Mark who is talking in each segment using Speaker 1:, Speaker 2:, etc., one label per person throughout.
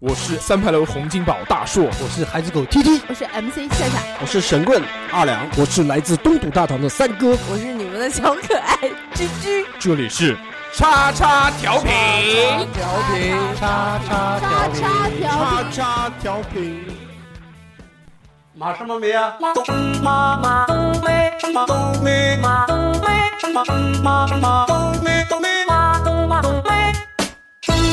Speaker 1: 我是三牌楼洪金宝大硕，
Speaker 2: 我是孩子狗 T T，
Speaker 3: 我是 MC 夏夏，
Speaker 2: 我是神棍二两，我是来自东土大唐的三哥，
Speaker 3: 我是你们的小可爱居居。
Speaker 1: 这里是叉叉调频。
Speaker 2: 调频，叉叉
Speaker 3: 叉叉调皮，
Speaker 2: 叉调频，
Speaker 4: 马什么梅啊？马什么马冬梅？什么冬梅？马冬梅？什么什么什么冬梅？冬梅马冬马冬梅？什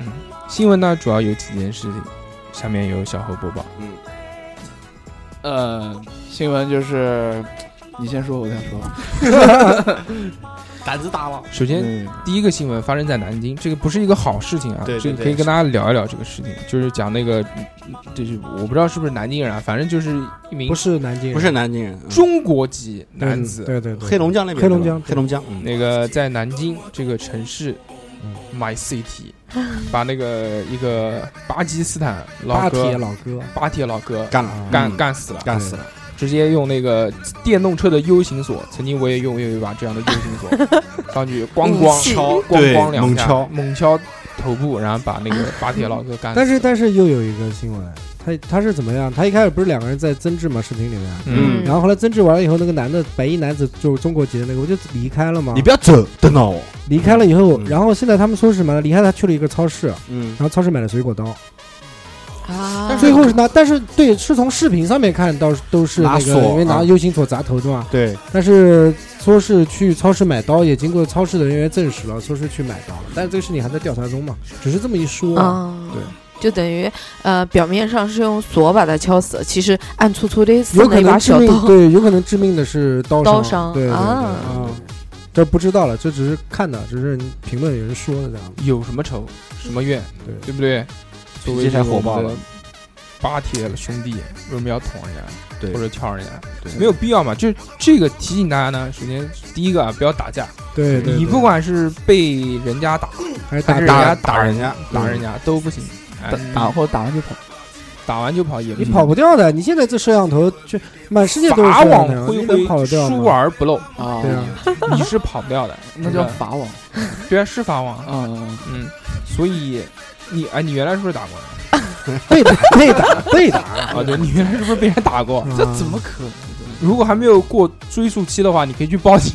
Speaker 1: 嗯，新闻呢主要有几件事情，下面由小何播报。
Speaker 5: 呃，新闻就是你先说，我再说。
Speaker 2: 胆子大了，
Speaker 1: 首先
Speaker 5: 嗯
Speaker 1: 第一个新闻发生在南京，这个不是一个好事情啊，
Speaker 2: 对对
Speaker 1: 这个
Speaker 2: 对
Speaker 1: 可以跟大家聊一聊这个事情，就是讲那个，嗯就是我不知道是不是南京人啊，反正就是一名
Speaker 2: 不是南京人，
Speaker 4: 不是南京人，
Speaker 1: 中国籍
Speaker 2: 对
Speaker 1: 男子，
Speaker 2: 嗯对对对，
Speaker 4: 黑龙江那边，
Speaker 2: 黑龙江
Speaker 4: 是吧黑龙江，嗯
Speaker 1: 那个在南京这个城市
Speaker 2: 嗯
Speaker 1: ，My City，把那个一个巴基斯坦老
Speaker 2: 巴铁
Speaker 1: 哥，
Speaker 2: 老哥，
Speaker 1: 巴铁老哥
Speaker 4: 干了，
Speaker 1: 干
Speaker 4: 嗯
Speaker 1: 干死了，
Speaker 4: 干死了，
Speaker 1: 直接用那个电动车的 U 型锁，曾经我也拥有一把这样的 U 型 锁，上去咣
Speaker 3: 武
Speaker 1: 咣
Speaker 3: 器
Speaker 1: 敲，咣
Speaker 4: 对
Speaker 1: 咣两下，
Speaker 4: 猛敲
Speaker 1: 猛敲头部，然后把那个巴铁老哥干死。
Speaker 2: 但是但是又有一个新闻，他他是怎么样？他一开始不是两个人在争执嘛，视频里面。
Speaker 1: 嗯，
Speaker 2: 然后后来争执完了以后，那个男的白衣男子就是中国籍的那个，我就离开了嘛。
Speaker 4: 你不要走，等到我，
Speaker 2: 离开了以后，
Speaker 4: 嗯
Speaker 2: 然后现在他们说是什么呢？离开他去了一个超市，
Speaker 4: 嗯
Speaker 2: 然，后超市买了水果刀，
Speaker 3: 啊
Speaker 2: 最后是拿，但是对，是从视频上面看到都是那
Speaker 4: 拿
Speaker 2: 个
Speaker 4: 锁
Speaker 2: 因为拿
Speaker 1: 嗯
Speaker 4: 啊
Speaker 2: U 型锁砸头对吧？
Speaker 4: 对，
Speaker 2: 但是说是去超市买刀，也经过超市的人员证实了，说是去买刀了，但是这个事情还在调查中嘛，只是这么一说。
Speaker 3: 啊，
Speaker 1: 对，
Speaker 3: 就等于呃，表面上是用锁把他敲死，其实暗搓搓的
Speaker 2: 有
Speaker 3: 送了
Speaker 2: 可
Speaker 3: 一把
Speaker 2: 能致
Speaker 3: 小
Speaker 2: 命，
Speaker 3: 刀。
Speaker 2: 对，有可能致命的是刀
Speaker 3: 刀伤
Speaker 2: 对对对
Speaker 3: 啊
Speaker 2: 啊，这不知道了，这只是看的，只是评论有人说的这样。
Speaker 1: 有什么仇，什么怨，
Speaker 2: 对
Speaker 1: 对不对？作为
Speaker 4: 脾气太火爆了，
Speaker 1: 巴铁兄弟为什么要捅人家？
Speaker 4: 对
Speaker 1: 或者撬人家，
Speaker 4: 对
Speaker 1: 没有必要嘛。就这个提醒大家呢，首先第一个啊，不要打架。
Speaker 2: 对对，
Speaker 1: 你不管是被人家打，
Speaker 2: 还是
Speaker 1: 还
Speaker 2: 打
Speaker 1: 是
Speaker 2: 打，
Speaker 1: 人家
Speaker 4: 打人家，
Speaker 1: 打人家都不行，哎
Speaker 5: 打打或者打完就跑。
Speaker 1: 打完就跑也不
Speaker 2: 你
Speaker 1: 行
Speaker 2: 跑不掉的。你现在这摄像头，就满世界都是
Speaker 1: 法
Speaker 2: 摄像
Speaker 1: 网
Speaker 2: 头，
Speaker 1: 恢
Speaker 2: 你能跑
Speaker 1: 恢，
Speaker 2: 得掉
Speaker 1: 疏
Speaker 2: 吗？
Speaker 1: 而不 漏，
Speaker 5: 啊
Speaker 2: 对啊，
Speaker 1: 你是跑不掉 的。
Speaker 5: 那叫法网
Speaker 1: 对啊，是法网啊，
Speaker 5: 啊。
Speaker 1: 嗯，所以你哎，你原来是不是打过人
Speaker 2: 对 打对打对打，
Speaker 1: 啊？对，你原来是不是被人打
Speaker 2: 啊
Speaker 1: 过？
Speaker 5: 这怎么可能？
Speaker 1: 如果还没有过追溯期的话，你可以去报警。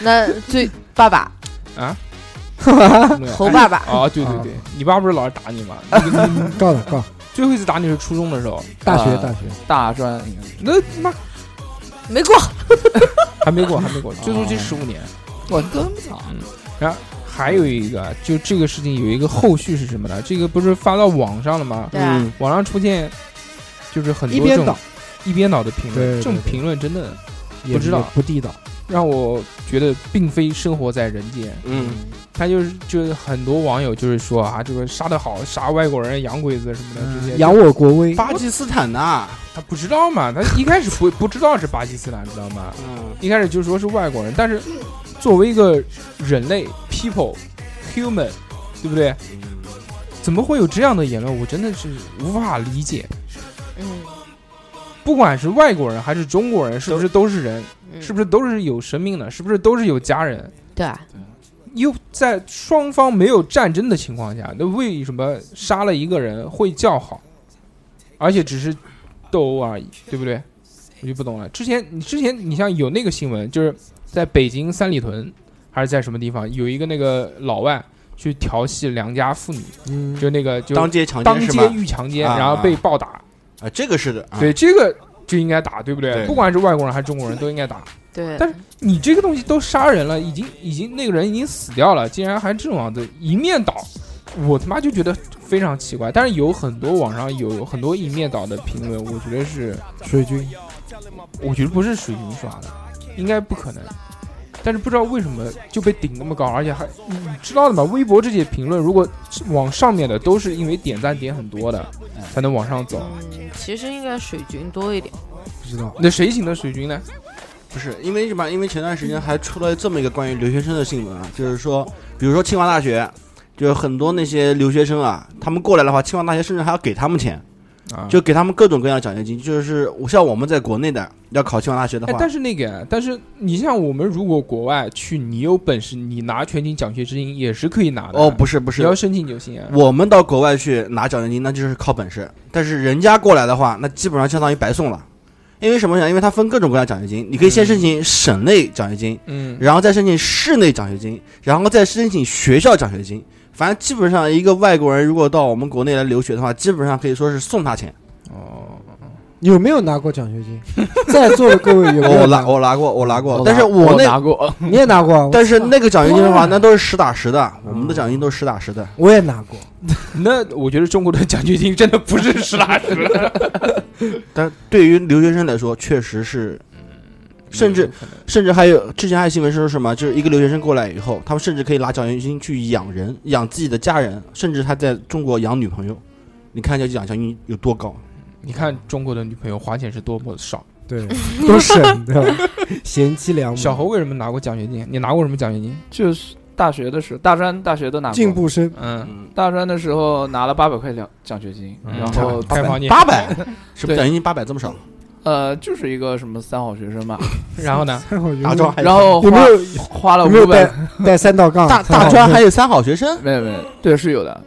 Speaker 3: 那最爸爸 猴爸爸，
Speaker 2: 哎
Speaker 1: 啊，对对对，你爸不是老是打你吗？那个
Speaker 2: 嗯告了告？
Speaker 1: 最后一次打你是初中的时候，
Speaker 2: 大学
Speaker 5: 啊
Speaker 2: 大学，
Speaker 5: 大专
Speaker 1: 那他妈
Speaker 3: 没过，
Speaker 1: 还没过，还没过，追溯期十五年。
Speaker 2: 哦
Speaker 5: 我这么早
Speaker 1: 还有一个，就这个事情有一个后续是什么呢？这个不是发到网上了
Speaker 2: 嗯
Speaker 1: 吗？
Speaker 3: 对啊，
Speaker 1: 网上出现就是很
Speaker 2: 一
Speaker 1: 多这
Speaker 2: 边
Speaker 1: 种
Speaker 2: 倒
Speaker 1: 一边倒的评
Speaker 2: 对
Speaker 1: 论，
Speaker 2: 对
Speaker 1: 这种
Speaker 2: 对
Speaker 1: 评论真的
Speaker 2: 也
Speaker 1: 不知道
Speaker 2: 也不地道。
Speaker 1: 让我觉得并非生活在人间。
Speaker 4: 嗯，
Speaker 1: 他就是就是很多网友就是说啊，这个杀得好，杀外国人、洋鬼子什么的
Speaker 2: 嗯
Speaker 1: 这些，
Speaker 2: 扬我国威，
Speaker 4: 巴基斯坦的，
Speaker 1: 他不知道嘛，他一开始不 不知道是巴基斯坦，知道吗？
Speaker 4: 嗯，
Speaker 1: 一开始就说是外国人，但是作为一个人类 people human，对不对？
Speaker 4: 嗯
Speaker 1: 怎么会有这样的言论？我真的是无法理解。
Speaker 3: 嗯，
Speaker 1: 不管是外国人还是中国人，是不是都是人？
Speaker 3: 嗯
Speaker 1: 是不是都是有生命的？是不是都是有家人？
Speaker 3: 对啊，
Speaker 1: 又在双方没有战争的情况下，那为什么杀了一个人会叫好，而且只是斗殴而已，对不对？我就不懂了。之前你之前你像有那个新闻，就是在北京三里屯还是在什么地方，有一个那个老外去调戏良家妇女，
Speaker 2: 嗯，
Speaker 1: 就那个就
Speaker 4: 当街强
Speaker 1: 当
Speaker 4: 奸是
Speaker 1: 街
Speaker 4: 吗？
Speaker 1: 遇强奸，
Speaker 4: 啊
Speaker 1: 然后被暴打，
Speaker 6: 啊，这个是的，啊
Speaker 1: 对，这个就应该打，对不对？
Speaker 6: 对
Speaker 1: 不管是外国人还是中国人都应该打。
Speaker 3: 对，
Speaker 1: 但是你这个东西都杀人了，已经已经那个人已经死掉了，竟然还这种样子一面倒，我他妈就觉得非常奇怪。但是有很多网上有很多一面倒的评论，我觉得是
Speaker 2: 水军
Speaker 1: 我觉得不是水军刷的，应该不可能。但是不知道为什么就被顶那么高，而且还你你知道的嘛？微博这些评论，如果往上面的都是因为点赞点很多的，才能往上走。
Speaker 3: 嗯，其实应该水军多一点。
Speaker 2: 不知道，
Speaker 1: 那谁请的水军呢？
Speaker 6: 不是因为什么？因为前段时间还出了这么一个关于留学生的新闻啊，就是说，比如说清华大学，就是很多那些留学生啊，他们过来的话，清华大学甚至还要给他们钱，
Speaker 1: 啊，
Speaker 6: 就给他们各种各样的奖学金。就是我像我们在国内的要考清华大学的
Speaker 1: 哎
Speaker 6: 话，，
Speaker 1: 但是那个，但是你像我们如果国外去，你有本事，你拿全勤奖学金也是可以拿的。
Speaker 6: 哦，不是不
Speaker 1: 只
Speaker 6: 是
Speaker 1: 要，申请就行啊。
Speaker 6: 我们到国外去拿奖学金，那就是靠本事。但是人家过来的话，那基本上相当于白送了。因为什么呢？因为他分各种各样的奖学金，你可以先申请省内奖学金，
Speaker 1: 嗯，
Speaker 6: 然后再申请市内奖学金，然后再申请学校奖学金。反正基本上一个外国人如果到我们国内来留学的话，基本上可以说是送他钱。
Speaker 1: 哦，
Speaker 2: 有没有拿过奖学金？在座的各位有没
Speaker 6: 我
Speaker 2: 有
Speaker 6: 拿
Speaker 2: 拿？
Speaker 6: 我拿过，我拿过
Speaker 5: 我，
Speaker 6: 但是
Speaker 5: 拿
Speaker 6: 我那
Speaker 5: 拿过，
Speaker 2: 你也拿过啊，
Speaker 6: 但是那个奖学金的话，那都是实打实的，我们的奖学金都是实打实的。
Speaker 2: 嗯我也拿 过。
Speaker 1: 那我觉得中国的奖学金真的不是实打实的，
Speaker 6: 但是对于留学生来说，确实是，
Speaker 1: 嗯
Speaker 6: 甚至甚至还有之前还有新闻说什么，就是一个留学生过来以后，他们甚至可以拿奖学金去养人，养自己的家人，甚至他在中国养女朋友。你看一下奖学金有多高？
Speaker 1: 嗯你看中国的女朋友花钱是多么少。
Speaker 2: 对，多省对 吧？贤妻
Speaker 6: 嗯
Speaker 2: 良母，
Speaker 1: 小侯为什么拿过奖学金？你拿过什么奖学金？
Speaker 5: 就是大学的时候，大专大学都拿过。
Speaker 2: 进步生，
Speaker 1: 嗯，
Speaker 5: 大专的时候拿了八百块奖奖学金，
Speaker 1: 嗯
Speaker 5: 然后
Speaker 1: 开开房间，
Speaker 6: 八百， 是不
Speaker 5: 对
Speaker 6: 是奖学金八百这么少？
Speaker 5: 呃就是一个什么三好学生嘛，
Speaker 1: 然后呢？
Speaker 2: 太好用了
Speaker 6: 大专还有
Speaker 5: 然后
Speaker 2: 有没
Speaker 5: 花
Speaker 2: 有
Speaker 5: 花了
Speaker 2: 有没有
Speaker 5: 五百，
Speaker 2: 带带三道杠？
Speaker 6: 大大专还有三好学生，
Speaker 5: 没有没有，对是有的。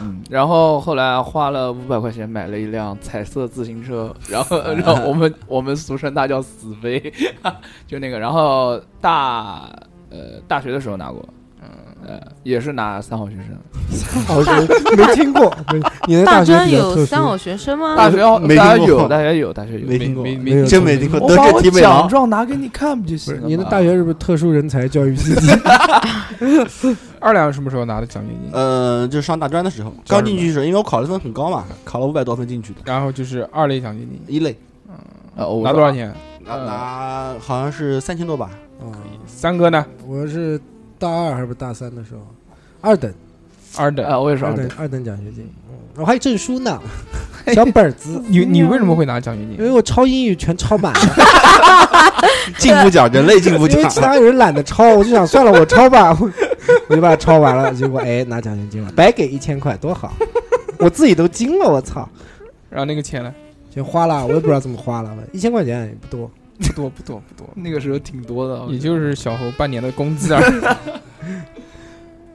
Speaker 5: 嗯，然后后来花了五百块钱买了一辆彩色自行车， 然后然后我们我们俗称它叫死飞， 就那个，然后大呃大学的时候拿过，嗯呃也是拿三好学生，
Speaker 2: 好像 没听过。没你的
Speaker 3: 大
Speaker 2: 学
Speaker 3: 专
Speaker 2: 比较
Speaker 3: 有
Speaker 2: 特
Speaker 3: 三好
Speaker 2: 殊，
Speaker 3: 学生吗？
Speaker 5: 大学
Speaker 6: 没
Speaker 5: 大学
Speaker 6: 听
Speaker 5: 有
Speaker 6: 过
Speaker 5: 大学有大学有，
Speaker 6: 没听过，
Speaker 1: 没没
Speaker 2: 没 有
Speaker 6: 真没听过，
Speaker 5: 我
Speaker 6: 都
Speaker 5: 把
Speaker 6: 是
Speaker 5: 我
Speaker 6: 体美
Speaker 5: 奖
Speaker 6: 郎。
Speaker 5: 状拿给你看不就
Speaker 2: 不
Speaker 5: 行
Speaker 2: 是
Speaker 5: 了吗？
Speaker 2: 你的大学是不是特殊人才教育 基地？
Speaker 1: 二两什么时候拿的奖学金？
Speaker 6: 呃，就是上大专的时候，刚进去的时候，因为我考的分很高嘛，考了五百多分进去的，
Speaker 1: 然后就是二类奖学金，
Speaker 6: 一类
Speaker 5: 呃我
Speaker 1: 拿多少钱？
Speaker 6: 拿拿好像是三千 多吧，
Speaker 1: 哦
Speaker 2: 啊，
Speaker 1: 三哥呢？
Speaker 2: 我是大二还是大三的时候，二等，
Speaker 1: 二等。
Speaker 6: 呃
Speaker 5: 啊，我也是
Speaker 2: 二
Speaker 5: 二
Speaker 2: 等
Speaker 5: 等，，
Speaker 2: 二等奖学金，嗯我还有证书呢，小本儿 子。
Speaker 1: 你你为什么会拿奖学金
Speaker 2: 因？为
Speaker 6: 嗯
Speaker 2: 我抄英语全抄满 了，
Speaker 6: 进步奖，人类进步
Speaker 2: 因
Speaker 6: 奖
Speaker 2: 为。其 他人懒得抄，我就想算了，我抄吧， 我我就把它抄完了，结果哎拿奖学金了，白给一千块多 好，我自己都惊了，我操，
Speaker 1: 然后那个钱呢？
Speaker 2: 就花了，我也不知道怎么花了，一千块钱也不多，
Speaker 1: 不多不多不多，
Speaker 5: 那个时候挺多的，我
Speaker 1: 也
Speaker 5: 觉得
Speaker 1: 就是小侯半年的工资 而已。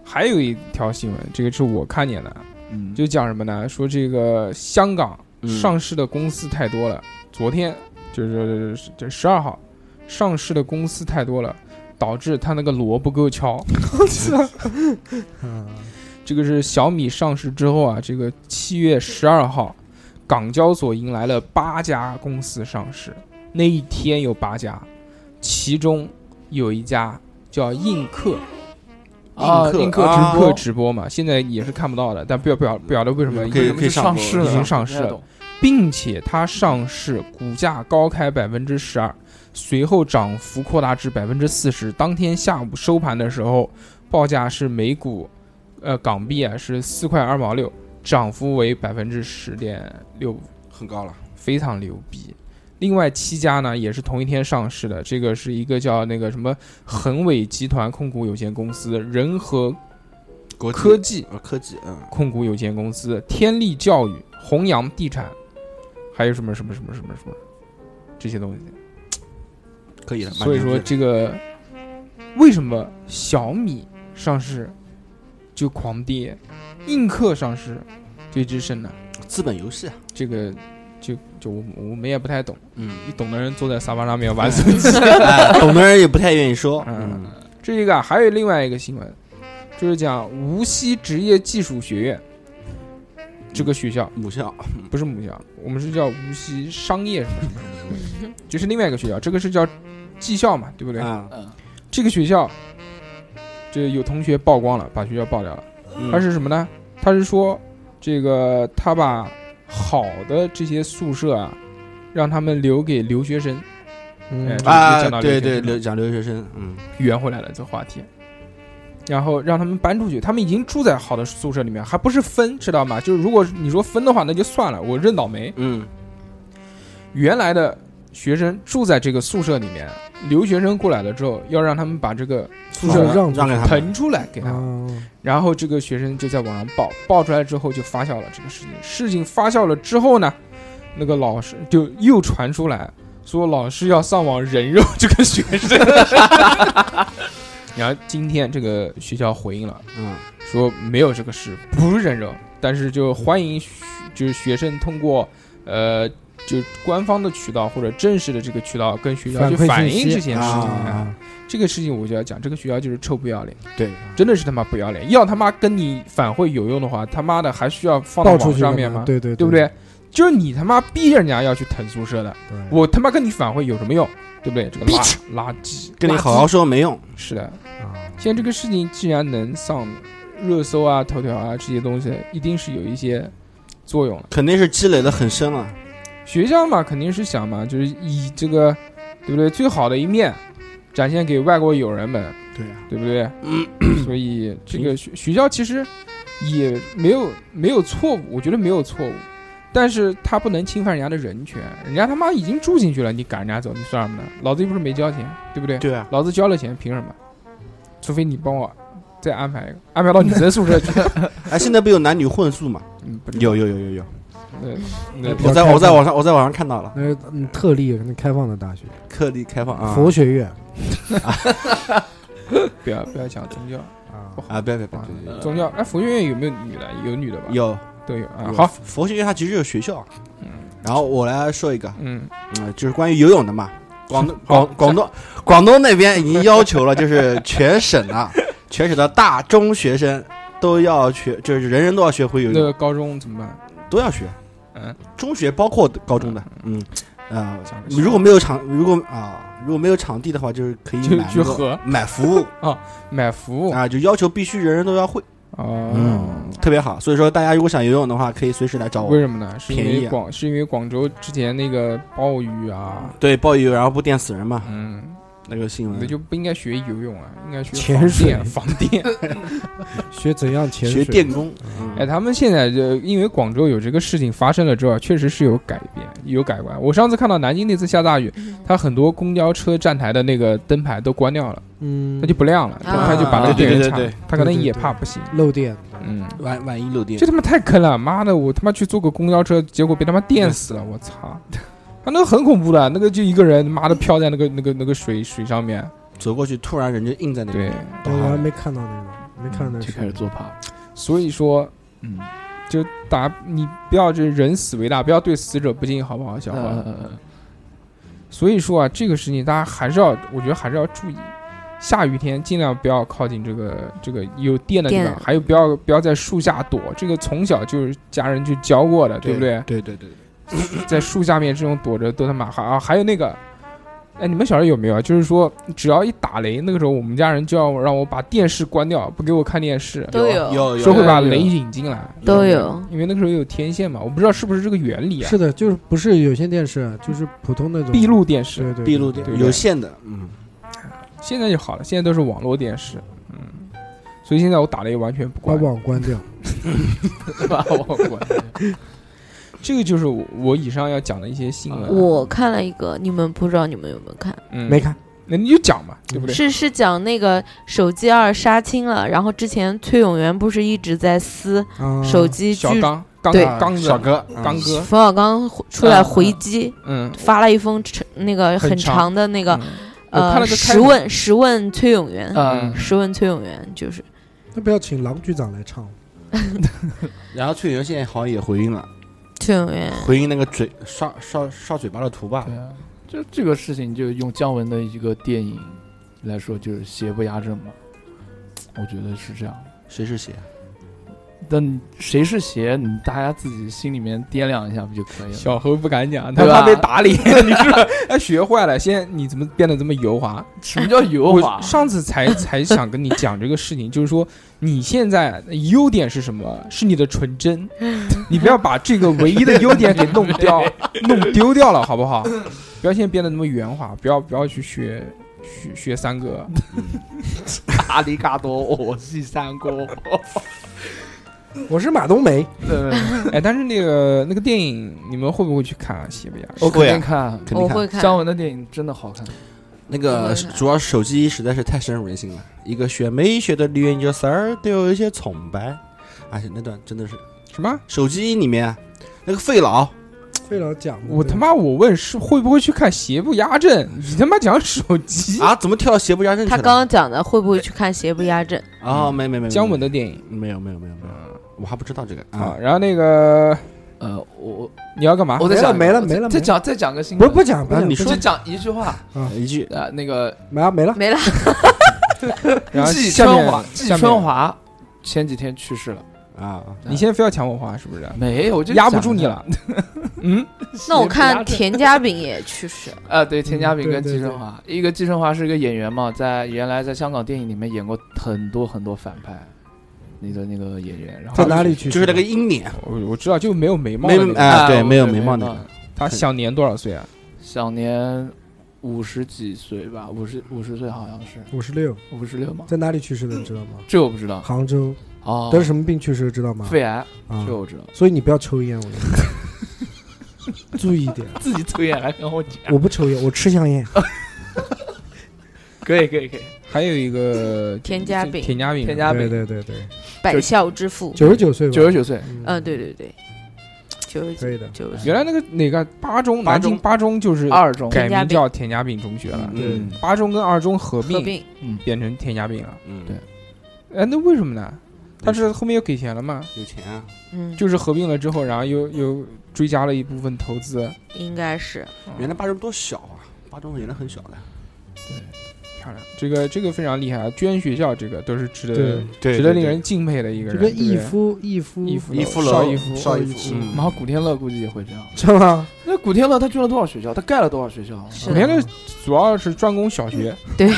Speaker 1: 还有一条新闻，这个是我看见的，
Speaker 5: 嗯
Speaker 1: 就讲什么呢？说这个香港
Speaker 6: 嗯
Speaker 1: 上市的公司太多了。昨天就是这十二号，上市的公司太多了，导致他那个锣不够敲。
Speaker 2: 嗯，
Speaker 1: 这个是小米上市之后啊，这个七月十二号，港交所迎来了八家公司上市，那一天有八家，其中有一家叫映客，
Speaker 5: 啊
Speaker 6: 映
Speaker 1: 映
Speaker 6: 客
Speaker 1: 客
Speaker 6: 啊
Speaker 1: 直播直播嘛，现在也是看不到的，但不要不要不晓得为什么，
Speaker 6: 嗯可以
Speaker 5: 为什么就上市了，
Speaker 1: 已经上市了
Speaker 5: 不太懂
Speaker 1: 并且它上市股价高开百分之十二，随后涨幅扩大至百分之四十。当天下午收盘的时候，报价是每股，呃港币啊是四块二毛六，涨幅为百分之十点六五，
Speaker 6: 很高了，
Speaker 1: 非常牛逼。另外七家呢也是同一天上市的，这个是一个叫那个什么恒伟集团控股有限公司、仁和
Speaker 6: 国际
Speaker 1: 科技
Speaker 6: 呃科技，嗯，
Speaker 1: 控股有限公司、天利教育、弘扬地产，还有什么什么什么什么什么这些东西。
Speaker 6: 可以的。
Speaker 1: 所以
Speaker 6: 蛮
Speaker 1: 说
Speaker 6: 牛逼的
Speaker 1: 这个为什么小米上市就狂跌，映客上市就一直升呢？
Speaker 6: 资本游戏啊，
Speaker 1: 这个就就我我们也不太懂，
Speaker 6: 嗯，
Speaker 1: 你懂的人坐在沙发上面玩手机。
Speaker 6: 哎 懂的人也不太愿意说，
Speaker 1: 嗯
Speaker 6: 嗯，
Speaker 1: 这一个啊还有另外一个新闻，就是讲无锡职业技术学院。这个学校
Speaker 6: 母校，
Speaker 1: 不是母校，我们是叫无锡商业什么什么什么什么，就是另外一个学校，这个是叫技校嘛，对不对？
Speaker 6: 嗯啊，
Speaker 5: 嗯
Speaker 1: 这个学校，这有同学曝光了，把学校爆掉了。
Speaker 6: 嗯
Speaker 1: 他是什么呢？他是说，这个他把好的这些宿舍啊，让他们留给留学生。
Speaker 2: 嗯
Speaker 1: 哎
Speaker 6: 啊
Speaker 1: 讲，到留
Speaker 6: 对
Speaker 1: 学
Speaker 6: 对，
Speaker 1: 生
Speaker 6: 留讲留学生，嗯，
Speaker 1: 圆回来了这话题，然后让他们搬出去。他们已经住在好的宿舍里面，还不是分，知道吗？就是如果你说分的话，那就算了，我认倒霉。
Speaker 6: 嗯，
Speaker 1: 原来的学生住在这个宿舍里面，留学生过来了之后，要让他们把这个宿
Speaker 2: 好
Speaker 1: 舍
Speaker 2: 哦让
Speaker 6: 让给他们，
Speaker 1: 腾出来给他啊们。
Speaker 2: 哦
Speaker 1: 然后这个学生就在网上报，报出来之后就发酵了这个事情。事情发酵了之后呢，那个老师就又传出来说老师要上网人肉这个学生。 然后今天这个学校回应了，
Speaker 6: 嗯，
Speaker 1: 说没有这个事，不是人肉，但是就欢迎学就是学生通过呃就官方的渠道或者正式的这个渠道跟学校去
Speaker 2: 反馈
Speaker 1: 反
Speaker 2: 信息
Speaker 1: 映这件事情。
Speaker 6: 啊
Speaker 1: 哎这个事情我就要讲，这个学校就是臭不要脸。
Speaker 6: 对，
Speaker 1: 真的是他妈不要脸！要他妈跟你反馈有用的话，他妈的还需要放到
Speaker 2: 到处
Speaker 1: 网
Speaker 2: 去
Speaker 1: 上
Speaker 2: 干
Speaker 1: 面
Speaker 2: 嘛
Speaker 1: 吗？
Speaker 2: 对对
Speaker 1: 对不？对？就是你他妈逼人家要去腾宿舍的，
Speaker 2: 对
Speaker 1: 我他妈跟你反馈有什么用？对不对？这个垃垃圾，
Speaker 6: 跟你
Speaker 1: 垃圾
Speaker 6: 好好说没用，
Speaker 1: 是的。
Speaker 2: 啊
Speaker 1: 现在这个事情既然能上热搜啊、头条啊这些东西，一定是有一些作用了。
Speaker 6: 肯定是积累的很深了，
Speaker 1: 学校嘛，肯定是想嘛，就是以这个对不对最好的一面展现给外国友人们，
Speaker 6: 对啊，
Speaker 1: 对不对？所以这个学学校其实也没有没有错误，我觉得没有错误，但是他不能侵犯人家的人权，人家他妈已经住进去了，你赶人家走，你算什么呢？老子又不是没交钱，对不对？
Speaker 6: 对啊，
Speaker 1: 老子交了钱，凭什么？除非你帮我再安排一个，安排到女生宿 舍去。
Speaker 6: 哎，现在不有男女混宿嘛？
Speaker 1: 嗯，不知道
Speaker 6: 有有有有有，
Speaker 1: 那那
Speaker 2: 比较
Speaker 6: 我在
Speaker 2: 开放
Speaker 6: 我在网上我在网上看到了，
Speaker 2: 那个嗯特例可能开放的大学，
Speaker 6: 课例开放啊，
Speaker 2: 佛学院
Speaker 1: 不要不要讲宗教
Speaker 2: 啊
Speaker 1: 不，好
Speaker 6: 啊，不要不要不要
Speaker 1: 啊
Speaker 6: 对对，对
Speaker 1: 宗教。哎，佛学院有没有女的？有女的吧？
Speaker 6: 有
Speaker 1: 都有啊
Speaker 6: 有。
Speaker 1: 好，
Speaker 6: 佛学院它其实有学校，
Speaker 1: 嗯
Speaker 6: 然后我来说一个，
Speaker 1: 嗯，
Speaker 6: 嗯，就是关于游泳的嘛，广东广广东广东那边已经要求了，就是全省啊， 全省的大中学生都要学，就是人人都要学会游
Speaker 1: 那
Speaker 6: 泳，
Speaker 1: 个高中怎么办？啊
Speaker 6: 都要学，
Speaker 1: 嗯，
Speaker 6: 中学包括高中的，嗯，呃
Speaker 1: 讲，个
Speaker 6: 如果没有场，如果啊。如果没有场地的话，就是可以
Speaker 1: 就
Speaker 6: 买
Speaker 1: 去
Speaker 6: 那个
Speaker 1: 河
Speaker 6: 买服务
Speaker 1: 买服务
Speaker 6: 啊，就要求必须人人都要会，
Speaker 1: 哦
Speaker 6: 嗯。特别好。所以说，大家如果想游泳的话，可以随时来找我
Speaker 1: 为。什么呢？是因
Speaker 6: 便宜
Speaker 1: 为
Speaker 6: 啊
Speaker 1: 广是因为广州之前那个暴雨啊，
Speaker 6: 对，暴雨然后不电死人嘛，
Speaker 1: 嗯，
Speaker 6: 那个新
Speaker 1: 那
Speaker 6: 闻。
Speaker 1: 就不应该学游泳啊，应该学
Speaker 2: 潜
Speaker 1: 防
Speaker 2: 水
Speaker 1: 电。防电，
Speaker 2: 学怎样潜
Speaker 6: 学
Speaker 2: 水？
Speaker 6: 电工，嗯
Speaker 1: 哎，他们现在就因为广州有这个事情发生了之后啊，确实是有改变，有改观。我上次看到南京那次下大雨，它很多公交车站台的那个灯牌都关掉了，
Speaker 2: 嗯，
Speaker 1: 它就不亮了，
Speaker 3: 啊
Speaker 1: 它就把那个
Speaker 6: 对
Speaker 1: 电
Speaker 6: 对
Speaker 1: 源
Speaker 6: 对
Speaker 1: 插
Speaker 6: 对，
Speaker 1: 它可能
Speaker 2: 对对
Speaker 1: 也
Speaker 2: 对
Speaker 1: 怕不行，
Speaker 2: 漏电，
Speaker 1: 嗯。
Speaker 6: 万万一漏电
Speaker 1: 这，他妈太坑了！妈的，我他妈去坐个公交车，结果被他妈电死了！我操，他那个很恐怖的，那个就一个人妈的飘在那个那个那个水水上面。
Speaker 6: 走过去，突然人就硬在那
Speaker 1: 对
Speaker 6: 边。，
Speaker 2: 对啊我还没看到那个，没看到那
Speaker 5: 嗯就开
Speaker 2: 个
Speaker 5: 始。做趴。
Speaker 1: 所以说
Speaker 5: 嗯，
Speaker 1: 就打你不要这人死为大，不要对死者不敬，好不好，小花？
Speaker 5: 呃，
Speaker 1: 所以说啊，这个事情大家还是要，我觉得还是要注意。下雨天尽量不要靠近这个这个有电的地方，
Speaker 3: 电
Speaker 1: 还有不要不要在树下躲，这个从小就是家人就教过的，对不 对？
Speaker 6: 对对对，对
Speaker 1: 在树下面这种躲着都他妈还啊，还有那个，哎，你们小时候有没有啊？就是说，只要一打雷，那个时候我们家人就要让我把电视关掉，不给我看电视，
Speaker 3: 都有
Speaker 6: 有
Speaker 1: 哦说会把
Speaker 5: 有
Speaker 1: 雷引进来，
Speaker 3: 都有
Speaker 1: 因为那个时候有天线嘛，我不知道是不是这个原理啊。
Speaker 2: 是的，就是不是有线电视，啊就是普通那种
Speaker 1: 闭路电视，
Speaker 2: 对对
Speaker 6: 闭路
Speaker 2: 对
Speaker 6: 电
Speaker 1: 对不对
Speaker 6: 有线的，嗯，
Speaker 1: 现在就好了，现在都是网络电视，嗯，所以现在我打雷完全不
Speaker 2: 把
Speaker 1: 管。
Speaker 2: 网关掉。
Speaker 5: 把
Speaker 1: 哦
Speaker 5: 我管。
Speaker 1: 这个就是我我以上要讲的一些新闻。啊
Speaker 3: 我看了一个，你们不知道你们有没有看？
Speaker 1: 嗯
Speaker 2: 没，看，
Speaker 1: 那你就讲嘛，对不对？
Speaker 3: 是是讲那个手机二杀青了，然后之前崔永元不是一直在撕
Speaker 2: 啊
Speaker 3: 手机
Speaker 1: 嗯小
Speaker 3: 剧，
Speaker 1: 刚刚
Speaker 3: 对
Speaker 1: 刚子
Speaker 6: 小哥，
Speaker 1: 刚哥，
Speaker 3: 冯小刚回出来回击，
Speaker 1: 嗯，
Speaker 3: 发了一封长那个
Speaker 1: 很
Speaker 3: 很
Speaker 1: 长
Speaker 3: 长的那个
Speaker 1: 嗯我看
Speaker 3: 呃
Speaker 1: 了个开
Speaker 3: 十
Speaker 1: 头
Speaker 3: 问十问崔永元，
Speaker 5: 嗯，
Speaker 3: 十问崔永元就是
Speaker 2: 那不要请郎局长来唱，
Speaker 6: 然后翠云现在好像也回应了，
Speaker 3: 崔永元，
Speaker 6: 回应那个嘴刷刷刷嘴巴的图吧
Speaker 5: 对，啊，就这个事情，就用姜文的一个电影来说，就是邪不压正嘛。我觉得是这样。
Speaker 3: 哦
Speaker 6: 谁是谁啊？
Speaker 5: 但谁是邪，你大家自己心里面掂量一下不就可以了？
Speaker 1: 小何不敢讲，他
Speaker 5: 对吧
Speaker 1: 怕被打脸。 你是不是他学坏了？现在你怎么变得这么油滑？
Speaker 5: 什么叫油滑
Speaker 1: 我？上次才才想跟你讲这个事情，就是说你现在优点是什么？是你的纯真，你不要把这个唯一的优点给弄掉、弄丢掉了，好不好？不要现在变得那么圆滑，不要不要去学学学三哥。
Speaker 5: 阿里嘎多，我是三哥。
Speaker 2: 我是马冬梅，
Speaker 5: 对，
Speaker 1: 哎，但是那个那个电影，你们会不会去看啊？西不呀？
Speaker 5: 我肯
Speaker 6: 会啊
Speaker 5: 定看。
Speaker 6: 肯定
Speaker 3: 我
Speaker 6: 看
Speaker 3: 会看。
Speaker 5: 姜文的电影真的好看，
Speaker 6: 那个，主要手机实在是太深入人心了。一个学美学的女研究生儿对我有一些崇拜，而且那段真的是
Speaker 1: 什么？
Speaker 6: 手机里面啊那个费老，
Speaker 2: 费老讲过
Speaker 1: 我他妈我问是会不会去看邪不压正？你他妈讲手机？
Speaker 6: 啊，怎么跳到邪不压正
Speaker 3: 嗯
Speaker 6: 去
Speaker 3: 他
Speaker 6: 了？
Speaker 3: 刚刚讲的会不会去看邪不压正？
Speaker 6: 啊，没没没，没
Speaker 1: 姜文的电影
Speaker 6: 没有没有没有没有，嗯我还不知道这个
Speaker 1: 啊
Speaker 6: 啊。。
Speaker 1: 然后那个
Speaker 5: 呃，我
Speaker 1: 你要干嘛？
Speaker 5: 我再讲一个
Speaker 2: 没了
Speaker 5: 再
Speaker 2: 没了
Speaker 5: 再
Speaker 2: 没了
Speaker 5: 讲再讲个新
Speaker 2: 不
Speaker 5: 闻，
Speaker 2: 是不讲不
Speaker 6: 啊
Speaker 2: 讲，
Speaker 6: 你
Speaker 2: 不
Speaker 6: 说
Speaker 5: 就
Speaker 2: 讲
Speaker 5: 讲一句话
Speaker 6: 一句
Speaker 5: 啊，那个
Speaker 2: 没了没 了，
Speaker 3: 没了，
Speaker 1: 然后
Speaker 5: 季
Speaker 1: 下面
Speaker 5: 春华，季
Speaker 1: 下面
Speaker 5: 春华前几天去世了，
Speaker 6: 啊，
Speaker 1: 你现在非要抢我话是不是？
Speaker 5: 没有，我就
Speaker 1: 压不住
Speaker 5: 讲
Speaker 1: 你了。嗯，
Speaker 3: 那我看田家炳也去世了，
Speaker 5: 啊，对，
Speaker 2: 嗯
Speaker 5: 田家炳
Speaker 2: 对
Speaker 5: 跟
Speaker 2: 对
Speaker 5: 季
Speaker 2: 对
Speaker 5: 春华，一个季春华是一个演员嘛，在原来在香港电影里面演过很多很多反派，你的那个演员，然后
Speaker 2: 在哪里去？
Speaker 6: 就是那个鹰脸，
Speaker 1: 我我知道，就没有眉毛的
Speaker 6: 没
Speaker 1: 那个。
Speaker 6: 哎对
Speaker 5: 啊我
Speaker 6: 没有
Speaker 5: 对
Speaker 6: 眉毛那个
Speaker 1: 他享年多少岁啊？
Speaker 5: 享年五十几岁吧，五十五十岁好像是
Speaker 2: 五十六，
Speaker 5: 五十六嘛，
Speaker 2: 在哪里去世的你知道吗？
Speaker 5: 这我不知道
Speaker 2: 杭州
Speaker 5: 哦
Speaker 2: 得，什么病去世的知道吗？
Speaker 5: 肺癌，
Speaker 2: 啊
Speaker 5: 这，我知道，
Speaker 2: 所以你不要抽烟，我跟你 讲注意一点。
Speaker 5: 自己抽烟还跟我讲，
Speaker 2: 我不抽烟，我吃香烟。
Speaker 5: 可以可以可以，
Speaker 1: 还有一个
Speaker 3: 田家炳
Speaker 1: 田家炳，
Speaker 5: 田家
Speaker 2: 对
Speaker 5: 炳
Speaker 2: 对对对，
Speaker 3: 百孝之父。
Speaker 2: 九十九岁吧，
Speaker 5: 九十九岁，
Speaker 2: 嗯
Speaker 3: 嗯，，对对对，九十
Speaker 2: 可
Speaker 3: 九
Speaker 2: 以的。
Speaker 3: 九十
Speaker 1: 原来那个哪个八中，
Speaker 5: 八
Speaker 1: 南
Speaker 5: 中
Speaker 1: 京八中就是
Speaker 5: 二中，
Speaker 1: 改
Speaker 3: 田家
Speaker 1: 名
Speaker 3: 炳
Speaker 1: 叫田家炳中学了。
Speaker 6: 嗯
Speaker 1: 八中跟二中合
Speaker 3: 合
Speaker 1: 并，
Speaker 3: 并，
Speaker 1: 变成田家炳了。
Speaker 6: 嗯，
Speaker 5: 对
Speaker 1: 哎，那为什么呢？他是后面又给钱了吗？
Speaker 6: 有钱啊，
Speaker 3: 嗯，
Speaker 1: 就是合并了之后，然后又又追加了一部分投资，
Speaker 3: 应该是
Speaker 6: 原来八中多小啊，八中原来很小的，
Speaker 1: 漂亮，这个这个非常厉害啊！捐学校这个都是值得
Speaker 2: 对，
Speaker 6: 对
Speaker 1: 值得令人敬佩的一个
Speaker 2: 这
Speaker 1: 人，
Speaker 2: 个
Speaker 1: 对不
Speaker 2: 逸
Speaker 1: 对
Speaker 2: 夫，逸夫，
Speaker 1: 逸夫
Speaker 6: 逸
Speaker 1: 楼
Speaker 6: 夫
Speaker 1: 邵
Speaker 6: 楼
Speaker 1: 逸夫
Speaker 6: 邵逸
Speaker 2: 逸
Speaker 6: 夫
Speaker 2: 夫，
Speaker 6: 嗯
Speaker 5: 然后古天乐估计也会这样，
Speaker 2: 知道吗？
Speaker 5: 那古天乐他捐了多少学校？他盖了多少学校？
Speaker 3: 是
Speaker 1: 古
Speaker 3: 的
Speaker 1: 天乐主要是专攻小学，
Speaker 3: 对，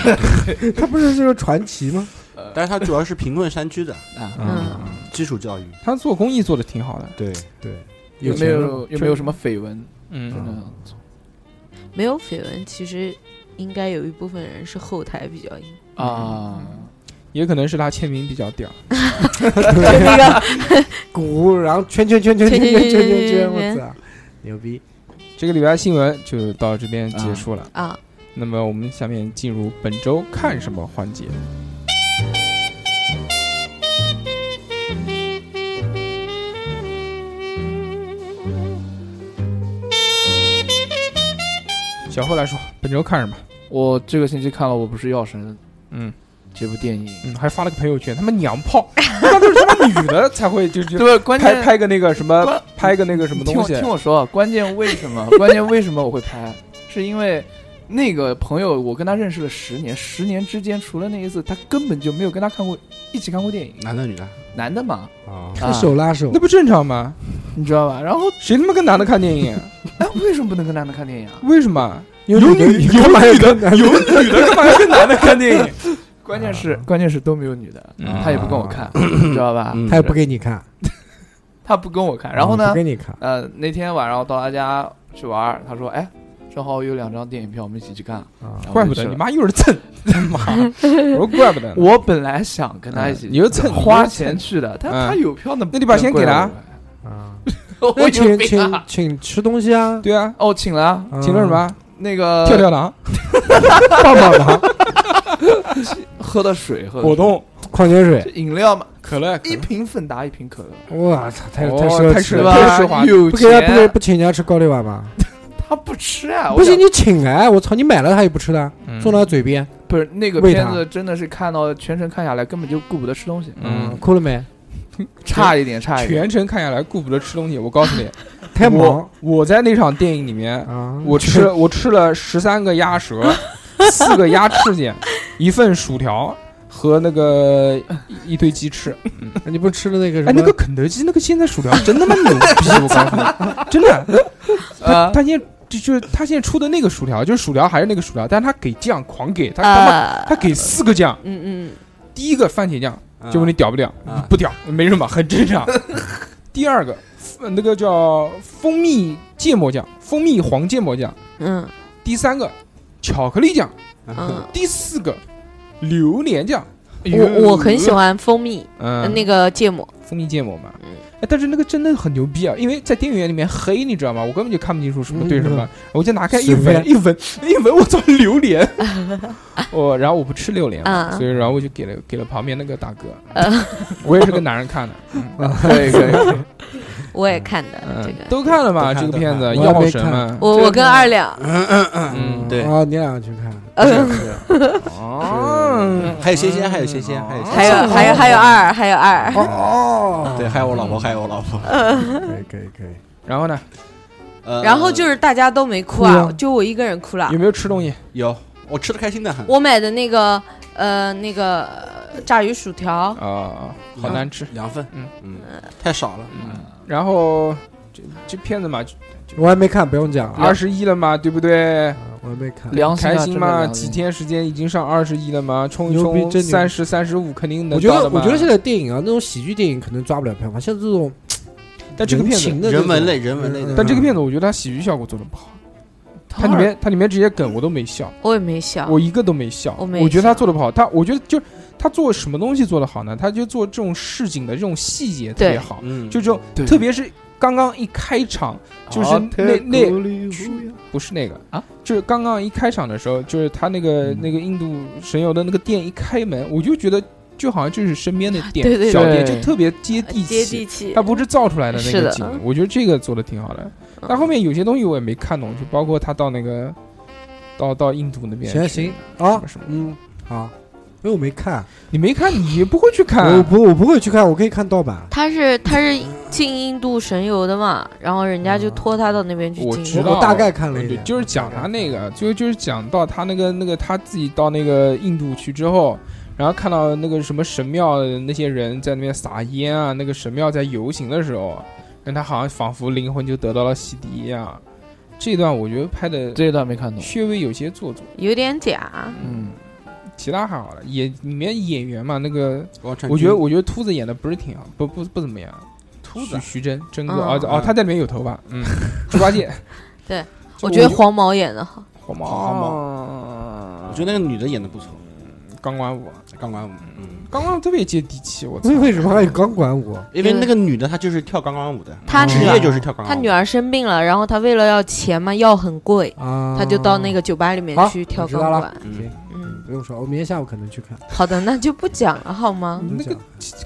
Speaker 2: 他不是就是传奇吗？
Speaker 6: 但是他主要是贫困山区的
Speaker 5: 啊，
Speaker 3: 嗯，
Speaker 6: 基础教育，
Speaker 1: 他做公益做的挺好的，
Speaker 6: 对，
Speaker 5: 有没
Speaker 2: 钱啊了
Speaker 5: 有有没有什么绯闻？
Speaker 1: 嗯，
Speaker 5: 嗯，
Speaker 3: 没有绯闻，其实应该有一部分人是后台比较硬，
Speaker 5: 啊，
Speaker 1: 也可能是他签名比较屌，
Speaker 3: 那个
Speaker 2: 鼓，然后圈圈圈圈圈圈圈圈圈，我操，牛逼！
Speaker 1: 这个礼拜新闻就到这边结束了。
Speaker 3: 啊，
Speaker 1: 那么我们下面进入本周看什么环节。小贺来说，本周看什么？
Speaker 5: 我这个星期看了《我不是药神
Speaker 1: 嗯》
Speaker 5: 这部电影，
Speaker 1: 嗯，还发了个朋友圈，他妈娘炮，他妈都是他妈女的才会就就
Speaker 5: 对，关
Speaker 1: 拍
Speaker 5: 键
Speaker 1: 拍个那个什么
Speaker 5: 关，
Speaker 1: 拍个那个什么
Speaker 5: 听
Speaker 1: 东
Speaker 5: 我
Speaker 1: 西
Speaker 5: 听我说，关键为什么？关键为什么我会拍？是因为那个朋友，我跟他认识了十年，十年之间除了那一次，他根本就没有跟他看过一起看过电影，
Speaker 6: 男的女的
Speaker 5: 男的嘛，
Speaker 6: 啊，
Speaker 5: 啊，
Speaker 2: 手拉手
Speaker 1: 那，不正常吗？
Speaker 5: 你知道吧？然后
Speaker 1: 谁他妈跟男的看电 影？
Speaker 5: 哎，为什么不能跟男的看电影啊？
Speaker 1: 为什么？
Speaker 2: 有
Speaker 1: 有女
Speaker 2: 有
Speaker 1: 有女的
Speaker 2: 的，有
Speaker 1: 女的干嘛要 跟 男的看电影？
Speaker 5: 关键
Speaker 2: 啊
Speaker 5: 是关键是都没有女的，
Speaker 1: 嗯
Speaker 5: 他也不跟我看，你知道吧？
Speaker 6: 嗯
Speaker 2: 他也不给你看，啊
Speaker 5: 他不跟我看，然后呢
Speaker 2: 不？给你看，
Speaker 5: 呃，那天晚上我到他家去玩儿，他说：“哎，正好有两张电影票，我们一起去看。
Speaker 2: 啊
Speaker 5: 然后
Speaker 1: 怪
Speaker 5: 我
Speaker 1: 不
Speaker 5: 就去了”
Speaker 1: 得你妈又是蹭，他妈！我说怪不得呢，
Speaker 5: 我本来想跟他一起，
Speaker 1: 嗯嗯你又蹭
Speaker 5: 花
Speaker 1: 你
Speaker 5: 钱
Speaker 1: 又蹭
Speaker 5: 去的，他
Speaker 1: 嗯
Speaker 5: 他有票呢，
Speaker 1: 那你把钱给他
Speaker 2: 啊！
Speaker 5: 贵了我，
Speaker 2: 那
Speaker 5: 我有
Speaker 2: 请
Speaker 5: 病
Speaker 2: 请
Speaker 5: 啊！
Speaker 2: 请吃东西啊，
Speaker 1: 对啊，
Speaker 5: 哦，请了啊，
Speaker 1: 请了什么？
Speaker 5: 那个
Speaker 1: 跳跳 糖、
Speaker 2: 棒棒糖、
Speaker 5: 喝的水，喝的
Speaker 1: 果
Speaker 5: 水
Speaker 1: 冻、
Speaker 2: 矿泉水。
Speaker 5: 这饮料嘛，
Speaker 1: 可乐，
Speaker 5: 一瓶芬达，一瓶可乐，
Speaker 2: 我操，太
Speaker 1: 哦
Speaker 2: 太奢
Speaker 1: 太
Speaker 2: 侈
Speaker 1: 是
Speaker 5: 对
Speaker 1: 奢
Speaker 2: 了！
Speaker 1: 吧奢
Speaker 5: 吧？
Speaker 1: 华
Speaker 5: 有
Speaker 2: 不给他不给
Speaker 5: 钱
Speaker 2: 不请人家吃高丽碗吗？
Speaker 5: 他不吃啊！我
Speaker 2: 不
Speaker 5: 想
Speaker 2: 行，你请哎！我操，你买了他也不吃的，
Speaker 1: 嗯
Speaker 2: 送到他嘴边。
Speaker 5: 不是那个
Speaker 2: 喂
Speaker 5: 片
Speaker 2: 他
Speaker 5: 子，真的是看到全程看下来，根本就顾不得吃东西，
Speaker 1: 嗯
Speaker 2: 哭了没？
Speaker 5: 差一点，差一点。
Speaker 1: 全程看下来顾不得吃东西。我告 诉你，
Speaker 2: 太忙
Speaker 1: 我我在那场电影里面，
Speaker 2: 啊！
Speaker 1: 我吃我吃了十三个鸭舌，四个鸭翅膀，一份薯条，和那个一一堆鸡翅。
Speaker 2: 你不吃了那个什么？
Speaker 1: 哎，那个肯德基那个现在薯条真他妈牛逼！我告 诉你，真的，他
Speaker 5: 啊，
Speaker 1: 他现在就就是他现在出的那个薯条，就是薯条还是那个薯条，但他给酱狂给，他他妈
Speaker 3: 啊，
Speaker 1: 他给四个酱，
Speaker 3: 嗯嗯，
Speaker 1: 第一个番茄酱，
Speaker 6: 啊
Speaker 1: 就问你屌不屌
Speaker 6: 啊？
Speaker 1: 不屌，没什么，很正常。第二个，呃那个叫蜂蜜芥末酱，蜂蜜黄芥末酱。
Speaker 3: 嗯
Speaker 1: 第三个，巧克力酱。
Speaker 3: 嗯，
Speaker 1: 第四个，榴莲酱。
Speaker 3: 我我很喜欢蜂蜜，呃
Speaker 1: 嗯，
Speaker 3: 那个芥末，
Speaker 1: 蜂蜜芥末嘛
Speaker 3: 嗯。
Speaker 1: 哎，但是那个真的很牛逼啊，因为在电影院里面黑，你知道吗？我根本就看不清楚什么对什么，我就拿开一
Speaker 2: 随
Speaker 1: 闻
Speaker 2: 便
Speaker 1: 一闻一闻，我操，榴莲！ 我然后我不吃榴莲嘛，
Speaker 3: 啊
Speaker 1: 所以然后我就给了给了旁边那个大哥，
Speaker 3: 呃，
Speaker 1: 我也是跟男人看的，
Speaker 5: 可以可以，
Speaker 3: 我也看的
Speaker 1: 嗯
Speaker 3: 这，个，
Speaker 1: 都看了嘛？
Speaker 6: 都看
Speaker 1: 这个片子
Speaker 2: 都看
Speaker 1: 药神嘛，
Speaker 3: 我我跟二两，
Speaker 1: 嗯，
Speaker 6: 对
Speaker 2: 哦，你俩去看，
Speaker 1: 哦，
Speaker 6: 还有仙仙，还有仙仙，还
Speaker 1: 嗯
Speaker 6: 有仙仙
Speaker 3: 还有还有还有二，还有二，
Speaker 2: 哦，
Speaker 6: 对，还有我老
Speaker 1: 嗯
Speaker 6: 婆，还有我老婆。
Speaker 2: 可以可以可以，
Speaker 1: 然后呢，
Speaker 6: 呃
Speaker 3: 然后就是大家都没哭
Speaker 2: 哭
Speaker 3: 啊
Speaker 2: 了，
Speaker 3: 就我一个人哭了
Speaker 1: 有。没有吃东西？
Speaker 6: 有我吃的开心的很，
Speaker 3: 我买的那个呃那个呃炸鱼薯条，
Speaker 1: 啊，好难吃。
Speaker 6: 两份，
Speaker 1: 嗯
Speaker 6: 嗯，太少了。
Speaker 1: 然后这这片子嘛，
Speaker 2: 我还没看，不用讲，
Speaker 1: 二十一了嘛，对不对？
Speaker 2: 我还没看，
Speaker 5: 良心啊
Speaker 1: 开心嘛，
Speaker 5: 真的良心
Speaker 1: 几天时间已经上二十一了嘛，冲一
Speaker 2: 牛逼
Speaker 1: 冲
Speaker 2: 真牛
Speaker 1: 三十三十五肯定能
Speaker 2: 我觉
Speaker 1: 到
Speaker 2: 得
Speaker 1: 的嘛
Speaker 2: 我觉得现在电影啊，那种喜剧电影可能抓不了票房，像这种
Speaker 1: 但这个
Speaker 2: 人
Speaker 1: 片
Speaker 2: 情
Speaker 1: 子，
Speaker 2: 的这
Speaker 6: 嗯人文
Speaker 2: 种
Speaker 6: 类人文类的
Speaker 1: 嗯但这个片子我觉得它喜剧效果做的不好，它里面它里面这些梗我都没笑，
Speaker 3: 我也没笑。
Speaker 1: 我一个都没笑，
Speaker 3: 我没
Speaker 1: 啊我觉得他
Speaker 3: 笑
Speaker 1: 做的不好，他我觉得就他做什么东西做的好呢？他就做这种市井的这种细节特别
Speaker 3: 对
Speaker 1: 好，
Speaker 6: 嗯，
Speaker 1: 就这种，
Speaker 5: 对
Speaker 1: 特别是刚刚一开场，就是那那不是那个
Speaker 5: 啊，
Speaker 1: 就是刚刚一开场的时候，就是他那
Speaker 3: 嗯
Speaker 1: 个那个印度神油的那个店一开门，我就觉得就好像就是身边的店
Speaker 3: 对对
Speaker 1: 小店，
Speaker 5: 对
Speaker 1: 就特别接
Speaker 3: 呃
Speaker 1: 地
Speaker 3: 接
Speaker 1: 气
Speaker 3: 地。气
Speaker 1: 它，不是造出来的那
Speaker 3: 是
Speaker 1: 个
Speaker 3: 的嗯
Speaker 1: 景，我觉得这个做的挺好的。但后面有些东西我也没看懂，就包括他到那个到到印度那边
Speaker 2: 行
Speaker 1: 去，
Speaker 2: 行
Speaker 1: 什
Speaker 2: 啊
Speaker 1: 么，什么，
Speaker 2: 嗯，好，因为我没看，
Speaker 1: 你没看你也不会去看
Speaker 2: 我
Speaker 1: 啊，
Speaker 2: 不我不会去看，我可以看盗版。
Speaker 3: 他是他是进印度神游的嘛，然后人家就拖他到那边去
Speaker 1: 啊我
Speaker 3: 进
Speaker 1: 知
Speaker 3: 入。
Speaker 1: 道
Speaker 2: 我大概看了一
Speaker 1: 对，
Speaker 2: 点，
Speaker 1: 就是讲他那个，就就是讲到他那个那个他自己到那个印度去之后，然后看到那个什么神庙的那些人在那边撒烟啊，那个神庙在游行的时候，让他好像仿佛灵魂就得到了洗涤一样。这一段我觉得拍的
Speaker 5: 这一段没看懂。
Speaker 1: 稍微有些做作，
Speaker 3: 有点假，
Speaker 5: 嗯，
Speaker 1: 其他还好了。演里面演员嘛，那个
Speaker 6: 王传君
Speaker 1: 我觉得我觉得秃子演的不是挺好，不不不怎么样。
Speaker 6: 秃
Speaker 1: 徐
Speaker 6: 子
Speaker 1: 徐峥，真哥，
Speaker 3: 嗯
Speaker 1: 哦哦，他在里面有头发，嗯，猪八戒，
Speaker 3: 对
Speaker 1: 就，
Speaker 3: 我觉得黄毛演的好。
Speaker 1: 黄毛，
Speaker 6: 黄我觉得那个女的演的不错，
Speaker 1: 钢管舞，啊
Speaker 6: 钢管舞，嗯，
Speaker 1: 钢管舞特别接地气，我操
Speaker 2: 为！为什么还有钢管舞？啊
Speaker 6: 因为那个女的她就是跳钢管舞的，
Speaker 3: 他
Speaker 6: 职
Speaker 3: 女
Speaker 6: 业
Speaker 1: 嗯
Speaker 3: 儿
Speaker 6: 就是跳钢
Speaker 3: 他
Speaker 6: 管舞。
Speaker 3: 女儿生病了，然后他为了要钱嘛，药很贵，
Speaker 2: 啊，
Speaker 3: 他就到那个酒吧里面
Speaker 2: 好
Speaker 3: 去跳
Speaker 2: 我知道
Speaker 3: 钢
Speaker 2: 了
Speaker 3: 管。
Speaker 6: 嗯，
Speaker 3: 嗯，
Speaker 2: 不用说，我明天下午可能去看。
Speaker 3: 好的，那就不讲了好吗？
Speaker 2: 嗯
Speaker 1: 那个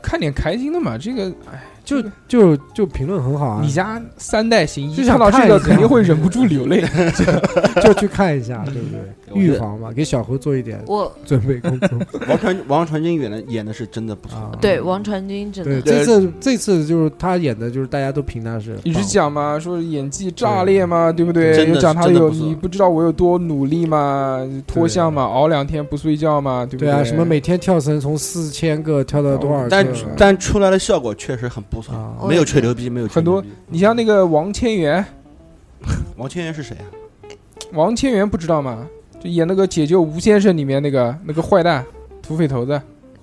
Speaker 1: 看点开心的嘛，这个，哎，
Speaker 2: 就
Speaker 3: 嗯
Speaker 1: 这个
Speaker 2: 就就评论很好啊，
Speaker 1: 你家三代行医，
Speaker 2: 就
Speaker 1: 看
Speaker 2: 想
Speaker 1: 到这个
Speaker 2: 看一下
Speaker 1: 肯定会忍不住流 泪。
Speaker 2: 就去看一下，对不对？
Speaker 6: 我觉得
Speaker 2: 预防嘛，给小猴做一点
Speaker 3: 我
Speaker 2: 准备工作
Speaker 6: 王传王传君演的演的是真的不错，
Speaker 2: 啊。
Speaker 3: 对王传君真
Speaker 2: 对，
Speaker 3: 的，
Speaker 2: 这次这次就是他演的，就是大家都评他是
Speaker 1: 一直
Speaker 2: 棒
Speaker 1: 讲嘛，说演技炸裂嘛，
Speaker 2: 嗯
Speaker 1: 对不对？
Speaker 6: 真的
Speaker 1: 又讲他
Speaker 6: 真的
Speaker 1: 有
Speaker 6: 不错
Speaker 1: 你不知道我有多努力嘛，脱相嘛，熬两天不睡觉嘛，对不
Speaker 2: 对啊，什么每天跳绳从四千个跳到多少个？
Speaker 6: 但
Speaker 1: 嗯
Speaker 6: 但出来的效果确实很不错，
Speaker 2: 啊，
Speaker 3: 我
Speaker 6: 没
Speaker 3: 也
Speaker 6: 有
Speaker 3: 觉
Speaker 6: 吹
Speaker 3: 得
Speaker 6: 牛逼，没有吹
Speaker 1: 很多
Speaker 6: 牛逼
Speaker 1: 你像那个王千源，
Speaker 6: 王千源是谁啊？
Speaker 1: 王千源不知道吗？就演那个《解救吴先生》里面那个那个坏蛋，土匪头子，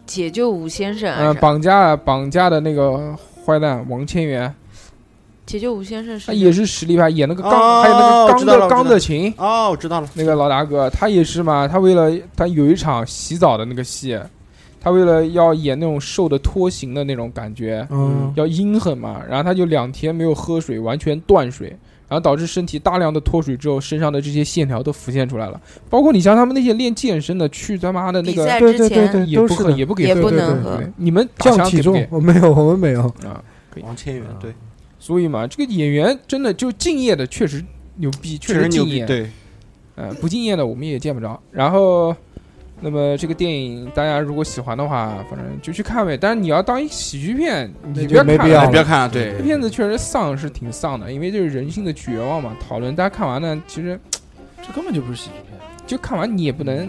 Speaker 3: 解救吴先生
Speaker 6: 哎
Speaker 1: 嗯、
Speaker 2: 呃
Speaker 3: 啊，是吧
Speaker 1: 绑架绑架的那个坏蛋王千源，
Speaker 3: 解救吴先生是
Speaker 1: 他
Speaker 2: 啊
Speaker 1: 也是实力派，演那个钢，
Speaker 6: 哦
Speaker 1: 还有那个
Speaker 6: 我
Speaker 1: 钢
Speaker 6: 知道了
Speaker 1: 的
Speaker 6: 我知道
Speaker 1: 钢的琴，
Speaker 6: 哦，我知道了，
Speaker 1: 那个老大哥，他也是嘛，他为了他有一场洗澡的那个戏，他为了要演那种瘦的脱形的那种感觉，
Speaker 2: 嗯，
Speaker 1: 要阴狠嘛，然后他就两天没有喝水，完全断水，然后导致身体大量的脱水之后，身上的这些线条都浮现出来了，包括你像他们那些练健身的，去他妈的那
Speaker 3: 比
Speaker 1: 个
Speaker 3: 赛
Speaker 2: 对
Speaker 3: 之
Speaker 2: 对对
Speaker 3: 前
Speaker 2: 对，
Speaker 1: 也
Speaker 2: 都
Speaker 1: 不
Speaker 2: 是
Speaker 1: 喝
Speaker 2: 的
Speaker 1: 也不给
Speaker 3: 也
Speaker 1: 喝
Speaker 3: 不
Speaker 2: 对对对
Speaker 3: 能喝
Speaker 1: 对，你们打
Speaker 2: 降
Speaker 1: 枪
Speaker 2: 体
Speaker 1: 给不
Speaker 2: 重
Speaker 1: 给，
Speaker 2: 我没有，我们没 有。
Speaker 1: 啊？可以，
Speaker 6: 王千源
Speaker 2: 啊
Speaker 6: 对，
Speaker 1: 所以嘛，这个演员真的就敬业的确实牛逼，
Speaker 6: 确
Speaker 1: 实
Speaker 6: 实牛
Speaker 1: 敬
Speaker 6: 逼，
Speaker 1: 业。
Speaker 6: 对，
Speaker 1: 呃，不敬业的我们也见不着。然后，那么这个电影大家如果喜欢的话，反正就去看呗。但是你要当一喜剧片，
Speaker 2: 那
Speaker 1: 你不
Speaker 2: 就
Speaker 1: 要
Speaker 2: 没
Speaker 1: 看
Speaker 2: 必
Speaker 1: 了
Speaker 2: 要
Speaker 6: 哎
Speaker 2: 了
Speaker 6: 不要看啊，对
Speaker 1: 这，片子确实丧是挺丧的，因为就是人性的绝望嘛。讨论大家看完呢，其实
Speaker 5: 这根本就不是喜剧片。
Speaker 1: 就看完你也不能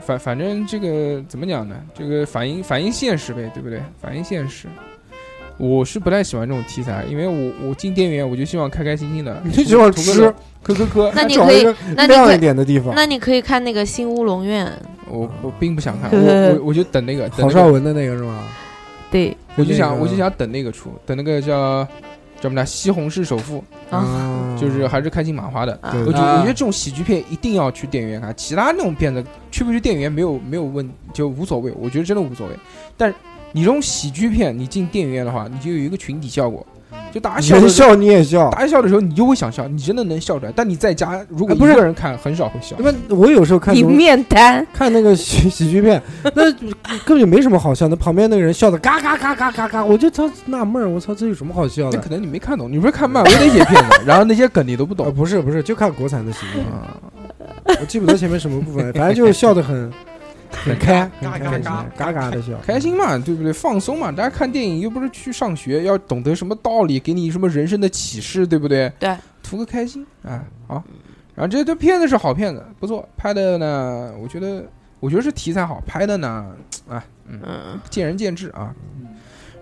Speaker 1: 反反正这个怎么讲呢？这个反映反映现实呗，对不对？反映现实。我是不太喜欢这种题材，因为我我进电影院我就希望开开心心的，
Speaker 2: 你就希望
Speaker 1: 图个
Speaker 2: 吃
Speaker 1: 乐，磕磕磕。
Speaker 3: 那你
Speaker 2: 找
Speaker 3: 可以
Speaker 2: 一个
Speaker 3: 那你
Speaker 2: 亮
Speaker 3: 可
Speaker 2: 一点的地方。
Speaker 3: 那你可以看那个《新乌龙院
Speaker 1: 我我并不想看，我我我就等那个，等
Speaker 2: 郝
Speaker 1: 那
Speaker 2: 邵
Speaker 1: 个，
Speaker 2: 文的那个是吗？》，
Speaker 3: 对，
Speaker 1: 我就想
Speaker 2: 那个
Speaker 1: 我就想等那个出，等那个叫叫什么来，《西红柿首富
Speaker 2: 嗯
Speaker 3: 啊，》，
Speaker 1: 就是还是开心麻花的。
Speaker 3: 啊
Speaker 2: 对
Speaker 1: 我觉
Speaker 5: 啊
Speaker 1: 我觉得这种喜剧片一定要去电影院看，其他那种片子去不去电影院没有没有问就无所谓，我觉得真的无所谓。但你这种喜剧片，你进电影院的话，你就有一个群体效果，就大家笑
Speaker 2: 能
Speaker 1: 的时候，
Speaker 2: 嗯笑你也笑。
Speaker 1: 大家笑的时候，你就会想笑，你真的能笑出来。但你在家如果
Speaker 2: 哎
Speaker 1: 一
Speaker 2: 不是
Speaker 1: 个人看，很少会笑。
Speaker 2: 那么我有时候看
Speaker 3: 你
Speaker 2: 那种
Speaker 3: 面瘫，
Speaker 2: 看那个喜喜剧片，那根本就没什么好笑。那旁边那个人笑的嘎嘎嘎嘎嘎嘎，我就操纳闷儿，我操这有什么好笑
Speaker 1: 那
Speaker 2: 的
Speaker 1: 可？能你没看懂，你不是看漫威那些片 子，然后那些梗你都不
Speaker 2: 呃，
Speaker 1: 懂。
Speaker 2: 不是不是，就看国产的喜剧片，
Speaker 1: 啊
Speaker 2: 我记不得前面什么部分了，反正就是笑的很很开，很开很开嘎嘎的笑，
Speaker 1: 开心嘛，对不对？放松嘛，大家看电影又不是去上学，要懂得什么道理，给你什么人生的启示，对不对？
Speaker 3: 对，
Speaker 1: 图个开心啊，好。然后这这片子是好片子，不错，拍的呢，我觉得我觉得是题材好，拍的呢，啊，嗯，
Speaker 3: 嗯，
Speaker 1: 见仁见智啊。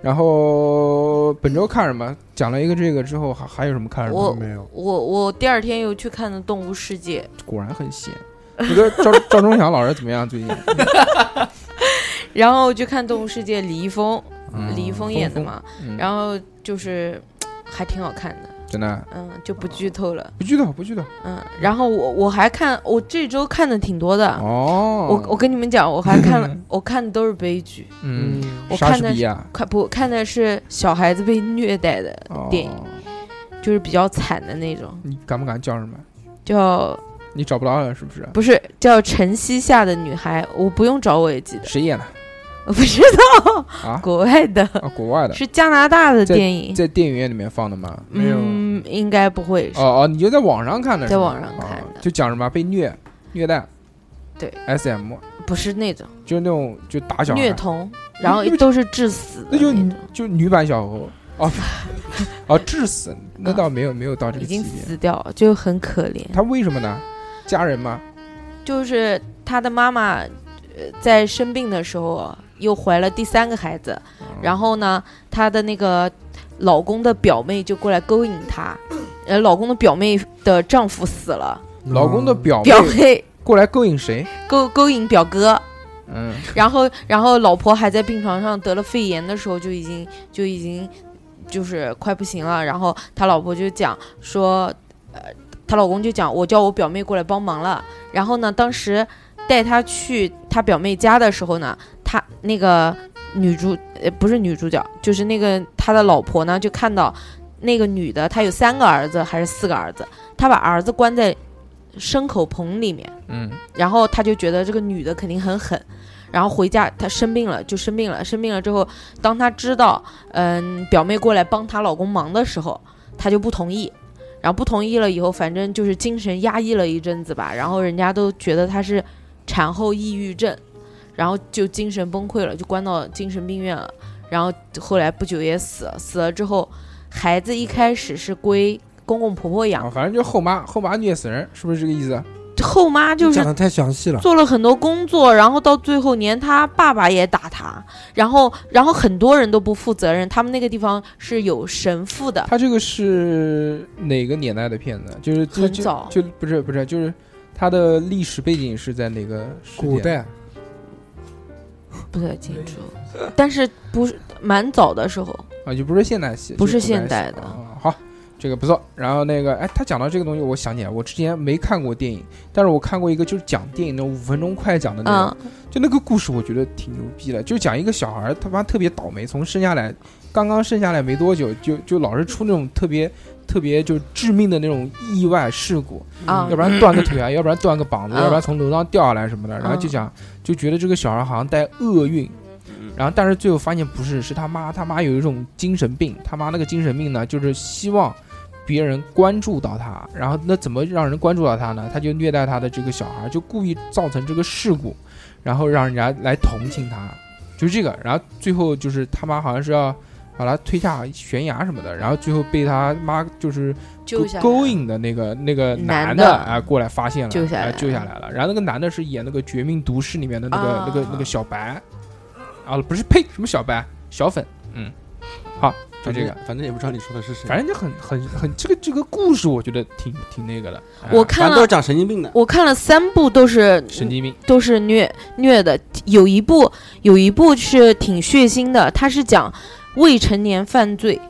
Speaker 1: 然后本周看什么？讲了一个这个之后，还还有什么看什么？
Speaker 3: 我
Speaker 2: 没有
Speaker 3: 我我第二天又去看的《动物世界》，
Speaker 1: 果然很闲。你觉得赵赵忠祥老师怎么样？最 近
Speaker 3: 然后就看《动物世界》，李易峰，
Speaker 2: 嗯
Speaker 3: 李易峰演的嘛，
Speaker 1: 嗯
Speaker 3: 然后就是还挺好看的，
Speaker 1: 真的啊
Speaker 3: 嗯，就不剧透了，
Speaker 1: 不剧透，不剧透
Speaker 3: 嗯，然后我我还看，我这周看的挺多的，
Speaker 1: 哦。
Speaker 3: 啊我我跟你们讲，我还看了， 我看的都是悲剧，
Speaker 1: 嗯，
Speaker 3: 我
Speaker 1: 莎
Speaker 3: 看
Speaker 1: 士
Speaker 3: 的
Speaker 1: 比亚
Speaker 3: 看不看的是小孩子被虐待的，电影
Speaker 1: 哦
Speaker 3: 就是比较惨的那种，
Speaker 1: 你敢不敢叫什么？
Speaker 3: 叫
Speaker 1: 你找不到了是不 是？
Speaker 3: 不是叫《晨曦下的女孩》，我不用找我也记得，
Speaker 1: 谁演的
Speaker 3: 我不知道
Speaker 1: 啊？
Speaker 3: 国外的
Speaker 1: 啊，国外的，
Speaker 3: 是加拿大的电影，
Speaker 1: 在电影院里面放的吗？
Speaker 2: 没有
Speaker 3: 嗯，应该不会是，
Speaker 1: 哦哦，你就在网上看的是
Speaker 3: 在
Speaker 1: 吗，
Speaker 3: 网上看
Speaker 1: 哦
Speaker 3: 的
Speaker 1: 就讲什么被虐、虐待，
Speaker 3: 对
Speaker 1: ，SM
Speaker 3: 不是那种
Speaker 1: 就是那种就打小孩
Speaker 3: 虐，童，然后
Speaker 1: 那不
Speaker 3: 都是致死的
Speaker 1: 那就
Speaker 3: 种，
Speaker 1: 就女版小猴哦 哦，致死那倒没有没有到这
Speaker 3: 啊已
Speaker 1: 个级
Speaker 3: 经
Speaker 1: 别，
Speaker 3: 死掉了，就很可怜。
Speaker 1: 他为什么呢？家人嘛，
Speaker 3: 就是他的妈妈，呃，在生病的时候又怀了第三个孩子，
Speaker 1: 嗯
Speaker 3: 嗯然后呢，她的那个老公的表妹就过来勾引她，呃，老公的表妹的丈夫死了，
Speaker 1: 老公的表妹
Speaker 3: 表妹
Speaker 1: 过来勾引谁？
Speaker 3: 勾勾引表哥，
Speaker 1: 嗯，
Speaker 3: 然后然后老婆还在病床上得了肺炎的时候就已经就已经就是快不行了，然后他老婆就讲说，呃，她老公就讲我叫我表妹过来帮忙了，然后呢，当时带她去她表妹家的时候呢，她那个女主呃不是女主角，就是那个他的老婆呢就看到那个女的她有三个儿子还是四个儿子，她把儿子关在牲口棚里面。
Speaker 1: 嗯，
Speaker 3: 然后他就觉得这个女的肯定很狠，然后回家她生病了就生病了，生病了之后，当她知道嗯表妹过来帮她老公忙的时候，她就不同意，然后不同意了以后，反正就是精神压抑了一阵子吧，然后人家都觉得她是产后抑郁症，然后就精神崩溃了，就关到精神病院了，然后后来不久也死了，死了之后，孩子一开始是归公公婆婆
Speaker 1: 啊
Speaker 3: 养，
Speaker 1: 反正就后妈后妈虐死人，是不是这个意思？
Speaker 3: 后妈就
Speaker 2: 你
Speaker 3: 是
Speaker 2: 讲的太详细了，
Speaker 3: 做了很多工作，然后到最后连他爸爸也打他，然后然后很多人都不负责任，他们那个地方是有神 父的，
Speaker 1: 他这个是哪个年代的片子？就是就
Speaker 3: 很
Speaker 1: 就
Speaker 3: 早
Speaker 1: 就不是不是，就是它的历史背景是在哪个时间
Speaker 2: 古？代
Speaker 3: 不太清楚，但是不是蛮早的时候，
Speaker 1: 啊，就不是现代戏，
Speaker 3: 不是
Speaker 1: 就古
Speaker 3: 现代
Speaker 1: 戏
Speaker 3: 的
Speaker 1: 啊好，这个不错。然后那个，哎，他讲到这个东西，我想起来，我之前没看过电影，但是我看过一个就是讲电影那种五分钟快讲的那种，
Speaker 3: 嗯，
Speaker 1: 就那个故事，我觉得挺牛逼的，就讲一个小孩儿他妈特别倒霉，从生下来刚刚生下来没多久，就就老是出那种特别特别就致命的那种意外事故，
Speaker 3: 啊
Speaker 1: 要不然断个腿啊，要不然断个膀子，
Speaker 3: 嗯
Speaker 1: 要不然从楼上掉下来什么的，然后
Speaker 3: 嗯嗯
Speaker 1: 就讲就觉得这个小孩好像带厄运，然后但是最后发现不是，是他妈，他妈有一种精神病，他妈那个精神病呢，就是希望别人关注到他，然后那怎么让人关注到他呢？他就虐待他的这个小孩，就故意造成这个事故，然后让人家来同情他，就这个，然后最后就是他妈好像是要。把他推下悬崖什么的，然后最后被他妈就是
Speaker 3: 救下来
Speaker 1: 勾勾引的那个那个
Speaker 3: 男
Speaker 1: 的
Speaker 3: 的
Speaker 1: 啊、过来发现了，
Speaker 3: 救下来
Speaker 1: 哎救下来了。然后那个男的是演那个《绝命毒师》里面的那个、
Speaker 3: 啊
Speaker 1: 那个那个小白，啊不是呸什么小白小粉，嗯，好就
Speaker 6: 反
Speaker 1: 这
Speaker 6: 正
Speaker 1: 个，
Speaker 6: 反正也不知道你说的是谁，
Speaker 1: 反正就很很很这个这个故事我觉得挺挺那个的，哎
Speaker 3: 我
Speaker 6: 反
Speaker 3: 看
Speaker 6: 正都是
Speaker 3: 了，
Speaker 6: 讲神经病的。
Speaker 3: 我看了三部都是
Speaker 1: 神经病，
Speaker 3: 都是虐虐的，有一部有一部是挺血腥的，它是讲未成年犯罪，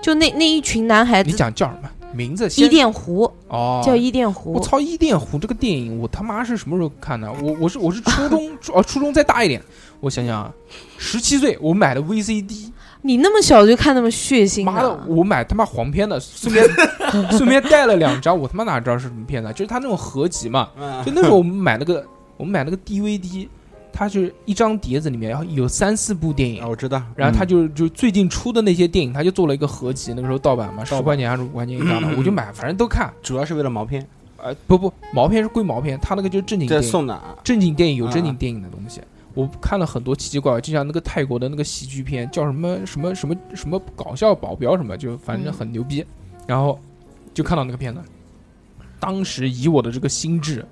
Speaker 3: 就那那一群男孩
Speaker 1: 你
Speaker 3: 子，
Speaker 1: 讲叫什么名字先？
Speaker 3: 哎伊甸湖
Speaker 1: 哦，
Speaker 3: 叫伊甸湖
Speaker 1: 我，操！《伊甸湖》这个电影，我他妈是什么时候看的？我我是我是初 中初哦，初中再大一点，我想想啊，十七岁我买的 VCD，
Speaker 3: 你那么小就看那么血腥啊
Speaker 1: 妈的，我买他妈黄片的，顺便 顺便带了两张，我他妈哪知道是什么片子啊？就是他那种合集嘛，就那时候我们买那个我们买那个 DVD，它就是一张碟子里面然后有三四部电影
Speaker 6: 啊，。我知道。
Speaker 1: 然后他
Speaker 6: 嗯
Speaker 1: 就就最近出的那些电影，他就做了一个合集，那个时候盗版嘛，十块钱还是五块钱一 张的，我就买，反正都看。
Speaker 6: 主要是为了毛片，
Speaker 1: 呃，不不，毛片是归毛片，他那个就是正经
Speaker 6: 在
Speaker 1: 电影。
Speaker 6: 送哪？
Speaker 1: 正经电影
Speaker 3: 嗯
Speaker 1: 有
Speaker 6: 啊
Speaker 1: 正经电影的东西。我看了很多奇奇怪怪，就像那个泰国的那个喜剧片，叫什么什么什么什么搞笑保镖什么，就反正很牛
Speaker 3: 嗯
Speaker 1: 逼。然后就看到那个片子，当时以我的这个心 智，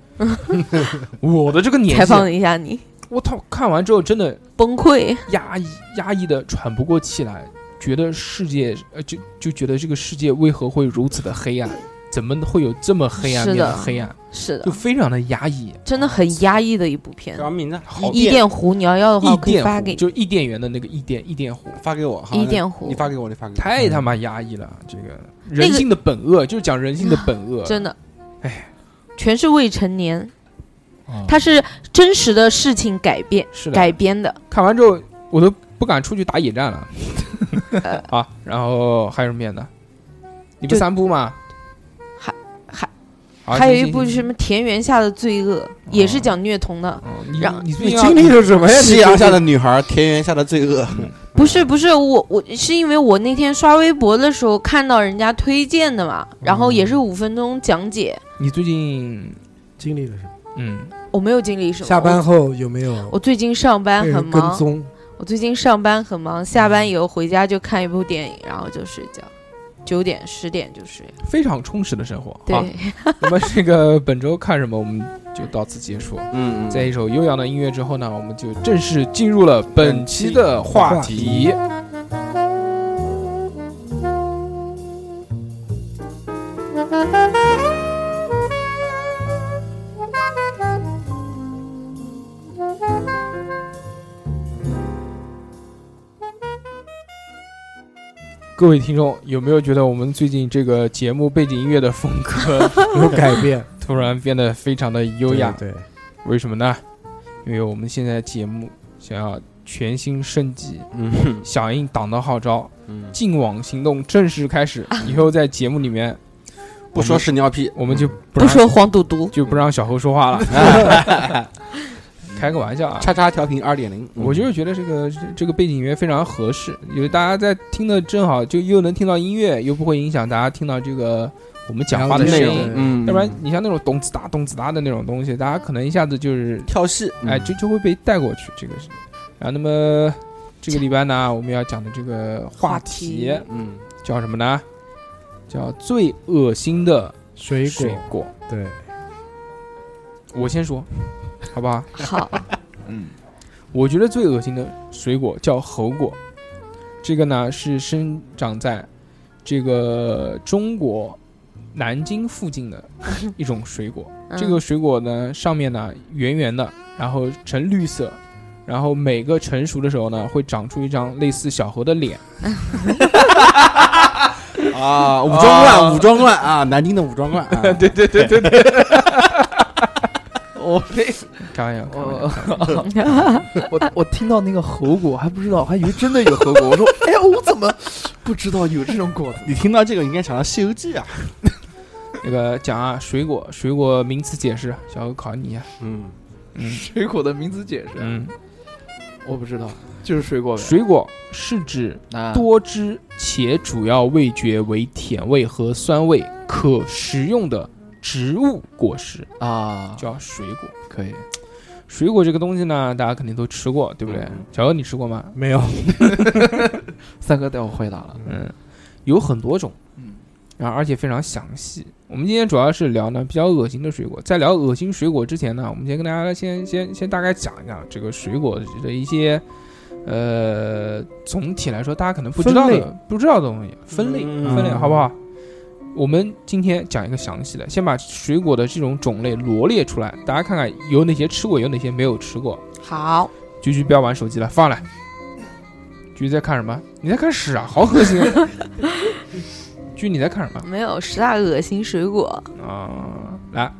Speaker 1: 我的这个年
Speaker 3: 采
Speaker 1: 纪，
Speaker 3: 访一下你，
Speaker 1: 我操！看完之后真的
Speaker 3: 崩溃，
Speaker 1: 压抑压抑的喘不过气来，觉得世界呃就就觉得这个世界为何会如此的黑暗？怎么会有这么黑暗
Speaker 3: 是
Speaker 1: 面的
Speaker 3: 的
Speaker 1: 黑暗？
Speaker 3: 是
Speaker 1: 就
Speaker 3: 的，
Speaker 1: 非常的压抑。
Speaker 3: 真的很压抑的一部片
Speaker 6: 叫。什么名字？
Speaker 1: 好
Speaker 3: 伊甸湖，你要要的话，
Speaker 1: 异
Speaker 3: 我可以
Speaker 1: 电
Speaker 3: 发
Speaker 1: 弧，
Speaker 3: 给你。
Speaker 1: 就是伊甸园的那个伊甸伊甸湖，
Speaker 6: 发给我。好
Speaker 3: 伊甸湖
Speaker 6: 你发给我，你发给我。
Speaker 1: 太他妈压抑了。这个人性的本恶，就是讲人性的本恶。
Speaker 3: 真的，
Speaker 1: 哎，
Speaker 3: 全是未成年，
Speaker 1: 啊
Speaker 3: 它是真实的事情改编
Speaker 1: 是
Speaker 3: 改
Speaker 1: 的，
Speaker 3: 编的。
Speaker 1: 看完之后我都不敢出去打野战了
Speaker 3: 呃。
Speaker 1: 啊，然后还有什么演的？你不
Speaker 3: 就
Speaker 1: 三部吗？
Speaker 3: 还还
Speaker 1: 啊
Speaker 3: 还有一
Speaker 1: 行
Speaker 3: 部
Speaker 1: 行
Speaker 3: 是什
Speaker 1: 行
Speaker 3: 么《田园下的罪恶》，也是讲虐童的。
Speaker 1: 哦你
Speaker 3: 让
Speaker 1: 你最
Speaker 2: 你
Speaker 1: 近
Speaker 2: 经历
Speaker 1: 要
Speaker 2: 了什么呀？
Speaker 6: 夕阳下的女孩，田园下的罪恶。
Speaker 3: 不是不是，我我是因为我那天刷微博的时候看到人家推荐的嘛，然后也是五分钟讲解，
Speaker 1: 你最近
Speaker 2: 经历了什么？
Speaker 1: 嗯，
Speaker 3: 我没有经历什么。
Speaker 2: 下班
Speaker 3: 我
Speaker 2: 后有没有
Speaker 3: 我最近上班
Speaker 2: 被
Speaker 3: 很
Speaker 2: 人跟
Speaker 3: 忙，
Speaker 2: 踪？
Speaker 3: 我最近上班很忙，下班以后回家就看一部电影，然后就睡觉，九点十点就睡。
Speaker 1: 非常充实的生活。
Speaker 3: 对
Speaker 1: 好，那么这个本周看什么，我们就到此结束。
Speaker 6: 嗯，
Speaker 1: 在一首悠扬的音乐之后呢，我们就正式进入了本期的话题。各位听众，有没有觉得我们最近这个节目背景音乐的风格
Speaker 2: 有改变，
Speaker 1: 突然变得非常的优雅？
Speaker 2: 对，
Speaker 1: 为什么呢？因为我们现在节目想要全新升级，
Speaker 6: 嗯
Speaker 1: 响应党的号召，
Speaker 6: 嗯，
Speaker 1: 净网行动正式开始。
Speaker 3: 啊
Speaker 1: 以后在节目里面
Speaker 6: 不说屎尿屁，
Speaker 1: 我们就不
Speaker 3: 不
Speaker 1: 让
Speaker 3: 说黄 赌毒，
Speaker 1: 就不让小侯说话 了， 开个玩笑啊。
Speaker 6: 叉叉调频二点零。嗯
Speaker 1: 我就是觉得这个这这个背景音乐非常合适，因为大家在听的正好，就又能听到音乐，又不会影响大家听到这个我们讲话的
Speaker 2: 聊
Speaker 1: 内
Speaker 2: 天
Speaker 1: 容。
Speaker 2: 对
Speaker 6: 嗯，
Speaker 1: 要不然你像那种咚子哒咚子哒的那种东西，大家可能一下子就是
Speaker 6: 跳戏，
Speaker 2: 嗯
Speaker 6: 嗯
Speaker 1: 哎，就就会被带过去，这个是。然后，那么这个礼拜呢，我们要讲的这个话
Speaker 3: 话
Speaker 1: 题
Speaker 3: 题
Speaker 6: 嗯，
Speaker 1: 叫什么呢？叫最恶心的
Speaker 2: 水果
Speaker 1: 水果。
Speaker 2: 对，
Speaker 1: 我先说，好不好？
Speaker 3: 好，
Speaker 5: 嗯，
Speaker 1: 我觉得最恶心的水果叫猴果，这个呢是生长在这个中国南京附近的一种水果。这个
Speaker 3: 嗯
Speaker 1: 水果呢，上面呢圆圆的，然后呈绿色，然后每个成熟的时候呢，会长出一张类似小猴的脸。
Speaker 6: 啊，武装乱，武装乱啊，南京的武装乱啊， 对对对对对，
Speaker 5: 我被
Speaker 1: 开玩笑，开玩笑
Speaker 5: 我
Speaker 3: 嗯
Speaker 5: 我我听到那个猴果，还不知道，还以为真的有猴果。我说，哎，我怎么不知道有这种果子？
Speaker 6: 你听到这个应该想到《西游记》啊，
Speaker 1: 那个讲啊，水果水果名词解释，小猴考你一下。
Speaker 6: 嗯，
Speaker 1: 嗯
Speaker 5: 水果的名词解释，
Speaker 1: 嗯，
Speaker 5: 我不知道，就是水果呗。
Speaker 1: 水果是指
Speaker 5: 啊
Speaker 1: 多汁且主要味觉为甜味和酸味，可食用的植物果实
Speaker 5: 啊，
Speaker 1: 哦叫水果。
Speaker 5: 可以，
Speaker 1: 水果这个东西呢，大家肯定都吃过，对不对
Speaker 6: 嗯？
Speaker 1: 小何，你吃过吗？
Speaker 2: 没有，
Speaker 5: 三哥带我回答了，
Speaker 1: 嗯，有很多种，
Speaker 5: 嗯，
Speaker 1: 然后而且非常详细。我们今天主要是聊呢比较恶心的水果，在聊恶心水果之前呢，我们先跟大家先先先大概讲一讲这个水果的一些，呃，总体来说大家可能不知道
Speaker 2: 分类
Speaker 1: 的不知道的东西，分类、
Speaker 6: 嗯
Speaker 1: 分类好不好？我们今天讲一个详细的，先把水果的这种种类罗列出来，大家看看有哪些吃过，有哪些没有吃过。
Speaker 3: 好，
Speaker 1: 菊菊不要玩手机了，放了。菊菊在看什么？你在看屎啊，好恶心啊！ 菊菊你在看什么
Speaker 3: 没有十大恶心水果，
Speaker 1: 啊、来，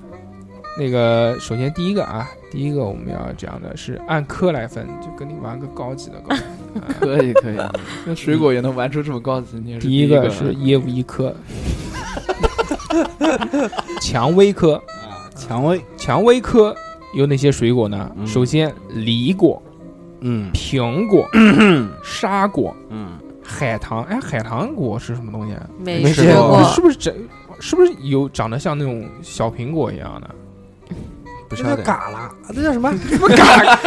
Speaker 1: 那个首先第一个啊，第一个我们要讲的是按颗来分，就跟你玩个高级的高级的。
Speaker 5: 可以可以，那水果也能玩出这么高级，你也是
Speaker 1: 第一
Speaker 5: 嗯一
Speaker 1: 个是椰无一科，蔷薇科，
Speaker 6: 啊
Speaker 2: 蔷薇
Speaker 1: 蔷薇科有哪些水果呢？
Speaker 6: 嗯
Speaker 1: 首先梨果、
Speaker 6: 嗯
Speaker 1: 苹果、沙果、
Speaker 6: 嗯，
Speaker 1: 海棠，哎，海棠果是什么东西啊？
Speaker 3: 没
Speaker 2: 没
Speaker 3: 吃
Speaker 2: 吃
Speaker 3: 过
Speaker 2: 过
Speaker 1: 是不是这？是不是有长得像那种小苹果一 样的？
Speaker 6: 不
Speaker 2: 这
Speaker 6: 晓
Speaker 2: 叫
Speaker 6: 得。
Speaker 2: 嘎啦，这叫什么？
Speaker 1: 嘎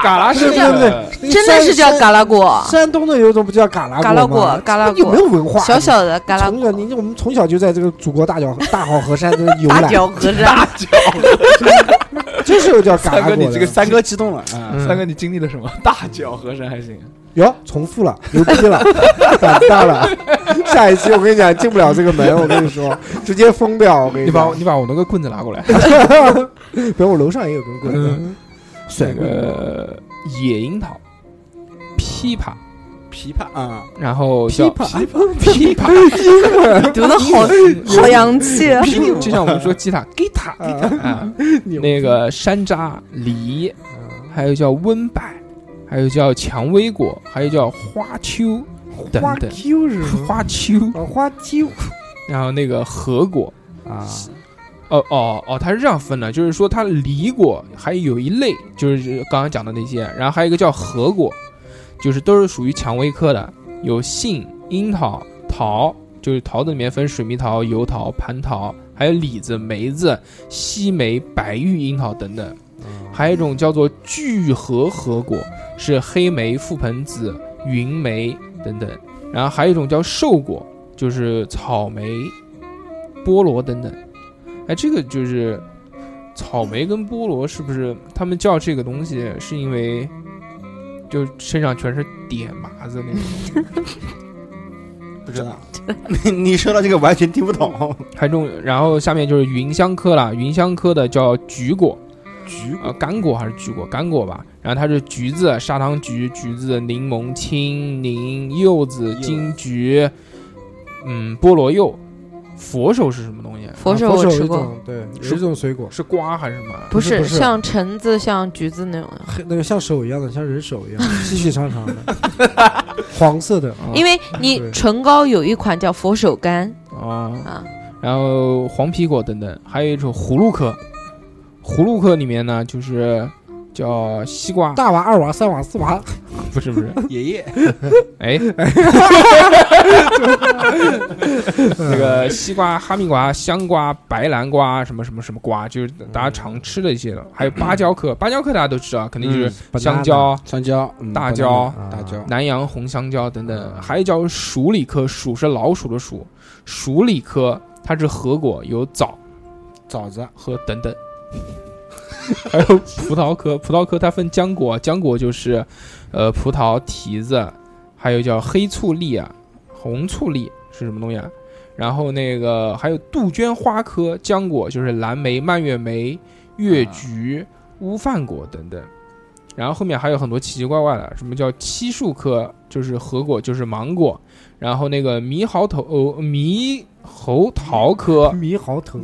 Speaker 1: 嘎啦是
Speaker 2: 不是不是
Speaker 1: 的，
Speaker 3: 真的是叫嘎啦果
Speaker 2: 山。，山东的有一种不叫嘎啦
Speaker 3: 嘎啦
Speaker 2: 果吗
Speaker 3: 果，嘎啦
Speaker 2: 有没
Speaker 3: 果，
Speaker 2: 有文化？
Speaker 3: 小小的嘎啦
Speaker 2: 从小
Speaker 3: 果，
Speaker 2: 你我们从小就在这个祖国大脚 大好河山这游
Speaker 3: 大
Speaker 2: 览，
Speaker 3: 脚和尚，
Speaker 2: 就是有叫嘎
Speaker 5: 三
Speaker 2: 啦果
Speaker 5: 哥，你这个
Speaker 2: 的。
Speaker 5: 三哥激动了啊！
Speaker 1: 嗯
Speaker 5: 三哥，你经历了什么？大脚和尚还行，
Speaker 2: 哟，重复了，牛逼了， 长大了。 下一期我跟你讲，进不了这个门，我跟你说， 直接封掉。我跟
Speaker 1: 你把
Speaker 2: 讲
Speaker 1: 我，你把我那个棍子拿 过来。
Speaker 2: 不是我楼上也有根嗯棍
Speaker 1: 嗯
Speaker 2: 子，
Speaker 1: 那
Speaker 2: 甩棍
Speaker 1: 个野樱桃、枇杷，
Speaker 6: 琵琶啊，
Speaker 1: 然后
Speaker 2: 琵
Speaker 1: 叫
Speaker 2: 琶，
Speaker 1: 枇杷，
Speaker 3: 读的好好洋气。
Speaker 1: 杷就像我们说吉他吉 他
Speaker 2: 啊
Speaker 1: 啊，
Speaker 2: 牛嗯逼
Speaker 1: 那个山楂、梨，还有叫温柏，还有叫蔷薇果，还有叫花秋等
Speaker 2: 花
Speaker 1: 等
Speaker 2: Q 是什么？
Speaker 1: 花秋，
Speaker 2: 啊花 Q
Speaker 1: 然后那个核果，
Speaker 2: 啊，
Speaker 1: 哦哦哦，它是这样分的，就是说它梨果还有一类，就是刚刚讲的那些，然后还有一个叫核果，就是都是属于蔷薇科的，有杏、樱桃、桃，就是桃子里面分水蜜桃、油桃、蟠桃，还有李子、梅子、西梅、白玉樱桃等等，还有一种叫做聚合核果，是黑莓、覆盆子、云莓等等，然后还有一种叫寿果，就是草莓、菠萝等等。哎，这个就是草莓跟菠萝是不是他们叫这个东西是因为就身上全是点麻子 那种，
Speaker 6: 不知道。 你你说到这个完全听不懂。
Speaker 1: 还种然后下面就是芸香科啦，芸香科的叫橘果，橘啊、干果还是橘果，干果吧。然后它是橘子、砂糖橘、橘子、柠檬、青柠、柚子、金桔，嗯，菠萝柚。佛手是什么东西？
Speaker 3: 佛手
Speaker 2: 啊
Speaker 3: 我
Speaker 2: 有
Speaker 3: 吃
Speaker 2: 一
Speaker 3: 过，
Speaker 2: 种，对，
Speaker 1: 是
Speaker 2: 有一种水果，
Speaker 1: 是瓜还是什么？啊
Speaker 3: 不
Speaker 2: 是
Speaker 3: 是
Speaker 2: 不是
Speaker 3: 像橙子、像橘子那种的，
Speaker 2: 黑那个像手一样的，像人手一样，细细长长的， 黄色的。啊
Speaker 3: 因为你
Speaker 2: 对嗯
Speaker 3: 唇膏有一款叫佛手柑
Speaker 1: 啊，
Speaker 3: 啊，
Speaker 1: 然后黄皮果等等，还有一种葫芦科。葫芦科里面呢，就是叫西瓜，
Speaker 2: 大娃、二娃、三娃、四娃，
Speaker 1: 不是不 是，
Speaker 6: 爷爷，
Speaker 1: 哎，那个西瓜、哈密瓜、香瓜、白南瓜，什么什么什么瓜，就是大家常吃的一些的。还有芭蕉科，芭蕉科大家都知道，肯定就是
Speaker 2: 嗯
Speaker 1: 香蕉、
Speaker 6: 香蕉、嗯啊
Speaker 1: 大蕉
Speaker 6: 大嗯蕉、
Speaker 1: 南洋红香蕉等等，还有叫鼠李科，鼠是老鼠的鼠，鼠李科它是核果，有枣、
Speaker 6: 枣子，
Speaker 1: 和等等， 还有葡萄科，葡萄科它分浆果，浆果就是，呃，葡萄、提子，还有叫黑醋栗啊，红醋栗是什么东西啊？然后那个还有杜鹃花科，浆果就是蓝莓、蔓越
Speaker 6: 啊
Speaker 1: 莓、越橘、乌饭果等等。然后后面还有很多奇奇怪怪的，什么叫漆树科，就是核果，就是芒果。然后那个猕猴桃、哦、猕猴桃科，
Speaker 2: 猕猴桃，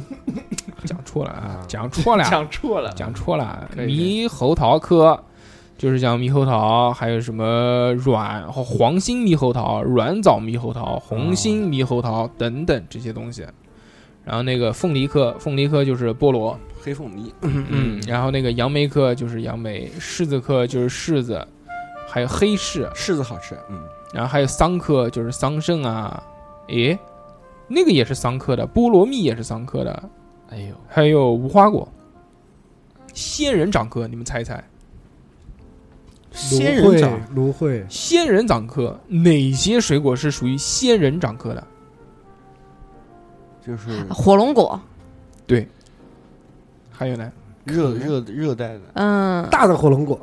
Speaker 1: 讲错了啊，讲错了啊，
Speaker 5: 讲错了，
Speaker 1: 讲错了。啊
Speaker 5: 可以可以
Speaker 1: 猕猴桃科就是讲猕猴桃，还有什么软黄心猕猴桃、软枣猕猴桃、红心猕猴桃等等这些东西。然后那个凤梨科，凤梨科就是菠萝，
Speaker 6: 黑凤梨，
Speaker 1: 嗯，然后那个杨梅科就是杨梅，柿子科就是柿子，还有黑柿，
Speaker 6: 柿子好吃。嗯，
Speaker 1: 然后还有桑科，就是桑葚啊，诶，那个也是桑科的，菠萝蜜也是桑科的，
Speaker 5: 哎呦，
Speaker 1: 还有无花果、仙人掌科，你们猜一猜，
Speaker 6: 仙
Speaker 2: 芦荟
Speaker 6: 人掌，
Speaker 2: 芦荟，
Speaker 1: 仙人掌科哪些水果是属于仙人掌科的？
Speaker 6: 就是
Speaker 3: 火龙果，
Speaker 1: 还有呢？
Speaker 6: 热热热带的，
Speaker 3: 嗯，
Speaker 2: 大的火龙果，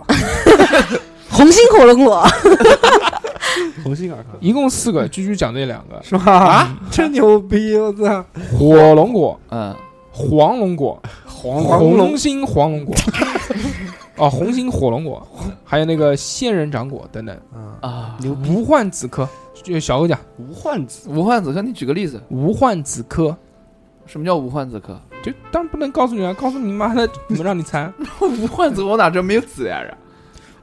Speaker 3: 红心火龙果，
Speaker 6: 红心儿啊科。
Speaker 1: 一共四个，居居讲这两个：
Speaker 2: 是吧？啊，真牛逼！我操，
Speaker 1: 火龙果、
Speaker 5: 嗯，
Speaker 1: 黄龙果、黄
Speaker 2: 黄龙
Speaker 1: 红心黄龙果， 哦，红心火龙果，还有那个仙人掌果等等。
Speaker 2: 啊，
Speaker 5: 啊，
Speaker 6: 牛逼！
Speaker 1: 无患子科，就小欧讲
Speaker 6: 无患子，
Speaker 5: 无患子科，你举个例子，
Speaker 1: 无患子科，
Speaker 5: 什么叫无患子 科？
Speaker 1: 就当然不能告诉你啊，告诉你妈的，你们让你猜啊
Speaker 5: 无患子科我哪知道没有啊子呀？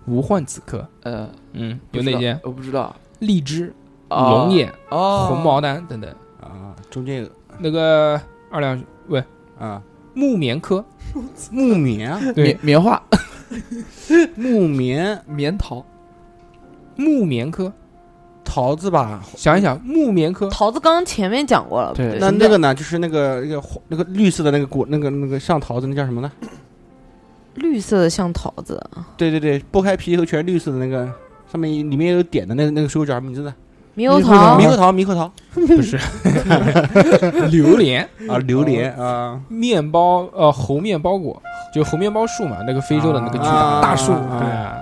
Speaker 1: 无患子科。
Speaker 5: 呃，
Speaker 1: 嗯，
Speaker 5: 不
Speaker 1: 有
Speaker 5: 知
Speaker 1: 哪
Speaker 5: 道
Speaker 1: 些？
Speaker 5: 我不知道。
Speaker 1: 荔枝、
Speaker 5: 啊
Speaker 1: 龙眼、
Speaker 5: 哦，
Speaker 1: 红毛丹等等。
Speaker 6: 啊，中间有
Speaker 1: 那个二两喂，
Speaker 6: 啊，
Speaker 1: 木棉科，
Speaker 6: 木 棉啊，
Speaker 1: 对
Speaker 5: 棉，棉花、
Speaker 6: 木棉
Speaker 5: 棉桃、
Speaker 1: 木棉科，
Speaker 6: 桃子吧？
Speaker 1: 想一想，木棉 科
Speaker 3: 桃子刚刚前面讲过了，
Speaker 5: 对
Speaker 3: 不
Speaker 6: 那那个呢？就是那个那个黄那个绿色的那个果，那个那个像桃子，那叫什么呢？
Speaker 3: 绿色的像桃子，
Speaker 6: 对对对，剥开皮以后全是绿色的那个，上面里面有点的那个那个水果叫什么名字呢？
Speaker 3: 猕猴
Speaker 2: 猕猴
Speaker 3: 桃
Speaker 2: 桃
Speaker 6: 猕猴桃，猕啊猴桃
Speaker 1: 不是榴莲、
Speaker 6: 啊，榴莲
Speaker 2: 哦
Speaker 6: 啊，
Speaker 1: 面包呃猴面包果，就猴面包树嘛，那个非洲的那个巨大
Speaker 6: 啊
Speaker 1: 大树，
Speaker 6: 啊
Speaker 1: 对啊。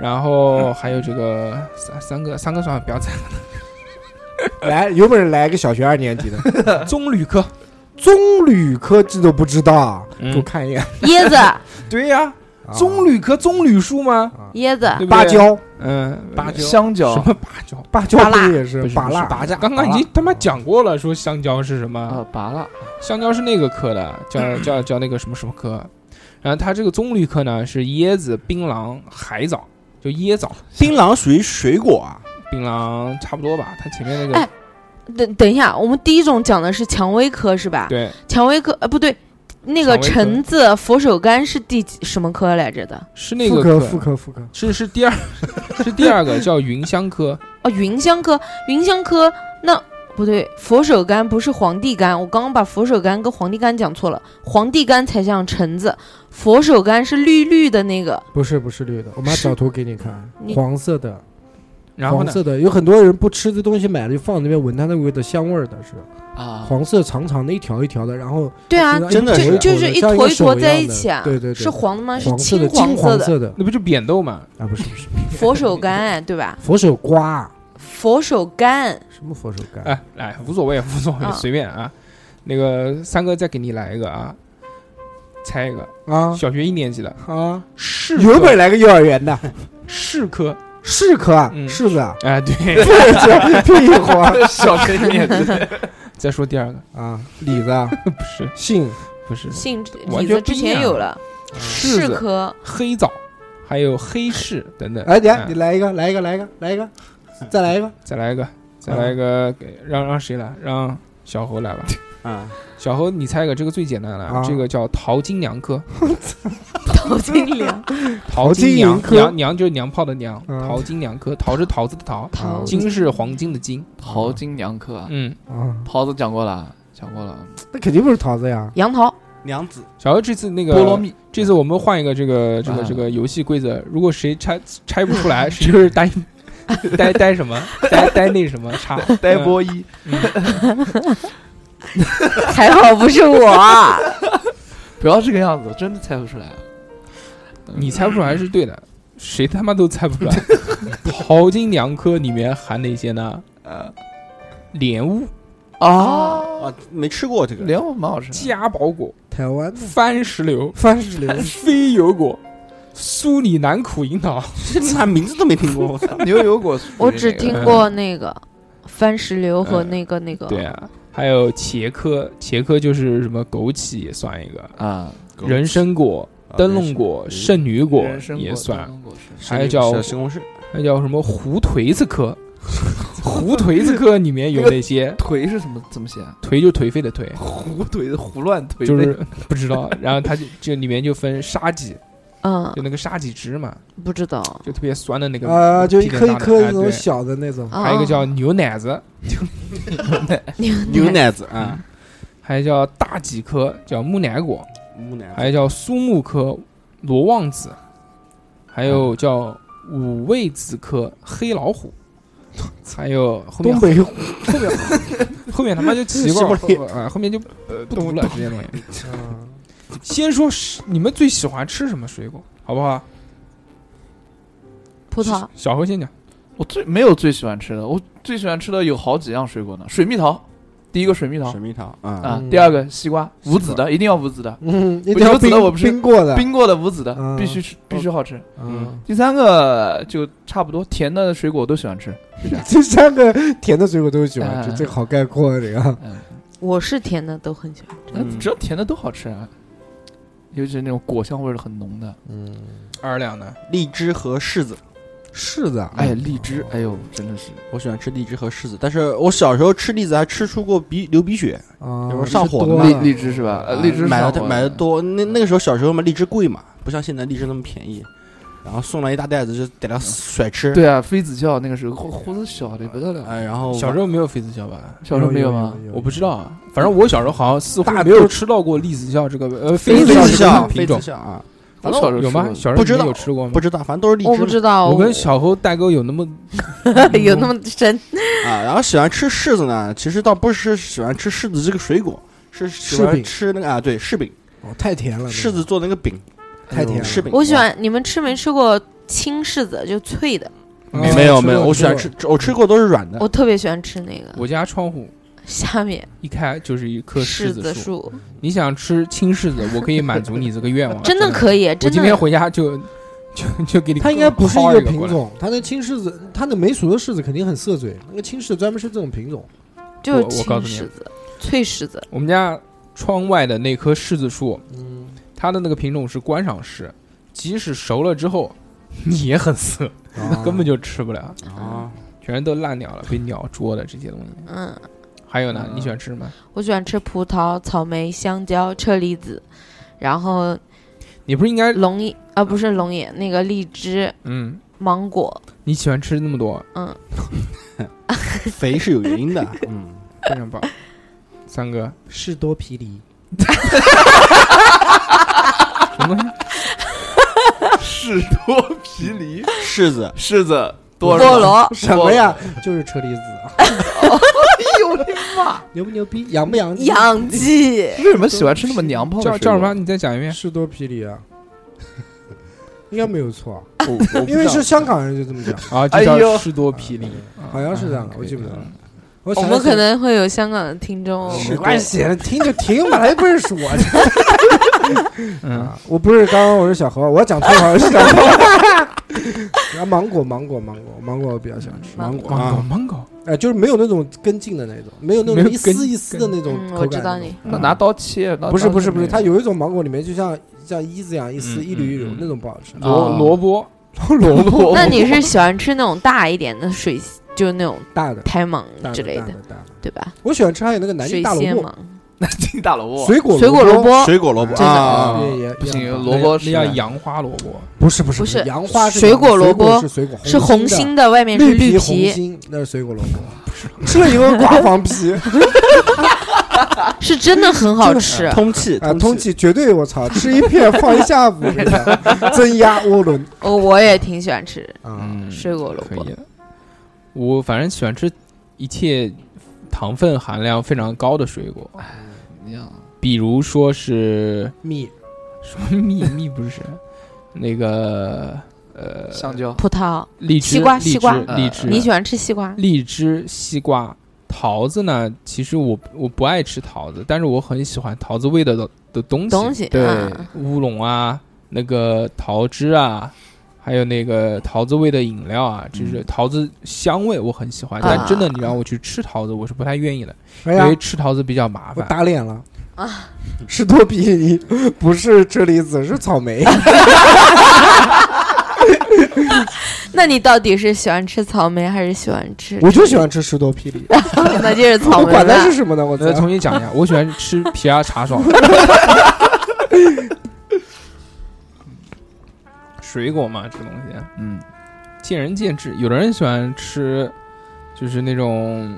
Speaker 1: 然后还有这个三三个三个算了，不要猜了。
Speaker 2: 来，有本事来个小学二年级的
Speaker 1: 棕榈科，
Speaker 2: 棕榈科技都不知道，
Speaker 1: 嗯
Speaker 2: 给我看一眼，
Speaker 3: 椰子，
Speaker 1: 对呀，
Speaker 6: 啊
Speaker 1: 棕榈科棕榈树吗？
Speaker 3: 椰子，
Speaker 1: 啊对不对
Speaker 2: 芭，蕉，
Speaker 1: 嗯，
Speaker 6: 芭蕉
Speaker 5: 香
Speaker 1: 什
Speaker 5: 蕉
Speaker 1: 么芭蕉？
Speaker 2: 芭蕉
Speaker 3: 芭
Speaker 2: 不
Speaker 3: 乐
Speaker 2: 也是
Speaker 1: 不是
Speaker 2: 芭
Speaker 1: 不是
Speaker 2: 乐？
Speaker 1: 芭蕉，刚刚已经他妈讲过了，说香蕉是什么？
Speaker 5: 啊，拔蜡
Speaker 1: 香蕉是那个科的，叫叫叫那个什么什么科。然后它这个棕榈科呢是椰子、槟榔、海藻，就椰枣、
Speaker 6: 槟榔属于水果啊，
Speaker 1: 槟榔差不多吧。它前面那个、
Speaker 3: 哎等等一下，我们第一种讲的是蔷薇科是吧？
Speaker 1: 对
Speaker 3: 蔷薇科，呃，不对，那
Speaker 1: 蔷
Speaker 3: 个
Speaker 1: 薇科
Speaker 3: 橙子、佛手柑是第几什么科来着的？
Speaker 1: 是那
Speaker 2: 妇
Speaker 1: 个
Speaker 2: 科
Speaker 1: 科，
Speaker 2: 妇科妇科，
Speaker 1: 是是第二 是第二个叫芸香科，
Speaker 3: 哦，芸香科，芸香科，那不对，佛手柑不是皇帝柑，我刚刚把佛手柑跟皇帝柑讲错了，皇帝柑才像橙子，佛手柑是绿绿的那个，
Speaker 2: 不是不是绿的，我妈
Speaker 3: 是
Speaker 2: 找图给你看，
Speaker 3: 你
Speaker 2: 黄色的，
Speaker 1: 然后
Speaker 2: 黄
Speaker 1: 呢
Speaker 2: 色的，有很多人不吃这东西，买了就放那边闻它那味的香味儿的是
Speaker 5: 啊，
Speaker 2: 黄色长长的一条一条的，然后
Speaker 3: 对啊，
Speaker 2: 就
Speaker 6: 真的
Speaker 2: 一坨
Speaker 3: 就
Speaker 2: 坨的
Speaker 3: 就是一
Speaker 6: 对
Speaker 2: 像
Speaker 3: 坨
Speaker 2: 个
Speaker 3: 一
Speaker 2: 手
Speaker 3: 坨
Speaker 2: 样
Speaker 3: 在一
Speaker 2: 的
Speaker 3: 起啊，
Speaker 2: 对对对，
Speaker 3: 是黄的吗？是
Speaker 2: 黄色
Speaker 3: 金
Speaker 2: 的金
Speaker 3: 色
Speaker 2: 黄
Speaker 3: 的
Speaker 2: 色的
Speaker 1: 那不就扁豆嘛？
Speaker 2: 啊，不是不是
Speaker 3: 佛手柑，哎，对吧？
Speaker 2: 佛手瓜，啊
Speaker 3: 佛手柑，
Speaker 2: 什么佛手柑？
Speaker 1: 哎哎，无所谓无所谓，
Speaker 3: 啊
Speaker 1: 随便啊。那个三哥再给你来一个啊，猜一个，
Speaker 2: 啊
Speaker 1: 小学一年级的
Speaker 2: 啊，
Speaker 1: 柿
Speaker 2: 有本
Speaker 1: 科
Speaker 2: 事来个幼儿园的，
Speaker 1: 柿科，
Speaker 2: 柿科啊，
Speaker 1: 嗯
Speaker 2: 柿子啊，
Speaker 1: 哎对。
Speaker 2: 屁花
Speaker 5: 小学一 年级
Speaker 1: 再说第二个，
Speaker 2: 啊，李子啊，
Speaker 1: 不是
Speaker 2: 杏
Speaker 1: 不是
Speaker 3: 杏
Speaker 1: 完
Speaker 3: 李
Speaker 1: 全
Speaker 3: 子
Speaker 1: 不
Speaker 3: 之
Speaker 1: 一样
Speaker 3: 前有了，
Speaker 1: 柿
Speaker 3: 柿
Speaker 1: 子。
Speaker 3: 科，
Speaker 1: 黑枣，还有黑柿等等。
Speaker 2: 哎，等下
Speaker 1: 嗯
Speaker 2: 你来一个，来一个，来一个，来一个，再来一个，
Speaker 1: 再来一个，再
Speaker 2: 嗯
Speaker 1: 来一个，给让让谁来？让小猴来吧。
Speaker 6: 啊，
Speaker 1: 小猴，你猜一个，这个最简单了，
Speaker 2: 啊
Speaker 1: 这个叫桃金娘科，
Speaker 3: 陶金莲，
Speaker 1: 桃
Speaker 2: 金
Speaker 1: 娘
Speaker 2: 银科
Speaker 1: 娘娘就是娘炮的娘，
Speaker 2: 嗯
Speaker 1: 桃金娘科，桃是桃子的桃，
Speaker 5: 嗯
Speaker 3: 桃子
Speaker 1: 金是黄金的金，
Speaker 5: 桃金娘科啊，
Speaker 1: 嗯，
Speaker 2: 啊，
Speaker 5: 桃子讲过了，讲过了，
Speaker 2: 那肯定不是桃子呀，
Speaker 3: 杨桃，
Speaker 6: 娘子
Speaker 1: 小猴这次那
Speaker 5: 菠
Speaker 1: 个，
Speaker 5: 萝蜜
Speaker 1: 这次我们换一个这个这个
Speaker 5: 啊
Speaker 1: 这个游戏规则，如果谁拆拆不出来，谁就是呆呆呆什么呆呆那什么嗯叉
Speaker 5: 呆波一
Speaker 3: 还好不是 我啊，
Speaker 5: 不要这个样子，真的猜不出来。
Speaker 1: 你猜不出来是对的，谁他妈都猜不出来。淘金娘科里面含哪些呢？
Speaker 5: 呃
Speaker 1: 莲雾、
Speaker 5: 啊，
Speaker 6: 啊，没吃过这 个，
Speaker 5: 莲雾蛮好吃的，
Speaker 1: 嘉宝果、
Speaker 2: 台湾的
Speaker 1: 番石榴、
Speaker 2: 番石 榴
Speaker 1: 飞油果、苏里南苦樱桃。
Speaker 6: 这他名字都没听过，我操！
Speaker 5: 牛油果属于那个，
Speaker 3: 我只听过那个番石榴和
Speaker 1: 嗯
Speaker 3: 那个那个，
Speaker 1: 对啊，还有茄科，茄科就是什么枸杞也算一个，
Speaker 5: 啊，
Speaker 1: 人参果、
Speaker 6: 啊
Speaker 1: 灯笼果、圣女果
Speaker 5: 人参
Speaker 1: 也
Speaker 5: 灯
Speaker 1: 算，
Speaker 5: 笼果是
Speaker 1: 还有叫
Speaker 6: 西红柿，
Speaker 1: 还叫什么胡颓子 科。胡颓子科里面有哪些？
Speaker 5: 颓是什么？怎么写啊？
Speaker 1: 颓就颓废的颓，
Speaker 5: 胡颓的胡乱哎颓，
Speaker 1: 就是不知道。然后它就就里面就分沙棘，
Speaker 3: 嗯，
Speaker 1: 就那个沙棘汁嘛，
Speaker 3: 不知道，
Speaker 1: 就特别酸的那个
Speaker 2: 啊，就一
Speaker 1: 屁股
Speaker 2: 颗一
Speaker 1: 大的
Speaker 2: 颗
Speaker 1: 哎
Speaker 2: 那种
Speaker 1: 对
Speaker 2: 小的那种，
Speaker 1: 还有一个
Speaker 3: 啊
Speaker 1: 叫牛奶子，
Speaker 6: 牛奶子啊，
Speaker 1: 还有叫大戟科，叫木乃果，
Speaker 6: 木奶
Speaker 1: 还有叫苏木科、罗望子，还
Speaker 2: 啊
Speaker 1: 有叫五味子科黑老 虎，还有后面
Speaker 2: 东北
Speaker 1: 后面后面他妈就奇 怪了，后啊后面就
Speaker 2: 呃
Speaker 1: 不读了这些东西。
Speaker 2: 嗯啊
Speaker 1: 先说是你们最喜欢吃什么水果，好不好？
Speaker 3: 葡萄，
Speaker 1: 小何先讲，
Speaker 5: 我最没有最喜欢吃的，我最喜欢吃的有好几样水果呢。水蜜桃，第一个水蜜桃
Speaker 6: 水蜜桃啊，
Speaker 5: 啊
Speaker 2: 嗯，
Speaker 5: 第二个西瓜，
Speaker 1: 西瓜
Speaker 5: 无籽的，一定要无籽的，
Speaker 2: 嗯，一定
Speaker 5: 不
Speaker 2: 要
Speaker 5: 由自
Speaker 2: 冰
Speaker 5: 得我不是
Speaker 2: 冰过的，
Speaker 5: 冰过的无籽的
Speaker 2: 啊嗯
Speaker 5: 必须吃，必须好吃。
Speaker 2: 嗯，
Speaker 5: 第三个就差不多，甜的水果我都喜欢吃。
Speaker 2: 这三个甜的水果都喜欢吃，
Speaker 5: 嗯
Speaker 2: 这好概括啊这个。
Speaker 5: 嗯，
Speaker 3: 我是甜的都很喜欢。
Speaker 6: 嗯
Speaker 5: 哎只要甜的都好吃啊，尤其是那种果香味儿很浓的。
Speaker 2: 嗯，
Speaker 1: 二两呢？
Speaker 6: 荔枝和柿子，
Speaker 2: 柿子啊，
Speaker 5: 哎，荔枝，哎呦，真的是
Speaker 6: 我喜欢吃荔枝和柿子，但是我小时候吃栗子还吃出过鼻流鼻血，
Speaker 2: 啊
Speaker 1: 哦
Speaker 6: 有时候上火的
Speaker 2: 多
Speaker 6: 嘛
Speaker 5: 荔
Speaker 2: 了
Speaker 5: 荔枝是吧？呃，
Speaker 6: 啊
Speaker 5: 荔枝
Speaker 6: 买
Speaker 5: 上
Speaker 6: 的
Speaker 5: 火
Speaker 6: 买的多，那那个时候小时候嘛，荔枝贵嘛，不像现在荔枝那么便宜，然后送来一大袋子就逮它甩吃，
Speaker 5: 对啊，妃子笑那个时候胡胡子小的不得了，
Speaker 6: 哎，然后
Speaker 1: 小时候没有妃子笑吧？
Speaker 5: 小时候没有吗？？
Speaker 1: 我不知道，啊，反正我小时候好像似乎
Speaker 2: 大
Speaker 1: 没有吃到过栗子笑这个呃妃子
Speaker 6: 非子
Speaker 1: 笑这
Speaker 6: 笑，
Speaker 1: 个
Speaker 6: 非
Speaker 1: 品
Speaker 6: 子
Speaker 1: 种，
Speaker 6: 笑啊，
Speaker 5: 我小时候
Speaker 1: 有吗？
Speaker 5: 吃过
Speaker 1: 小时候
Speaker 6: 不知
Speaker 1: 你
Speaker 6: 道
Speaker 1: 有吃过吗
Speaker 6: 不？知道，反正都是荔
Speaker 3: 我不
Speaker 6: 枝
Speaker 3: 知道，
Speaker 1: 我跟 小嗯哎侯代沟有那么
Speaker 3: 有 那么深，
Speaker 6: 啊。然后喜欢吃柿子呢，其实倒不是喜欢吃柿子这个水果，是喜
Speaker 2: 柿饼
Speaker 6: 欢吃那个啊，对柿饼，
Speaker 2: 哦，太甜了，
Speaker 6: 柿子做的那个饼，嗯
Speaker 2: 太甜了。
Speaker 6: 柿饼。啊
Speaker 3: 我喜欢你们吃没吃过青柿子，就脆的，
Speaker 1: 嗯
Speaker 2: 哦
Speaker 6: 没有
Speaker 1: 吃
Speaker 6: 没有，
Speaker 1: 过
Speaker 6: 我喜欢吃，我吃过都是软的。
Speaker 3: 我特别喜欢吃那个。
Speaker 1: 我家窗户
Speaker 3: 下面
Speaker 1: 一开就是一棵柿
Speaker 3: 柿
Speaker 1: 子树，
Speaker 3: 树
Speaker 1: 你想吃青柿子，我可以满足你这个愿望。
Speaker 3: 真的可以，
Speaker 1: 我
Speaker 3: 真
Speaker 1: 今天
Speaker 3: 的
Speaker 1: 回家就就就给你。
Speaker 2: 它应该不是一
Speaker 1: 一
Speaker 2: 个品
Speaker 1: 过来，
Speaker 2: 种，它那青柿子，它那没熟的柿子肯定很涩嘴，那个青柿专门是这种品种。
Speaker 3: 就是
Speaker 1: 我我
Speaker 3: 青
Speaker 1: 告诉你啊
Speaker 3: 柿子、脆柿子。
Speaker 1: 我们家窗外的那棵柿子树，
Speaker 2: 嗯，
Speaker 1: 它的那个品种是观赏柿，即使熟了之 后也很涩，
Speaker 2: 啊
Speaker 1: 根本就吃不了，
Speaker 6: 啊，
Speaker 1: 全都烂掉了，被鸟啄的这些东西。
Speaker 3: 嗯，
Speaker 1: 还有
Speaker 2: 啊
Speaker 1: 呢，
Speaker 5: 嗯
Speaker 1: 你喜欢吃什么？
Speaker 3: 我喜欢吃葡萄、草莓、香蕉、车厘子，然后
Speaker 1: 你不是应该
Speaker 3: 龙眼啊，不是龙眼，那个荔枝、
Speaker 1: 嗯？
Speaker 3: 芒果，
Speaker 1: 你喜欢吃那么多，
Speaker 3: 嗯，
Speaker 6: 肥是有原 因的。嗯，
Speaker 1: 非常棒。三哥，
Speaker 2: 士多啤梨，
Speaker 1: 什 么东西？
Speaker 5: 士多啤梨、
Speaker 6: 柿子
Speaker 3: 哦
Speaker 5: 柿子、
Speaker 3: 菠
Speaker 5: 多
Speaker 3: 萝，
Speaker 2: 什么呀？就是车厘子。哎呦我的妈！牛不牛逼？洋不洋气？
Speaker 3: 养鸡，
Speaker 5: 为什么喜欢吃那么娘炮的
Speaker 1: 叫
Speaker 5: 水果
Speaker 1: 叫什么？？你再讲一遍。
Speaker 2: 士多啤梨啊，应该没有错啊，
Speaker 6: 我我 不
Speaker 2: 因为
Speaker 6: 知道
Speaker 2: 是香港人就这么讲，
Speaker 1: 啊，就
Speaker 5: 哎
Speaker 1: 叫
Speaker 5: 呦
Speaker 1: 士多啤梨，
Speaker 2: 好像是这样的
Speaker 1: 啊，
Speaker 2: 我记不得。
Speaker 1: 可以
Speaker 2: 了
Speaker 1: 嗯。
Speaker 2: 我
Speaker 3: 我
Speaker 2: 想
Speaker 3: 们
Speaker 2: 起来
Speaker 3: 可能会有香港的听众哦。
Speaker 2: 没关系，听就听吧，又不是我的。
Speaker 1: 嗯，
Speaker 2: 啊，我不是刚刚我是小何，我讲错了，是小何。啊，芒果，芒果，芒果，芒果我比较喜欢吃，
Speaker 3: 芒
Speaker 2: 芒
Speaker 3: 果
Speaker 2: 果
Speaker 1: 芒果
Speaker 2: 啊，
Speaker 1: 芒果，
Speaker 2: 哎，就是没有那种根茎的那种，没有那
Speaker 1: 没有
Speaker 2: 种一
Speaker 1: 根
Speaker 2: 丝一丝的那种
Speaker 3: 嗯，
Speaker 2: 口感。
Speaker 3: 我知道你。
Speaker 5: 那拿刀切？拿
Speaker 2: 不是
Speaker 5: 刀
Speaker 2: 不是不是，
Speaker 5: 切
Speaker 2: 它有一种芒果里面就像像一子一样，一丝
Speaker 1: 嗯
Speaker 2: 一缕一缕
Speaker 1: 嗯嗯
Speaker 2: 那种不好吃。
Speaker 1: 萝
Speaker 5: 啊
Speaker 1: 萝卜，
Speaker 5: 萝卜
Speaker 3: 那你是喜欢吃那种大一点的水，就那种
Speaker 2: 大的
Speaker 3: 苔芒
Speaker 2: 大的
Speaker 3: 之类
Speaker 2: 大
Speaker 3: 的，
Speaker 2: 的大的。
Speaker 3: 对吧？
Speaker 2: 我喜欢吃还有那个南京
Speaker 3: 水
Speaker 2: 大
Speaker 3: 仙
Speaker 2: 萝
Speaker 3: 芒
Speaker 2: 卜、、
Speaker 5: 南京 大萝卜？
Speaker 2: 水果
Speaker 3: 水果萝卜，
Speaker 6: 水果萝卜
Speaker 2: 这
Speaker 3: 个
Speaker 6: 啊，
Speaker 2: 也也
Speaker 5: 不
Speaker 2: 也
Speaker 5: 行，
Speaker 2: 好
Speaker 5: 萝卜
Speaker 1: 那
Speaker 5: 是
Speaker 1: 叫洋花萝卜，
Speaker 2: 不是不是
Speaker 3: 不是
Speaker 2: 杨花是
Speaker 3: 水
Speaker 2: 杨
Speaker 3: 果萝
Speaker 2: 水果
Speaker 3: 卜
Speaker 2: 是水果
Speaker 3: 是红
Speaker 2: 的
Speaker 3: 心的，外面是
Speaker 2: 绿
Speaker 3: 绿
Speaker 2: 红
Speaker 3: 皮，
Speaker 2: 心，那是水果萝卜，吃了以后刮黄 皮
Speaker 3: 啊是真的很好吃。
Speaker 6: 通气
Speaker 2: 啊，通
Speaker 6: 通气。
Speaker 2: 气绝对我操，吃一片放一下午，这个增压涡 轮
Speaker 3: 我哦我也挺喜欢吃
Speaker 2: 啊，
Speaker 1: 嗯，
Speaker 3: 水果萝
Speaker 1: 可
Speaker 3: 卜
Speaker 1: 以，的。我反正喜欢吃一切糖分含量非常高的水果，
Speaker 5: 哦一样。啊
Speaker 1: 比如说是
Speaker 2: 蜜
Speaker 1: 什么蜜蜜不是那个呃
Speaker 5: 香蕉、
Speaker 3: 葡萄。
Speaker 1: 荔枝、
Speaker 3: 西瓜
Speaker 1: 荔
Speaker 3: 西瓜
Speaker 1: 枝
Speaker 5: 呃
Speaker 1: 荔枝，
Speaker 3: 你喜欢吃西瓜？
Speaker 1: 荔枝、西瓜、桃子呢？其实我我不爱吃桃子，但是我很喜欢桃子味道的的东西，
Speaker 3: 东西
Speaker 5: 对
Speaker 3: 啊，
Speaker 1: 乌龙啊，那个桃汁啊，还有那个桃子味的饮料啊，就是桃子香味我很喜欢，
Speaker 3: 嗯啊
Speaker 1: 但真的你让我去吃桃子，我是不太愿意的，
Speaker 2: 哎
Speaker 1: 因
Speaker 2: 呀
Speaker 1: 为，吃桃子比较麻
Speaker 2: 我
Speaker 1: 烦。
Speaker 2: 打脸了
Speaker 3: 啊！
Speaker 2: 是多比尼， 不是车厘子，是草 莓。
Speaker 3: 那你到底是喜欢吃草莓还是喜欢吃？
Speaker 2: 我就喜欢吃士多啤梨，
Speaker 3: 那就是草
Speaker 2: 我
Speaker 3: 莓
Speaker 2: 管它是
Speaker 3: 了。
Speaker 2: 什么呢？我操
Speaker 1: 那！重新讲一下，我喜欢吃皮亚茶爽。 水果嘛，这个东西，
Speaker 5: 嗯，
Speaker 1: 见仁见智，有的人喜欢吃，就是那种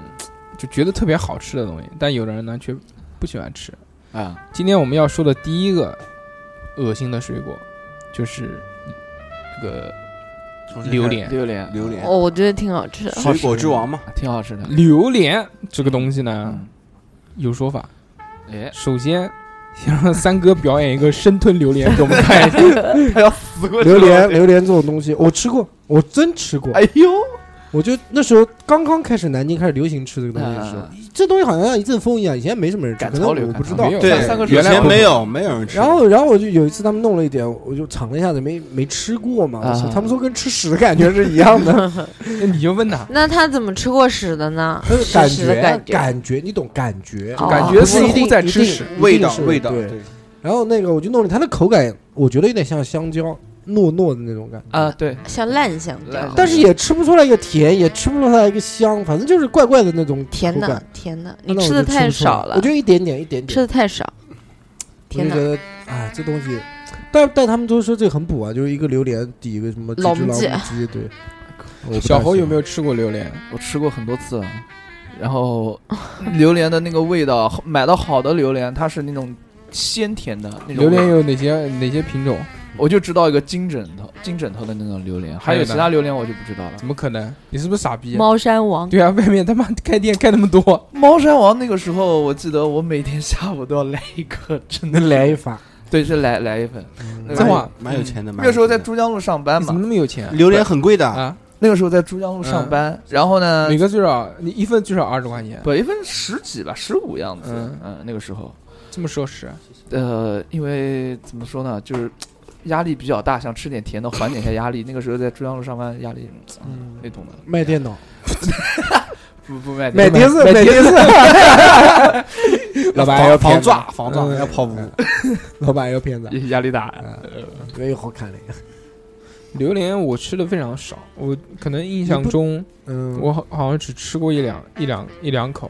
Speaker 1: 就觉得特别好吃的东西，但有的人呢却不喜欢吃。
Speaker 5: 啊，
Speaker 1: 今天我们要说的第一个恶心的水果就是那个
Speaker 6: 重新开始
Speaker 1: 榴，莲。
Speaker 5: 榴莲啊
Speaker 6: 榴莲，
Speaker 3: 哦，我觉得挺好吃的。
Speaker 6: 水果之王嘛，
Speaker 5: 挺好吃的。
Speaker 1: 榴莲这个东西呢，
Speaker 5: 嗯，
Speaker 1: 有说法。
Speaker 5: 哎，
Speaker 1: 首先，先让三哥表演一个生吞榴莲给我们看一下。
Speaker 5: 他要死 过去
Speaker 2: 榴
Speaker 5: 了
Speaker 2: 莲，榴莲这种东西，我吃过，我真吃过。
Speaker 5: 哎呦，
Speaker 2: 我就那时候刚刚开始南京开始流行吃这个东西的时候，这东西好像像一阵风一样，以前没什么人吃，
Speaker 5: 嗯赶
Speaker 2: 可能
Speaker 5: 潮流
Speaker 2: 我不
Speaker 5: 赶
Speaker 2: 知
Speaker 5: 潮
Speaker 2: 道
Speaker 1: 流。
Speaker 6: 对
Speaker 5: 三三个，水
Speaker 6: 以
Speaker 5: 果
Speaker 6: 前没有没有人吃，
Speaker 2: 然后，然后我就有一次他们弄了一点，我就尝了一下子，没没吃过嘛。我操
Speaker 5: 啊
Speaker 2: 他们说跟吃屎的感觉是一样的，
Speaker 1: 那你就问他，
Speaker 3: 那他怎么吃过屎的呢？
Speaker 2: 就是
Speaker 3: 屎
Speaker 2: 呃感
Speaker 3: 屎的
Speaker 2: 觉
Speaker 3: 感
Speaker 2: 感觉，你懂感觉，
Speaker 3: 哦
Speaker 1: 感觉
Speaker 2: 不是
Speaker 1: 似
Speaker 2: 一定
Speaker 1: 乎在吃
Speaker 2: 一定
Speaker 1: 屎。
Speaker 6: 味道
Speaker 2: 一定是
Speaker 6: 味道，
Speaker 2: 对。然后那个我就弄了，它的口感我觉得有点像香蕉，糯糯的那种感觉
Speaker 5: 啊，对，
Speaker 3: 像烂香
Speaker 1: 嗯
Speaker 5: 烂
Speaker 3: 蕉
Speaker 5: 香，
Speaker 2: 但是也吃不出来一个甜，也吃不出来一个香，反正就是怪怪的那种
Speaker 3: 甜
Speaker 2: 口
Speaker 3: 的
Speaker 2: 感。
Speaker 3: 甜的，
Speaker 2: 那
Speaker 3: 你
Speaker 2: 我就
Speaker 3: 吃
Speaker 2: 吃
Speaker 3: 的
Speaker 2: 不
Speaker 3: 太
Speaker 2: 出来
Speaker 3: 少了
Speaker 2: 我，就一点点一点
Speaker 3: 吃
Speaker 2: 点，
Speaker 3: 的太少。
Speaker 2: 我就
Speaker 3: 天
Speaker 2: 觉
Speaker 3: 哪，
Speaker 2: 得哎，这东西，但但他们都说这个很补啊，就是一个榴莲抵一个什么几只
Speaker 3: 老
Speaker 2: 老
Speaker 3: 母
Speaker 2: 母
Speaker 3: 鸡
Speaker 2: 鸡，对。我不
Speaker 1: 小
Speaker 2: 太
Speaker 1: 侯有
Speaker 2: 喜
Speaker 1: 没有吃过榴莲？
Speaker 5: 我吃过很多次了。然后榴莲的那个味道，买到好的榴莲，它是那种鲜甜的那种
Speaker 1: 榴
Speaker 5: 味道。
Speaker 1: 莲有哪些哪些品种？
Speaker 5: 我就知道一个金枕头，金枕头的那种榴莲，
Speaker 1: 还
Speaker 5: 还
Speaker 1: 有
Speaker 5: 有
Speaker 1: 呢
Speaker 5: 其他榴莲我就不知道了。
Speaker 1: 怎么可能？你是不是傻逼啊？
Speaker 3: 猫山王，
Speaker 1: 对啊，外面他妈开店开那么多，
Speaker 5: 猫山王那个时候，我记得我每天下午都要来一个，真的
Speaker 2: 欢来一发，
Speaker 5: 对，是来来一份。
Speaker 6: 蛮有
Speaker 1: 真话
Speaker 6: 蛮有钱的。蛮
Speaker 5: 那个时嗯候在
Speaker 6: 有钱
Speaker 5: 珠江路上班
Speaker 1: 你怎么
Speaker 5: 嘛，
Speaker 1: 那么有钱
Speaker 6: 的榴莲很贵的，
Speaker 1: 啊？
Speaker 5: 那个时候在珠江路上班，然后呢
Speaker 1: 每，个最少你一份最少二十块钱，
Speaker 5: 不一份十几吧，十五样子
Speaker 1: 嗯，
Speaker 5: 嗯，那个时候，
Speaker 1: 这么奢侈，啊
Speaker 5: 呃，因为怎么说呢，就是压力比较大，想吃点甜的缓解一下压力。那个时候在珠江路上班，压力，嗯，那懂的，
Speaker 2: 卖电脑，
Speaker 5: 不不卖
Speaker 2: 买碟子，
Speaker 1: 买碟
Speaker 2: 买碟子，
Speaker 1: 老板
Speaker 6: 防
Speaker 1: 要骗
Speaker 6: 防
Speaker 1: 子
Speaker 6: 抓防抓
Speaker 2: 嗯
Speaker 6: 要跑步，
Speaker 2: 老板要骗子，
Speaker 5: 压力大，
Speaker 2: 因为好看的。
Speaker 1: 榴莲我吃的非常少，我可能印象中
Speaker 2: 嗯，
Speaker 1: 我好好像只吃过一两一两一两口。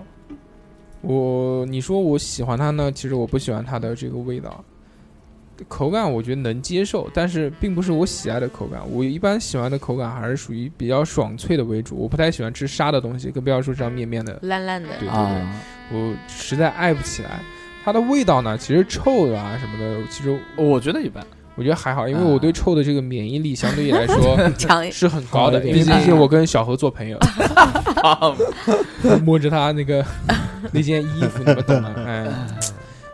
Speaker 1: 我你说我喜欢它呢，其实我不喜欢它的这个味道，口感我觉得能接受，但是并不是我喜爱的口感。我一般喜欢的口感还是属于比较爽脆的为主，我不太喜欢吃沙的东西，更不要说这样面面的
Speaker 3: 烂烂的，
Speaker 1: 对对对，
Speaker 5: 啊，
Speaker 1: 我实在爱不起来。它的味道呢，其实臭的啊什么的，其实
Speaker 5: 我觉得一般。
Speaker 1: 我觉得还好，因为我
Speaker 2: 嗯
Speaker 1: 对臭的这个免疫力相对来说
Speaker 3: 强
Speaker 1: 是很高的，
Speaker 2: 好一
Speaker 1: 因
Speaker 2: 点嗯
Speaker 1: 为毕竟我跟小何做朋友，
Speaker 5: 啊
Speaker 1: 摸着他那个那件衣服，你们懂的，哎。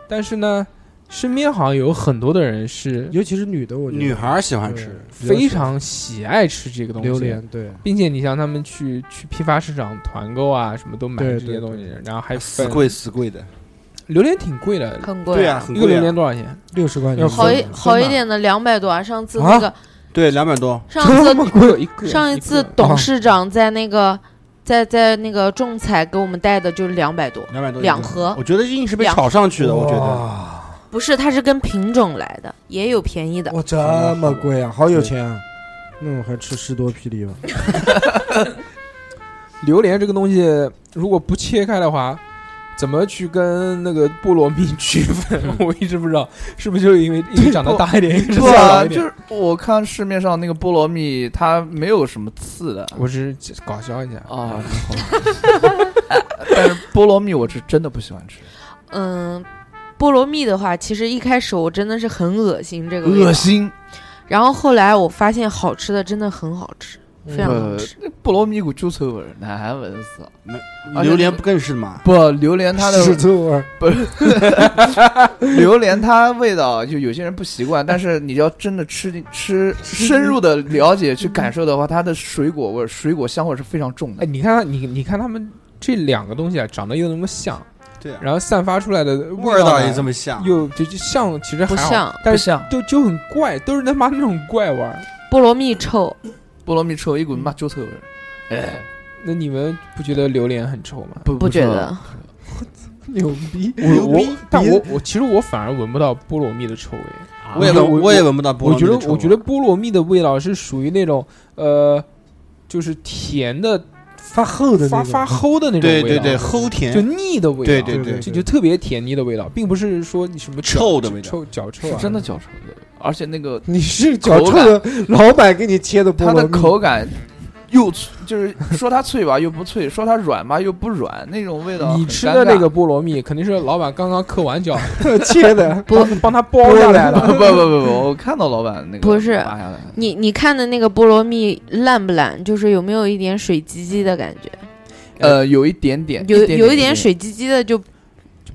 Speaker 1: 但是呢，身边好像有很多的人是
Speaker 2: 尤其是女的，我觉得
Speaker 6: 女孩儿喜欢
Speaker 2: 对
Speaker 6: 吃，
Speaker 2: 比较
Speaker 1: 非
Speaker 2: 喜
Speaker 1: 常喜爱吃这个东
Speaker 2: 欢
Speaker 1: 西，
Speaker 2: 榴莲，对，
Speaker 1: 并且你像他们去去批发市场团购啊，什么都买
Speaker 2: 对
Speaker 1: 这
Speaker 2: 对
Speaker 1: 些东西，然后还
Speaker 6: 死
Speaker 1: 分
Speaker 6: 哎贵死贵的，
Speaker 1: 榴莲挺贵的，
Speaker 3: 很贵。
Speaker 6: 对啊，很
Speaker 1: 一个
Speaker 6: 贵
Speaker 1: 榴
Speaker 6: 啊，
Speaker 1: 莲多少钱？
Speaker 2: 六十块
Speaker 1: 要
Speaker 2: 钱，
Speaker 3: 好一
Speaker 1: 分
Speaker 3: 好一
Speaker 1: 嘛
Speaker 3: 点的两百多啊！上次
Speaker 2: 啊
Speaker 3: 那个
Speaker 6: 对，两百多，
Speaker 3: 上次
Speaker 1: 贵，一个
Speaker 3: 上一次董事长在那个在在那个仲裁给我们带的就是两百多，
Speaker 6: 两百多一
Speaker 3: 两
Speaker 6: 个
Speaker 3: 盒
Speaker 6: 我觉得硬是被
Speaker 3: 两
Speaker 6: 炒上去的，我觉得
Speaker 2: 哇
Speaker 3: 不是，它是跟品种来的，也有便宜的。
Speaker 2: 哇，这么贵啊，好有钱啊！那我还吃士多 啤梨吧。
Speaker 1: 榴莲这个东西，如果不切开的话，怎么去跟那个菠萝蜜区分？ 我一直不知道，是不是就是因为一个长得大一点，一个长
Speaker 5: 不
Speaker 1: 得小
Speaker 5: 啊，
Speaker 1: 一
Speaker 5: 就
Speaker 1: 点？
Speaker 5: 是我看市面上那个菠萝蜜，它没有什么刺的
Speaker 1: 我只是搞笑一下，
Speaker 5: 啊。但是菠萝蜜我是真的不喜欢吃，
Speaker 3: 嗯，菠萝蜜的话，其实一开始我真的是很恶心这个味道
Speaker 5: 恶，心。
Speaker 3: 然后后来我发现好吃的真的很好吃，非常好
Speaker 5: 呃
Speaker 3: 吃。，
Speaker 5: 那菠萝蜜股猪臭味儿，难闻死了。而且
Speaker 6: 榴莲不更是吗？
Speaker 5: 不，榴莲它
Speaker 2: 屎
Speaker 5: 的
Speaker 2: 臭味儿，
Speaker 5: 榴莲它味道就有些人不习惯，但是你要真的 吃进吃深入的了解去感受的话，它的水果味儿、水果香味儿是非常重
Speaker 1: 哎，
Speaker 5: 的。
Speaker 1: 你看你，你看他们这两个东西啊，长得又那么像，
Speaker 6: 对啊，
Speaker 1: 然后散发出来的
Speaker 6: 味道
Speaker 1: 道
Speaker 6: 也这
Speaker 1: 么
Speaker 6: 么像，
Speaker 1: 又就就像，其实还好
Speaker 3: 不像
Speaker 1: 但
Speaker 5: 不
Speaker 1: 是
Speaker 5: 像
Speaker 1: 就就很怪，都是他妈那种怪味儿。
Speaker 3: 菠萝蜜臭，
Speaker 5: 菠萝蜜臭，一股妈猪臭味儿。哎，
Speaker 1: 那你们不觉得榴莲很臭吗？
Speaker 5: 不
Speaker 3: 不觉
Speaker 5: 臭
Speaker 3: 得？
Speaker 2: 牛逼！
Speaker 1: 我我
Speaker 6: 牛逼，
Speaker 1: 但我我其实我反而闻不到菠萝蜜的臭味。
Speaker 6: 我也
Speaker 1: 我
Speaker 6: 闻
Speaker 1: 我
Speaker 6: 我也闻不到菠萝
Speaker 1: 我
Speaker 6: 蜜
Speaker 1: 觉
Speaker 6: 的
Speaker 1: 得
Speaker 6: 臭味，
Speaker 1: 我觉得菠萝蜜的味道是属于那种呃，就是甜的
Speaker 2: 发齁的
Speaker 1: 发
Speaker 2: 那
Speaker 1: 发
Speaker 2: 种，
Speaker 1: 齁的那种味
Speaker 6: 对
Speaker 1: 道，
Speaker 6: 对对，齁甜
Speaker 1: 就腻的味道，
Speaker 6: 对对
Speaker 2: 对
Speaker 1: 就就特别甜腻的味道，并不是说你什么脚
Speaker 6: 臭的味道
Speaker 1: 臭脚臭
Speaker 5: 是
Speaker 1: 啊，
Speaker 5: 真的脚臭味，而且那个
Speaker 2: 你是脚臭的老板给你切的菠
Speaker 5: 它
Speaker 2: 萝
Speaker 5: 的
Speaker 2: 蜜，
Speaker 5: 口感又脆就是说它脆吧又不脆，说它软吧又不软，那种味道很尴尬。
Speaker 1: 你吃的那个菠萝蜜肯定是老板刚刚嗑完脚，
Speaker 2: 切的，
Speaker 1: 帮帮他剥下来
Speaker 5: 不
Speaker 1: 了。
Speaker 5: 不不不，我看到老板那个
Speaker 3: 不是
Speaker 5: 拔下来的
Speaker 3: 你你看的那个菠萝蜜烂不烂？就是有没有一点水唧唧的感觉？
Speaker 5: 呃，有一点点，
Speaker 3: 有
Speaker 5: 点
Speaker 3: 有
Speaker 5: 一
Speaker 3: 一点，水唧唧的就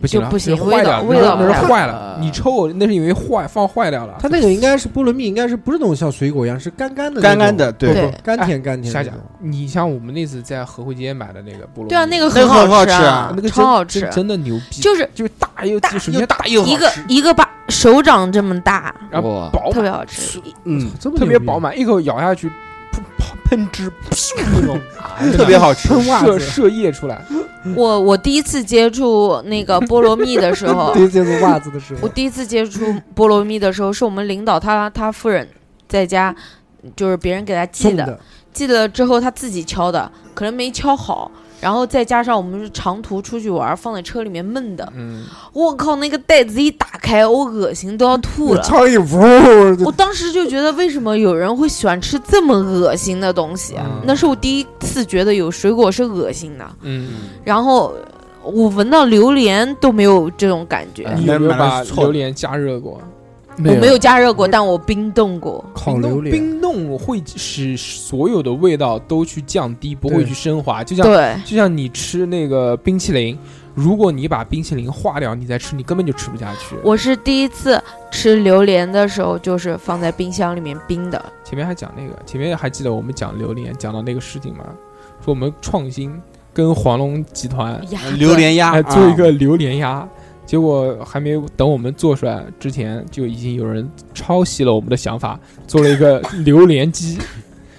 Speaker 1: 不行了，
Speaker 3: 就不行
Speaker 1: 那是坏掉了
Speaker 3: 味道
Speaker 1: 那
Speaker 3: 味
Speaker 1: 是
Speaker 3: 道呃
Speaker 1: 坏了
Speaker 5: 不。好
Speaker 1: 你抽我那是因为坏放坏掉了。
Speaker 2: 它那个应该是菠萝蜜，应该是不是那种像水果一样，是干干的那种，
Speaker 6: 干干的，对
Speaker 3: 对
Speaker 2: 干甜干甜
Speaker 1: 哎瞎
Speaker 2: 的那
Speaker 1: 讲
Speaker 2: 种。，
Speaker 1: 你像我们那次在和汇街买的嗯那个菠萝蜜，
Speaker 3: 对啊，那个
Speaker 6: 那个很
Speaker 3: 好
Speaker 6: 好
Speaker 3: 吃
Speaker 6: 吃啊
Speaker 1: 那个真
Speaker 3: 超好吃
Speaker 1: 真，真的牛逼，
Speaker 3: 就是
Speaker 1: 就是大又
Speaker 3: 大
Speaker 1: 首先大
Speaker 6: 又
Speaker 3: 一个一个把手掌这么大，
Speaker 1: 然后
Speaker 5: 哇，
Speaker 1: 饱
Speaker 3: 特
Speaker 1: 满，
Speaker 3: 别好吃。
Speaker 6: 嗯，
Speaker 2: 这么
Speaker 1: 特别
Speaker 2: 牛逼
Speaker 1: 饱，满，一口咬下去，喷喷喷汁，噗那种
Speaker 6: 特别好吃。
Speaker 2: 喷袜
Speaker 1: 射
Speaker 2: 子，
Speaker 1: 射液出来。
Speaker 3: 我我第一次接触那个菠萝蜜的时 候，
Speaker 2: 对，就是袜子的时
Speaker 3: 我
Speaker 2: 候，
Speaker 3: 第一次接触菠萝蜜的时候，是我们领导他他夫人在家，就是别人给他寄
Speaker 2: 送
Speaker 3: 的，，寄了之后他自己敲的，可能没敲好，然后再加上我们是长途出去玩儿，放在车里面闷的，
Speaker 1: 嗯，
Speaker 3: 我靠，那个袋子一打开，我恶心都要吐了。
Speaker 2: 苍蝇呜，
Speaker 3: 我当时就觉得，为什么有人会喜欢吃这么恶心的东西啊、
Speaker 1: 嗯
Speaker 3: 那是我第一次觉得有水果是恶心的。
Speaker 1: 嗯，
Speaker 3: 然后我闻到榴莲都没有这种感觉，
Speaker 1: 你有没有
Speaker 6: 买了
Speaker 1: 把
Speaker 6: 是错
Speaker 1: 榴
Speaker 6: 的
Speaker 1: 莲加热过？
Speaker 3: 我哦没有加热过，但我冰冻过。
Speaker 2: 烤
Speaker 1: 冰冻
Speaker 2: 榴莲，
Speaker 1: 冰冻会使所有的味道都去降低，不会
Speaker 2: 对
Speaker 1: 去升华。就像
Speaker 3: 对，
Speaker 1: 就像你吃那个冰淇淋，如果你把冰淇淋化掉，你再吃，你根本就吃不下去。
Speaker 3: 我是第一次吃榴莲的时候，就是放在冰箱里面冰的。
Speaker 1: 前面还讲那个，前面还记得我们讲榴莲讲到那个事情吗？说我们创新跟黄龙集团
Speaker 3: 呀，
Speaker 6: 榴莲鸭
Speaker 1: 哎做一个榴莲鸭，结果还没等我们做出来之前，就已经有人抄袭了我们的想法，做了一个榴莲鸡。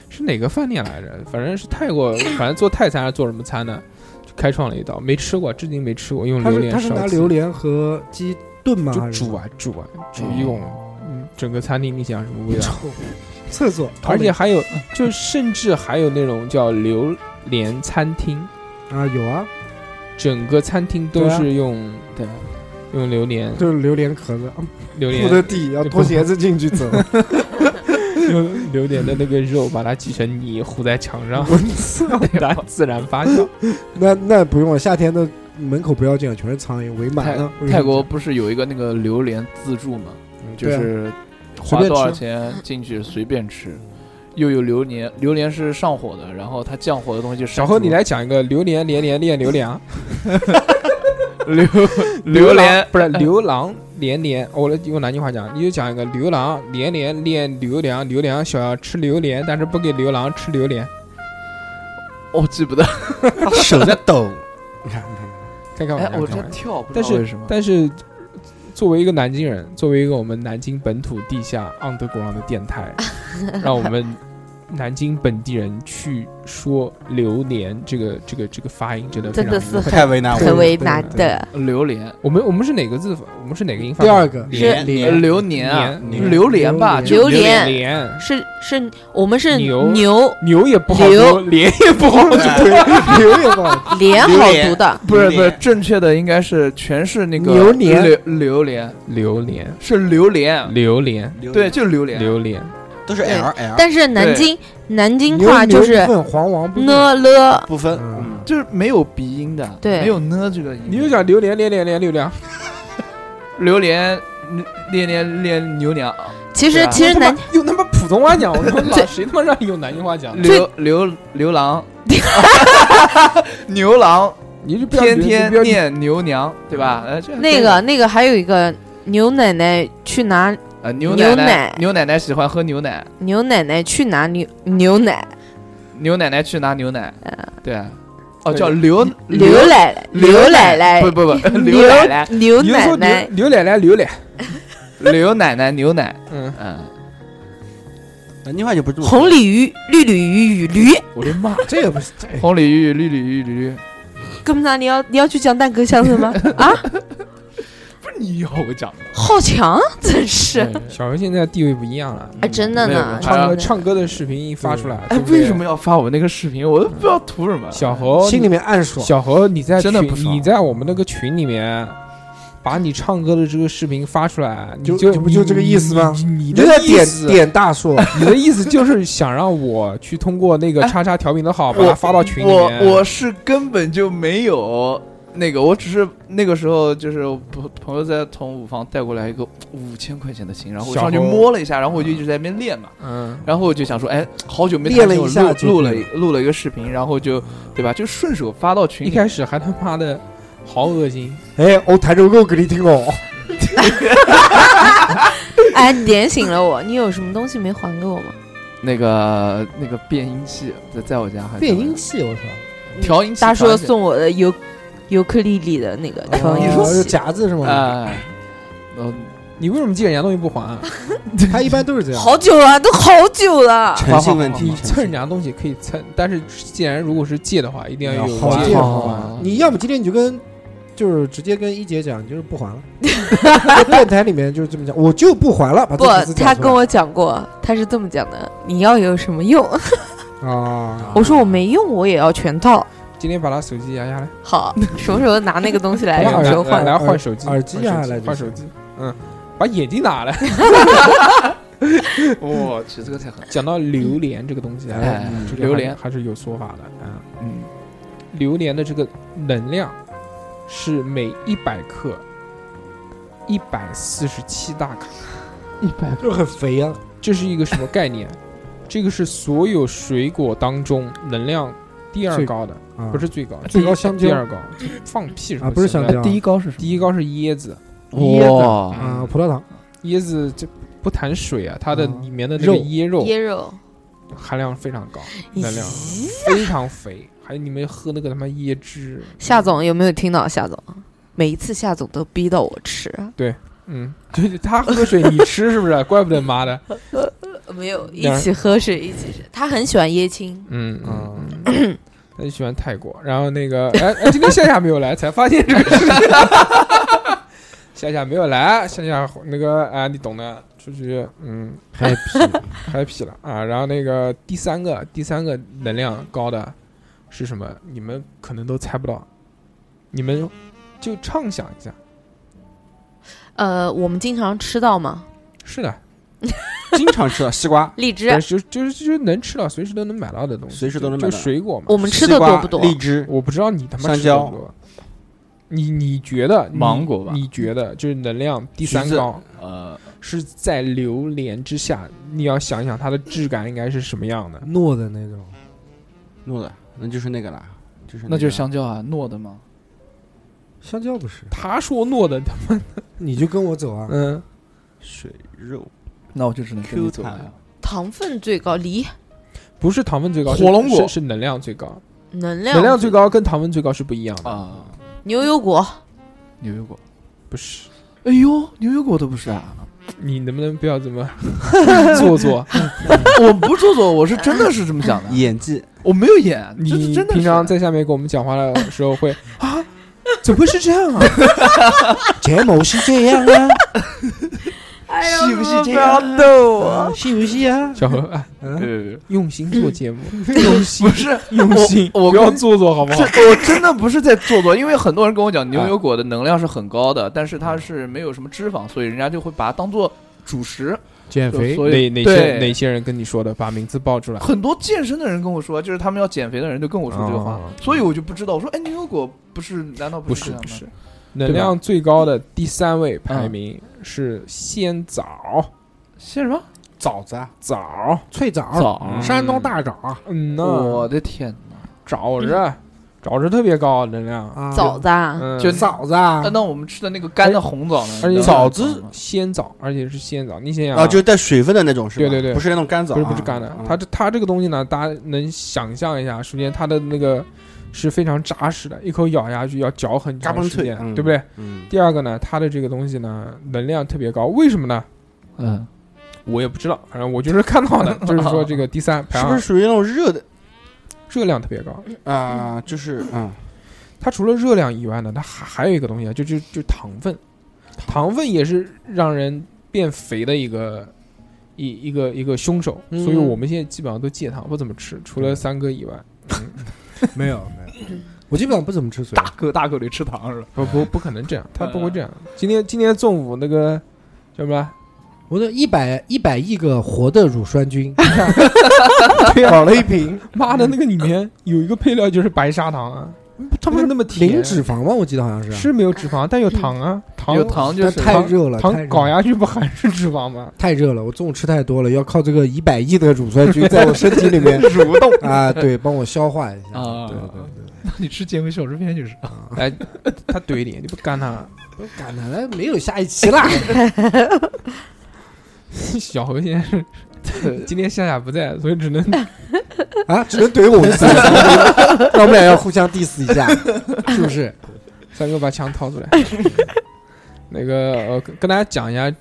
Speaker 1: 是哪个饭店来着？反正是泰国，反正做泰餐还是做什么餐呢？就开创了一道，没吃过，至今没吃过，用
Speaker 2: 他
Speaker 1: 榴
Speaker 2: 是
Speaker 1: 莲
Speaker 2: 他是
Speaker 1: 烧
Speaker 2: 拿
Speaker 1: 鸡
Speaker 2: 榴莲和鸡炖吗？
Speaker 1: 就
Speaker 2: 还是哦
Speaker 1: 煮啊煮啊煮一种，嗯，整个餐厅你想什么味道？
Speaker 2: 臭厕所，
Speaker 1: 而且还有，就甚至还有那种叫榴莲餐厅，
Speaker 2: 啊有啊，
Speaker 1: 整个餐厅都
Speaker 2: 对啊
Speaker 1: 是用对用榴莲
Speaker 2: 就是榴莲壳子，
Speaker 1: 榴
Speaker 2: 铺的
Speaker 1: 莲
Speaker 2: 地要脱鞋子进去 走，
Speaker 1: 用 榴莲的那个肉，把它挤成泥糊在墙上， 让它自然发酵。
Speaker 2: 那那不用了，夏天的门口不要这样，全是苍蝇围满
Speaker 5: 泰
Speaker 2: 了。
Speaker 5: 泰国不是有一个那个榴莲自助吗？就
Speaker 2: 对啊
Speaker 5: 是
Speaker 2: 随
Speaker 5: 花
Speaker 2: 便
Speaker 5: 多少
Speaker 2: 吃
Speaker 5: 钱进去随便吃，又有榴莲，榴莲是上火的，然后它降火的东西就是
Speaker 1: 小
Speaker 5: 猴
Speaker 1: 何，你来讲一个榴莲连连练榴 莲啊，
Speaker 5: 榴榴莲
Speaker 1: 郎不是牛郎连连，哦我来用南京话讲，你就讲一个牛郎连连练榴莲，榴莲想要吃榴莲，但是不给牛郎吃榴莲。
Speaker 5: 我记不得，
Speaker 6: 手在啊抖，
Speaker 1: 看看
Speaker 5: 哎，
Speaker 1: 我
Speaker 5: 我
Speaker 1: 看
Speaker 5: 在
Speaker 1: 看。
Speaker 5: 跳，不知
Speaker 1: 但
Speaker 5: 道
Speaker 1: 是
Speaker 3: 嗯
Speaker 5: 为什么？
Speaker 1: 但是作为一个南京人，作为一个我们南京本土地下 underground 的电 台，让我们南京本地人去说榴莲这个这个这个发音真的非
Speaker 3: 真的
Speaker 1: 常难
Speaker 3: 是
Speaker 6: 太为难我
Speaker 3: 很
Speaker 6: 了。
Speaker 3: 为难的。
Speaker 5: 榴莲，
Speaker 1: 我们我们是哪个字？我们是哪个音发？
Speaker 2: 第二个
Speaker 1: 莲
Speaker 5: 呃
Speaker 2: 莲
Speaker 5: 榴莲啊，
Speaker 6: 莲
Speaker 5: 榴莲吧，
Speaker 2: 榴
Speaker 5: 就
Speaker 3: 榴莲
Speaker 1: 莲
Speaker 3: 是是，我们是
Speaker 1: 牛
Speaker 3: 牛
Speaker 1: 牛也不好
Speaker 3: 榴
Speaker 1: 读，莲也不好读。
Speaker 2: 榴莲吧，
Speaker 3: 莲
Speaker 6: 榴
Speaker 3: 好
Speaker 6: 莲
Speaker 3: 读的，
Speaker 5: 不是不
Speaker 6: 榴
Speaker 5: 是
Speaker 6: 莲
Speaker 5: 正确的应该是全是那个
Speaker 2: 榴莲
Speaker 5: 榴榴莲
Speaker 1: 榴莲，
Speaker 5: 是榴莲，
Speaker 1: 榴莲，
Speaker 5: 对，就是榴莲，
Speaker 1: 榴莲，
Speaker 6: 都是
Speaker 3: 对
Speaker 6: L L
Speaker 3: 但是南
Speaker 5: 对
Speaker 3: 京南京
Speaker 2: 牛
Speaker 3: 话就
Speaker 2: 牛
Speaker 3: 是
Speaker 2: 不分黄王不分
Speaker 3: 呢了，
Speaker 6: 不分，
Speaker 2: 嗯
Speaker 6: 嗯
Speaker 5: 就是没有鼻音的，
Speaker 3: 对
Speaker 5: 没有呢这个音。
Speaker 1: 你就讲榴莲，莲莲莲榴莲，
Speaker 5: 榴莲，恋恋恋牛娘，
Speaker 3: 其
Speaker 5: 对
Speaker 3: 实
Speaker 5: 啊
Speaker 3: 其实
Speaker 1: 他妈
Speaker 3: 南
Speaker 1: 用他妈普通话 讲，我他妈
Speaker 3: 对
Speaker 1: 谁他妈让你用南京话讲？
Speaker 5: 牛牛牛郎，牛郎
Speaker 1: 你就不要
Speaker 5: 天
Speaker 1: 你
Speaker 5: 天
Speaker 1: 不要
Speaker 5: 念牛娘，对吧？呃，这
Speaker 3: 那个那个还有一个牛奶奶去拿
Speaker 5: 呃牛
Speaker 3: 牛
Speaker 5: 奶
Speaker 3: 奶
Speaker 5: 牛奶奶喜欢喝牛奶，
Speaker 3: 牛奶奶去拿牛牛奶
Speaker 5: 牛奶奶去拿牛奶，对，哦
Speaker 1: 对
Speaker 5: 叫刘
Speaker 3: 呃刘奶奶刘奶奶
Speaker 5: 不不 不，
Speaker 3: 牛
Speaker 5: 刘奶奶
Speaker 3: 牛
Speaker 1: 你就
Speaker 3: 奶
Speaker 1: 说
Speaker 3: 奶
Speaker 1: 刘刘奶奶刘奶，
Speaker 5: 刘奶奶牛奶，
Speaker 1: 嗯，
Speaker 5: 嗯，
Speaker 6: 南京话就不是这么
Speaker 3: 红鲤鱼绿鲤鱼与驴。
Speaker 1: 我的妈，
Speaker 2: 这个不是哎这
Speaker 5: 红鲤鱼绿鲤鱼绿鲤鱼，
Speaker 3: 哥们呐，你要你要去讲蛋壳相声吗？啊，
Speaker 5: 不是你要我讲的，
Speaker 3: 好强，真是！
Speaker 1: 小何现在地位不一样了，
Speaker 3: 哎，真的
Speaker 5: 没有没有
Speaker 3: 呢，
Speaker 5: 还
Speaker 1: 唱
Speaker 5: 有
Speaker 1: 歌唱歌的视频一发出来，
Speaker 5: 哎
Speaker 1: 对不，对
Speaker 5: 为什么要发我那个视频？我都不知道图什么。
Speaker 1: 小何
Speaker 2: 心里面暗爽，
Speaker 1: 小何你在
Speaker 5: 真的
Speaker 1: 群
Speaker 5: 不爽
Speaker 1: 你在我们那个群里面把你唱歌的这个视频发出来，你
Speaker 2: 就
Speaker 1: 就
Speaker 2: 就不就这个意思吗
Speaker 1: 你你你
Speaker 2: 你
Speaker 1: 的
Speaker 2: 就在
Speaker 1: 意
Speaker 2: 点
Speaker 1: 思，
Speaker 2: 点大硕，
Speaker 1: 你的意思就是想让我去通过那个
Speaker 5: 哎
Speaker 1: 叉叉调频的号哦把它发到群里
Speaker 5: 我
Speaker 1: 面。
Speaker 5: 我我是根本就没有那个，我只是那个时候就是我朋朋友在从五房带过来一个五千块钱的琴，然后我
Speaker 1: 小
Speaker 5: 上去
Speaker 1: 猴
Speaker 5: 摸了一下，然后我就一直在那边练嘛。
Speaker 1: 嗯，
Speaker 5: 然后我就想说，哎，好久没
Speaker 2: 练
Speaker 5: 弹琴
Speaker 2: 了一下
Speaker 5: 我
Speaker 2: 就
Speaker 5: 录录了
Speaker 2: 对
Speaker 5: 一录了一个视频，然后就对吧，就顺手发到群
Speaker 1: 一
Speaker 5: 里。
Speaker 1: 开始还他妈的好恶心，
Speaker 2: 哎，我弹首歌给你听哦。
Speaker 3: 哎，你点醒了我，你有什么东西没还给我吗？
Speaker 5: 那个那个变音器在在我家还
Speaker 2: 变音器，我操！
Speaker 5: 调音器
Speaker 3: 大
Speaker 5: 调
Speaker 3: 叔
Speaker 5: 音器
Speaker 3: 送我的尤尤克里里的那个调音
Speaker 5: 你
Speaker 2: 哦
Speaker 5: 说
Speaker 2: 有
Speaker 3: 器，
Speaker 2: 夹子是吗？
Speaker 5: 哎，嗯，
Speaker 1: 你为什么借人家东西不还？啊
Speaker 2: 他一般都是这样。
Speaker 3: 好久了，都好久了。
Speaker 6: 诚信问题
Speaker 1: 你，
Speaker 6: 诚
Speaker 1: 蹭人
Speaker 6: 信
Speaker 1: 家的东西可以蹭，但是既然如果是借的话，一定要有
Speaker 2: 好
Speaker 1: 还
Speaker 2: 借
Speaker 5: 好
Speaker 2: 好
Speaker 5: 好
Speaker 2: 吧？哦你要不今天你就跟，就是直接跟一姐讲，你就是不还了。在电台里面就是这么讲，我就不还了。把这
Speaker 3: 不
Speaker 2: 个词，讲
Speaker 3: 他
Speaker 2: 出
Speaker 3: 跟
Speaker 2: 来
Speaker 3: 我讲过，他是这么讲的：你要有什么用？
Speaker 2: 啊，
Speaker 3: 我说我没用，我也要全套。
Speaker 1: 今天把他手机压下来，
Speaker 3: 好，什么时候拿那个东西来，
Speaker 1: 来
Speaker 2: 哎
Speaker 3: 什么时候
Speaker 1: 来
Speaker 3: 换？
Speaker 1: 来换手机，
Speaker 2: 耳机
Speaker 1: 换
Speaker 2: 啊
Speaker 1: 手
Speaker 2: 来
Speaker 1: 机
Speaker 2: 就
Speaker 1: 换
Speaker 2: 是
Speaker 1: 手机，嗯，把眼睛拿来。
Speaker 5: 我去，这个太狠，
Speaker 1: 讲到榴莲这个东西啊，
Speaker 5: 哎
Speaker 1: 这个还
Speaker 5: 榴莲
Speaker 1: 还是有说法的啊。
Speaker 5: 嗯，
Speaker 1: 榴莲的这个能量是每一百克一百四十七大卡，
Speaker 5: 一百
Speaker 2: 就是很肥啊。
Speaker 1: 这是一个什么概念？这个是所有水果当中能量第二
Speaker 2: 最
Speaker 1: 高的，
Speaker 2: 啊
Speaker 3: 嗯
Speaker 1: 不是最高，
Speaker 2: 最
Speaker 1: 第一
Speaker 2: 高香
Speaker 1: 第
Speaker 2: 蕉
Speaker 1: 二高，放屁什么
Speaker 2: 啊不是香蕉
Speaker 5: 第一高是什么？
Speaker 1: 第一高是椰子，
Speaker 2: 椰
Speaker 5: 哇，
Speaker 2: 啊，葡萄糖
Speaker 1: 椰子这不含水啊，它的
Speaker 2: 嗯
Speaker 1: 里面的那个
Speaker 2: 肉
Speaker 1: 椰肉
Speaker 3: 椰肉，
Speaker 1: 含量非常高，
Speaker 3: 咦
Speaker 1: 能量非常肥。还有你们喝那个他妈椰汁，
Speaker 3: 夏总有没有听到？夏总，每一次夏总都逼到我吃，啊
Speaker 1: 嗯，对，他喝水你吃是不是？ 怪不得妈的，
Speaker 3: 没有
Speaker 1: 嗯
Speaker 3: 一
Speaker 1: 两人
Speaker 3: 起喝水，一起吃。他很喜欢椰青，
Speaker 1: 嗯嗯，
Speaker 2: 啊，
Speaker 1: 他就喜欢泰国。然后那个， 哎哎，今天夏夏没有来，才发现这个事情。夏夏没有来，夏夏那个啊，你懂的，出去嗯
Speaker 2: 嗨，
Speaker 1: happy 了啊。然后那个第三个，第三个能量高的是什么？你们可能都猜不到，你们就畅想一下。
Speaker 3: 呃，我们经常吃到嘛，
Speaker 1: 是的，
Speaker 6: 经常吃啊，西瓜，
Speaker 3: 荔枝
Speaker 1: 但，是就就是就是能吃到，随时都能买到的东西，
Speaker 6: 随时都能
Speaker 1: 就
Speaker 6: 买
Speaker 1: 就
Speaker 6: 到
Speaker 1: 水果嘛。
Speaker 3: 我们吃的
Speaker 6: 西瓜
Speaker 3: 多不多？
Speaker 6: 荔枝，
Speaker 1: 我不知道你他妈
Speaker 6: 香
Speaker 1: 吃多
Speaker 6: 蕉
Speaker 1: 不多你你觉得你
Speaker 5: 芒果吧
Speaker 1: 你觉得就是能量第三
Speaker 6: 橘子
Speaker 1: 高
Speaker 5: 呃，
Speaker 1: 是在榴莲之下，你要想一想它的质感应该是什么样的？
Speaker 2: 嗯糯的那种，
Speaker 6: 弄的，那就是那个啦，就是
Speaker 5: 那
Speaker 6: 个
Speaker 5: 就是香蕉啊，糯的吗？
Speaker 2: 香蕉不是？
Speaker 1: 他说糯的，
Speaker 2: 你就跟我走 啊。
Speaker 1: 嗯，
Speaker 6: 水肉，
Speaker 5: 那我就只能跟你
Speaker 6: Q
Speaker 5: 走
Speaker 6: 弹
Speaker 5: 了。
Speaker 3: 糖分最高，梨
Speaker 1: 不是糖分最高，
Speaker 5: 火龙果
Speaker 1: 是是是能量最高，
Speaker 3: 能量
Speaker 1: 能量最啊高跟糖分最高是不一样的，
Speaker 5: 啊，
Speaker 3: 牛油果，
Speaker 5: 牛油果。
Speaker 1: 不是？
Speaker 5: 哎呦，牛油果都不是啊！
Speaker 1: 你能不能不要这么做作？
Speaker 5: 我不是做作，我是真的是这么想 的，
Speaker 6: 演技
Speaker 5: 我没有演，这是
Speaker 1: 你
Speaker 5: 真的是。
Speaker 1: 平常在下面跟我们讲话的时候会啊，怎么会是这样啊？
Speaker 2: 节目是这样啊，
Speaker 3: 哎
Speaker 5: 呦是不是这
Speaker 3: 要
Speaker 5: 样
Speaker 3: 逗
Speaker 2: 啊？是不是啊？
Speaker 1: 小何，啊
Speaker 2: 嗯，
Speaker 5: 对
Speaker 1: 用心做节目， 用心
Speaker 5: 不是
Speaker 1: 用心，
Speaker 5: 我我
Speaker 1: 不要
Speaker 5: 跟
Speaker 1: 做作好不好？
Speaker 5: 这我真的不是在做作，因为很多人跟我讲牛油果的能量是很高的，但是它是没有什么脂肪，所以人家就会把它当做主食。
Speaker 2: 减
Speaker 5: 肥所
Speaker 1: 哪
Speaker 5: 以
Speaker 1: 哪些
Speaker 5: 对
Speaker 1: 哪些人跟你说的？把名字报出来。
Speaker 5: 很多健身的人跟我说，就是他们要减肥的人就跟我说这个话
Speaker 1: 哦，
Speaker 5: 所以我就不知道。我说，哎，牛油果不是？难道
Speaker 1: 不
Speaker 5: 是
Speaker 1: 是
Speaker 5: 这样
Speaker 1: 不
Speaker 5: 吗？
Speaker 1: 是，能量最高的第三位排名是鲜枣，
Speaker 5: 鲜什么？
Speaker 6: 枣子啊，
Speaker 1: 枣，
Speaker 2: 脆枣，
Speaker 5: 枣
Speaker 2: 山东大枣啊
Speaker 1: 嗯呐，
Speaker 5: 我的天哪！
Speaker 1: 枣子，枣子特别高能量，
Speaker 2: 啊，
Speaker 3: 枣子啊，
Speaker 1: 嗯，
Speaker 5: 就
Speaker 2: 枣子啊
Speaker 5: 那， 那我们吃的那个干的红枣呢？
Speaker 1: 而且
Speaker 5: 你知道
Speaker 1: 枣
Speaker 5: 吗
Speaker 1: 子鲜枣，而且是鲜枣，你想想
Speaker 6: 啊，就是带水分的那种是吧？
Speaker 1: 对对对
Speaker 6: 不是那种干枣啊，
Speaker 1: 不是不是干的
Speaker 6: 啊，
Speaker 1: 它这它这个东西呢，大家能想象一下，首先它的那个是非常扎实的，一口咬下去要嚼很
Speaker 6: 嘎
Speaker 1: 长
Speaker 6: 嘣
Speaker 1: 时
Speaker 6: 脆
Speaker 1: 间，
Speaker 6: 嗯
Speaker 1: 对不对？
Speaker 6: 嗯，
Speaker 1: 第二个呢，它的这个东西呢，能量特别高，为什么呢？
Speaker 5: 嗯，
Speaker 1: 我也不知道，反正我就是看到 的，就是说这个第
Speaker 2: 哦
Speaker 1: 三排
Speaker 6: 是
Speaker 1: 行
Speaker 6: 不是属于那种热的
Speaker 1: 热量特别高？
Speaker 6: 啊？就是嗯，
Speaker 1: 它除了热量以外呢，它还还有一个东西啊，就就就糖分，糖分也是让人变肥的一个一一个一个凶手，
Speaker 2: 嗯
Speaker 1: 所以我们现在基本上都戒糖，不怎么吃，除了三哥以外。
Speaker 2: 没有没有，我基本上不怎么吃水
Speaker 5: 大，口大口的吃糖是吧？
Speaker 1: 不
Speaker 2: 哎
Speaker 1: 不不可能这样，
Speaker 2: 呃
Speaker 1: 他不会这样。今天今天中午那个叫什 么？
Speaker 2: 我的一百一百亿个活的乳酸菌，
Speaker 1: 对啊，
Speaker 2: 搞了一瓶，
Speaker 1: 妈的那个里面有一个配料就是白砂糖啊，
Speaker 2: 它不
Speaker 1: 不
Speaker 2: 是
Speaker 1: 是那么甜
Speaker 2: 零脂啊肪吗？我记得好像是，
Speaker 1: 是没有脂肪，但有糖啊，糖
Speaker 5: 有糖就
Speaker 2: 但
Speaker 5: 是
Speaker 2: 太热了，太
Speaker 1: 糖
Speaker 2: 热
Speaker 1: 搞
Speaker 2: 了
Speaker 1: 下去不还是脂肪吗？
Speaker 2: 太热了，我中午吃太多了，要靠这个一百亿的乳酸菌在我身体里面
Speaker 5: 蠕动
Speaker 2: 啊，对，帮我消化一下。
Speaker 5: 啊
Speaker 2: 对对
Speaker 5: 那你吃健胃消食片就是
Speaker 1: 来，他哎怼你，你不干 他，
Speaker 2: 对，干他了，没有下一期啦。
Speaker 1: 小何现在是今天夏夏不在，所以只 能
Speaker 2: 啊，只能怼我一次，那我们俩要互相 diss 一下，是不是？
Speaker 1: 三哥把枪掏 出来。那个，呃，跟跟大家讲一下，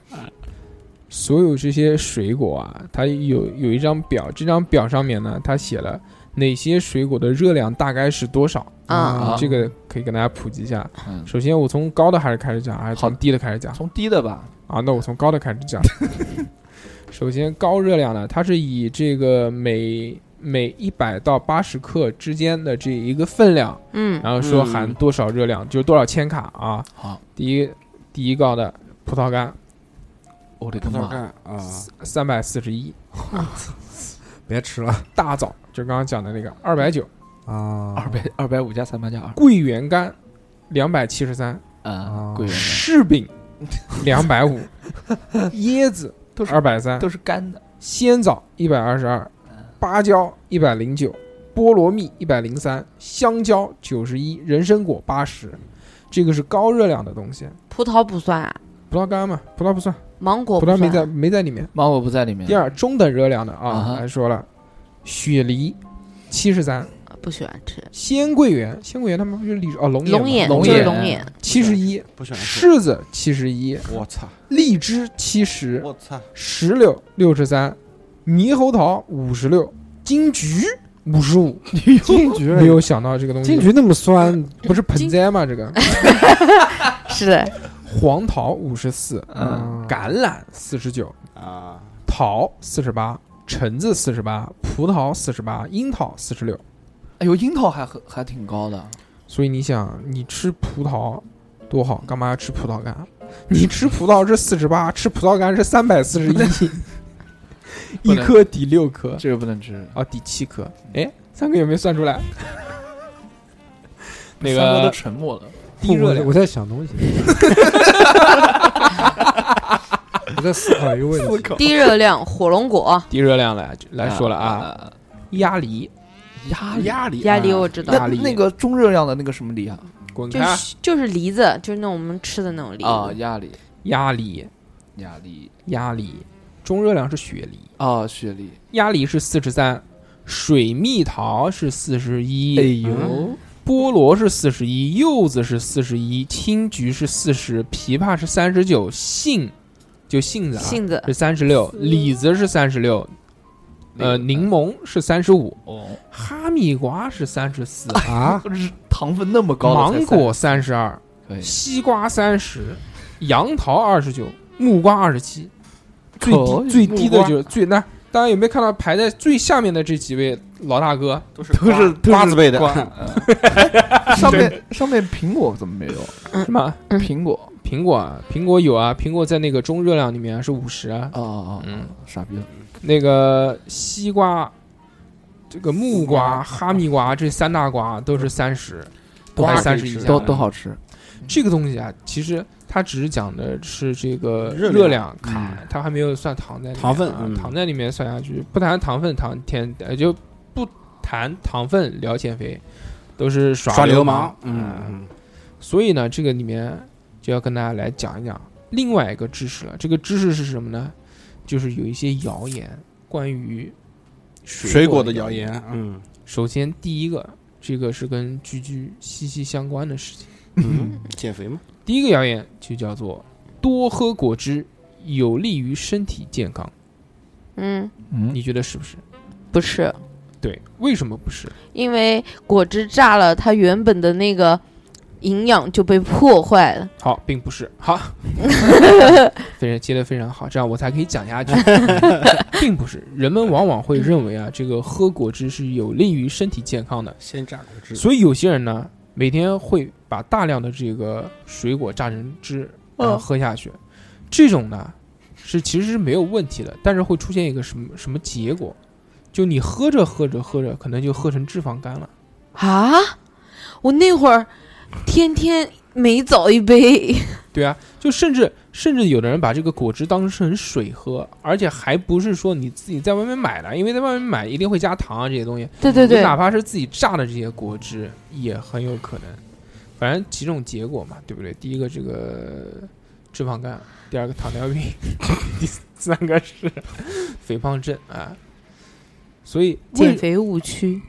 Speaker 1: 所有这些水果啊，它有有一张表，这张表上面呢，它写了哪些水果的热量大概是多少嗯
Speaker 3: 啊
Speaker 1: 这个可以跟大家普及一下。
Speaker 5: 嗯
Speaker 1: 首先，我从高的还是开始讲，还是从低的开始讲？
Speaker 5: 从低的吧，
Speaker 1: 啊，那我从高的开始讲。 首先，高热量呢，它是以这个每每一百到八十克之间的这一个分量，
Speaker 3: 嗯，
Speaker 1: 然后说含多少热量，就是多少千卡啊。
Speaker 5: 好，
Speaker 1: 第一第一高的葡萄干啊
Speaker 5: 我的个
Speaker 6: 葡萄
Speaker 5: 妈，
Speaker 6: 干啊，
Speaker 1: 三百四十一，
Speaker 2: 别吃了
Speaker 1: 大枣就刚刚讲的那个二百九，
Speaker 2: 啊！
Speaker 5: 二百二百五加三八加二
Speaker 1: 桂圆干两百七十三，
Speaker 5: 啊
Speaker 2: 啊，
Speaker 5: 贵人
Speaker 1: 柿饼两百五，椰子
Speaker 5: 都是
Speaker 1: 二百三，
Speaker 5: 都是干的，
Speaker 1: 鲜枣一百二十二，芭蕉一百零九，菠萝蜜一百零三，香蕉九十一，人参果八十，这个是高热量的东西。
Speaker 3: 葡萄不算啊，
Speaker 1: 葡萄干嘛，葡萄不算，
Speaker 3: 芒果
Speaker 1: 葡
Speaker 3: 不
Speaker 1: 萄
Speaker 3: 算啊。嗯
Speaker 1: 没在没在里面。
Speaker 5: 芒果不在里面
Speaker 1: 第。二，中等热量的
Speaker 5: 啊
Speaker 1: 啊，
Speaker 5: 哈
Speaker 1: 还说了，雪梨七十三，
Speaker 3: 不喜欢吃。
Speaker 1: 鲜桂圆，鲜桂圆他们不就是李哦龙
Speaker 3: 龙
Speaker 1: 眼
Speaker 3: 眼
Speaker 1: 吗
Speaker 5: 龙
Speaker 3: 就是
Speaker 5: 眼
Speaker 3: 龙眼，
Speaker 1: 七十一，
Speaker 6: 不喜欢吃。
Speaker 1: 柿子七十一，
Speaker 6: 我操！
Speaker 1: 荔枝七十，
Speaker 6: 我操！
Speaker 1: 石榴六十三，猕猴桃五十六，金桔五十五。
Speaker 2: 金桔，
Speaker 5: 哎
Speaker 1: 没有想到这个东西，
Speaker 2: 金桔那么酸，
Speaker 1: 不是盆栽吗？这个
Speaker 3: 是的，
Speaker 1: 黄桃五十四，
Speaker 5: 嗯
Speaker 1: 橄榄四十九，
Speaker 6: 啊，
Speaker 1: 桃四十八，橙子四十八，葡萄四十八，樱桃四十六。
Speaker 5: 哎呦，樱桃还很还挺高的，
Speaker 1: 所以你想，你吃葡萄多好，干嘛要吃葡萄干？你吃葡萄是四十八，吃葡萄干是三百四十一，
Speaker 5: 不
Speaker 1: 一
Speaker 5: 能
Speaker 1: 颗抵六颗，
Speaker 5: 这个不能吃。
Speaker 1: 啊，抵七颗。哎，三哥有没有算出来？那
Speaker 5: 三哥都
Speaker 1: 个
Speaker 5: 沉默了，
Speaker 1: 低热量，
Speaker 2: 我在想东西， 我在思考一个问题。
Speaker 3: 低热量火龙果，
Speaker 1: 低热量来来说了啊，，鸭梨，
Speaker 5: 鸭
Speaker 6: 压力
Speaker 3: 鸭梨我知道，
Speaker 1: 鸭
Speaker 5: 那
Speaker 1: 梨
Speaker 5: 那个中热量的那个什么梨啊？
Speaker 1: 滚
Speaker 3: 就
Speaker 1: 开！
Speaker 3: 是就是梨子，就是那种我们吃的那种梨
Speaker 1: 哦
Speaker 5: 啊，鸭梨，
Speaker 1: 鸭梨，
Speaker 5: 鸭梨
Speaker 1: 鸭梨，中热量是雪梨，
Speaker 5: 啊，雪梨。
Speaker 1: 鸭梨是四十三，水蜜桃是四十
Speaker 3: 嗯
Speaker 5: 哎
Speaker 1: 一，
Speaker 5: 呦，
Speaker 1: 菠萝是四十一，柚子是四十一，青桔是四十，枇杷是三十九，杏就杏子啊
Speaker 3: 杏子
Speaker 1: 是三十六，李子是三十六，呃，柠檬是三十五，
Speaker 5: 哎哦，
Speaker 1: 哈密瓜是三十四，
Speaker 2: 啊，
Speaker 5: 日糖分那么高的
Speaker 1: 芒
Speaker 5: 才
Speaker 1: 果三十二，
Speaker 5: 可以
Speaker 1: 西瓜三十，杨桃二十九，木瓜二十七，最
Speaker 5: 可
Speaker 1: 低
Speaker 5: 以
Speaker 1: 最低
Speaker 5: 木
Speaker 1: 的
Speaker 5: 瓜
Speaker 1: 就是最那。大家有没有看到排在最下面的这几位老大哥？
Speaker 6: 都是
Speaker 5: 都是都
Speaker 6: 瓜
Speaker 5: 是
Speaker 6: 子辈的
Speaker 5: 瓜嗯上面上面苹果怎么没有？
Speaker 1: 什么？
Speaker 3: 嗯
Speaker 5: 苹果
Speaker 1: 苹果啊，苹果有啊，苹果在那个中热量里面啊是五十啊。
Speaker 5: 哦哦哦，
Speaker 1: 嗯，
Speaker 5: 傻逼了，
Speaker 1: 那个西瓜，这个木瓜、哈密瓜这三大瓜都是三十，都还
Speaker 6: 瓜
Speaker 1: 三
Speaker 6: 可
Speaker 1: 十
Speaker 6: 以吃
Speaker 1: 以下
Speaker 5: 都
Speaker 1: 呢
Speaker 5: 都好吃。
Speaker 1: 这个东西啊，其实它只是讲的是这个
Speaker 6: 热量嗯
Speaker 1: 热量卡，它还没有算糖在里面啊
Speaker 6: 糖分嗯
Speaker 1: 糖在里面算下去，不谈糖分，糖甜呃就不谈糖分聊减肥，都是耍
Speaker 6: 耍流
Speaker 1: 氓啊
Speaker 6: 氓。。嗯，
Speaker 1: 所以呢，这个里面就要跟大家来讲一讲另外一个知识了。这个知识是什么呢？就是有一些谣言关于
Speaker 6: 水果
Speaker 1: 果
Speaker 6: 的
Speaker 1: 谣
Speaker 6: 谣言。，嗯
Speaker 1: 首先第一个，这个是跟居居息息相关的事情。
Speaker 6: 嗯，减肥吗？
Speaker 1: 第一个谣言就叫做多喝果汁有利于身体健康，
Speaker 3: 嗯，
Speaker 5: 嗯，
Speaker 1: 你觉得是不是？
Speaker 3: 不是，
Speaker 1: 对，为什么不是？
Speaker 3: 因为果汁榨了，它原本的那个营养就被破坏了。
Speaker 1: 好，并不是好，非常接得非常好，这样我才可以讲下 去。并不是，人们往往会认为啊，这个喝果汁是有利于身体健康的，
Speaker 6: 鲜榨果汁
Speaker 1: 所以有些人呢每天会把大量的这个水果榨成汁，然后喝下去。这种呢是其实是没有问题的，但是会出现一个什么什么结果？就你喝着喝着喝着，可能就喝成脂肪肝了。
Speaker 3: 啊！我那会儿天天每早一杯，
Speaker 1: 对啊，就甚至甚至有的人把这个果汁当成水喝，而且还不是说你自己在外面买的，因为在外面买一定会加糖啊这些东西。
Speaker 3: 对对
Speaker 1: 你
Speaker 3: 对，
Speaker 1: 哪怕是自己榨的这些果汁也很有可能。反正几种结果嘛，对不对？第一个这个脂肪肝，第二个糖尿病， 第三个是肥胖症啊。所以
Speaker 3: 减
Speaker 1: 为
Speaker 3: 肥误区。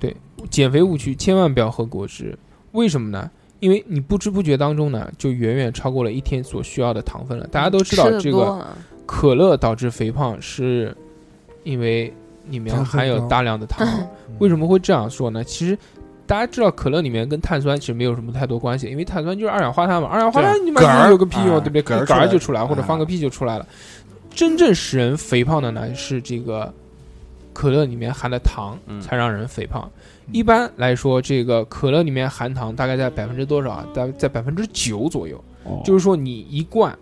Speaker 1: 减肥误区千万不要喝果汁，为什么呢？因为你不知不觉当中呢，就远远超过了一天所需要的糖分了。大家都知道
Speaker 3: 吃得
Speaker 1: 这
Speaker 3: 多啊
Speaker 1: 个
Speaker 3: 了
Speaker 1: 可乐导致肥胖，是因为里面
Speaker 2: 糖分
Speaker 1: 含有
Speaker 2: 高
Speaker 1: 大量的糖。为什么会这样说呢？其实大家知道可乐里面跟碳酸其实没有什么太多关系，因为碳酸就是二氧化碳嘛，二氧化碳你妈
Speaker 6: 嗝儿
Speaker 1: 有个屁用，
Speaker 6: 啊
Speaker 1: 对不对？
Speaker 6: 嗝
Speaker 1: 嗝
Speaker 6: 儿
Speaker 1: 儿
Speaker 6: 出来
Speaker 1: 就出来，或者
Speaker 6: 啊
Speaker 1: 放个屁就出来了。真正使人肥胖的呢是这个可乐里面含的糖
Speaker 6: 嗯
Speaker 1: 才让人肥胖。一般来说，这个可乐里面含糖大概在百分之多少啊？在在百分之九左右。
Speaker 6: 哦
Speaker 1: 就是说你一罐，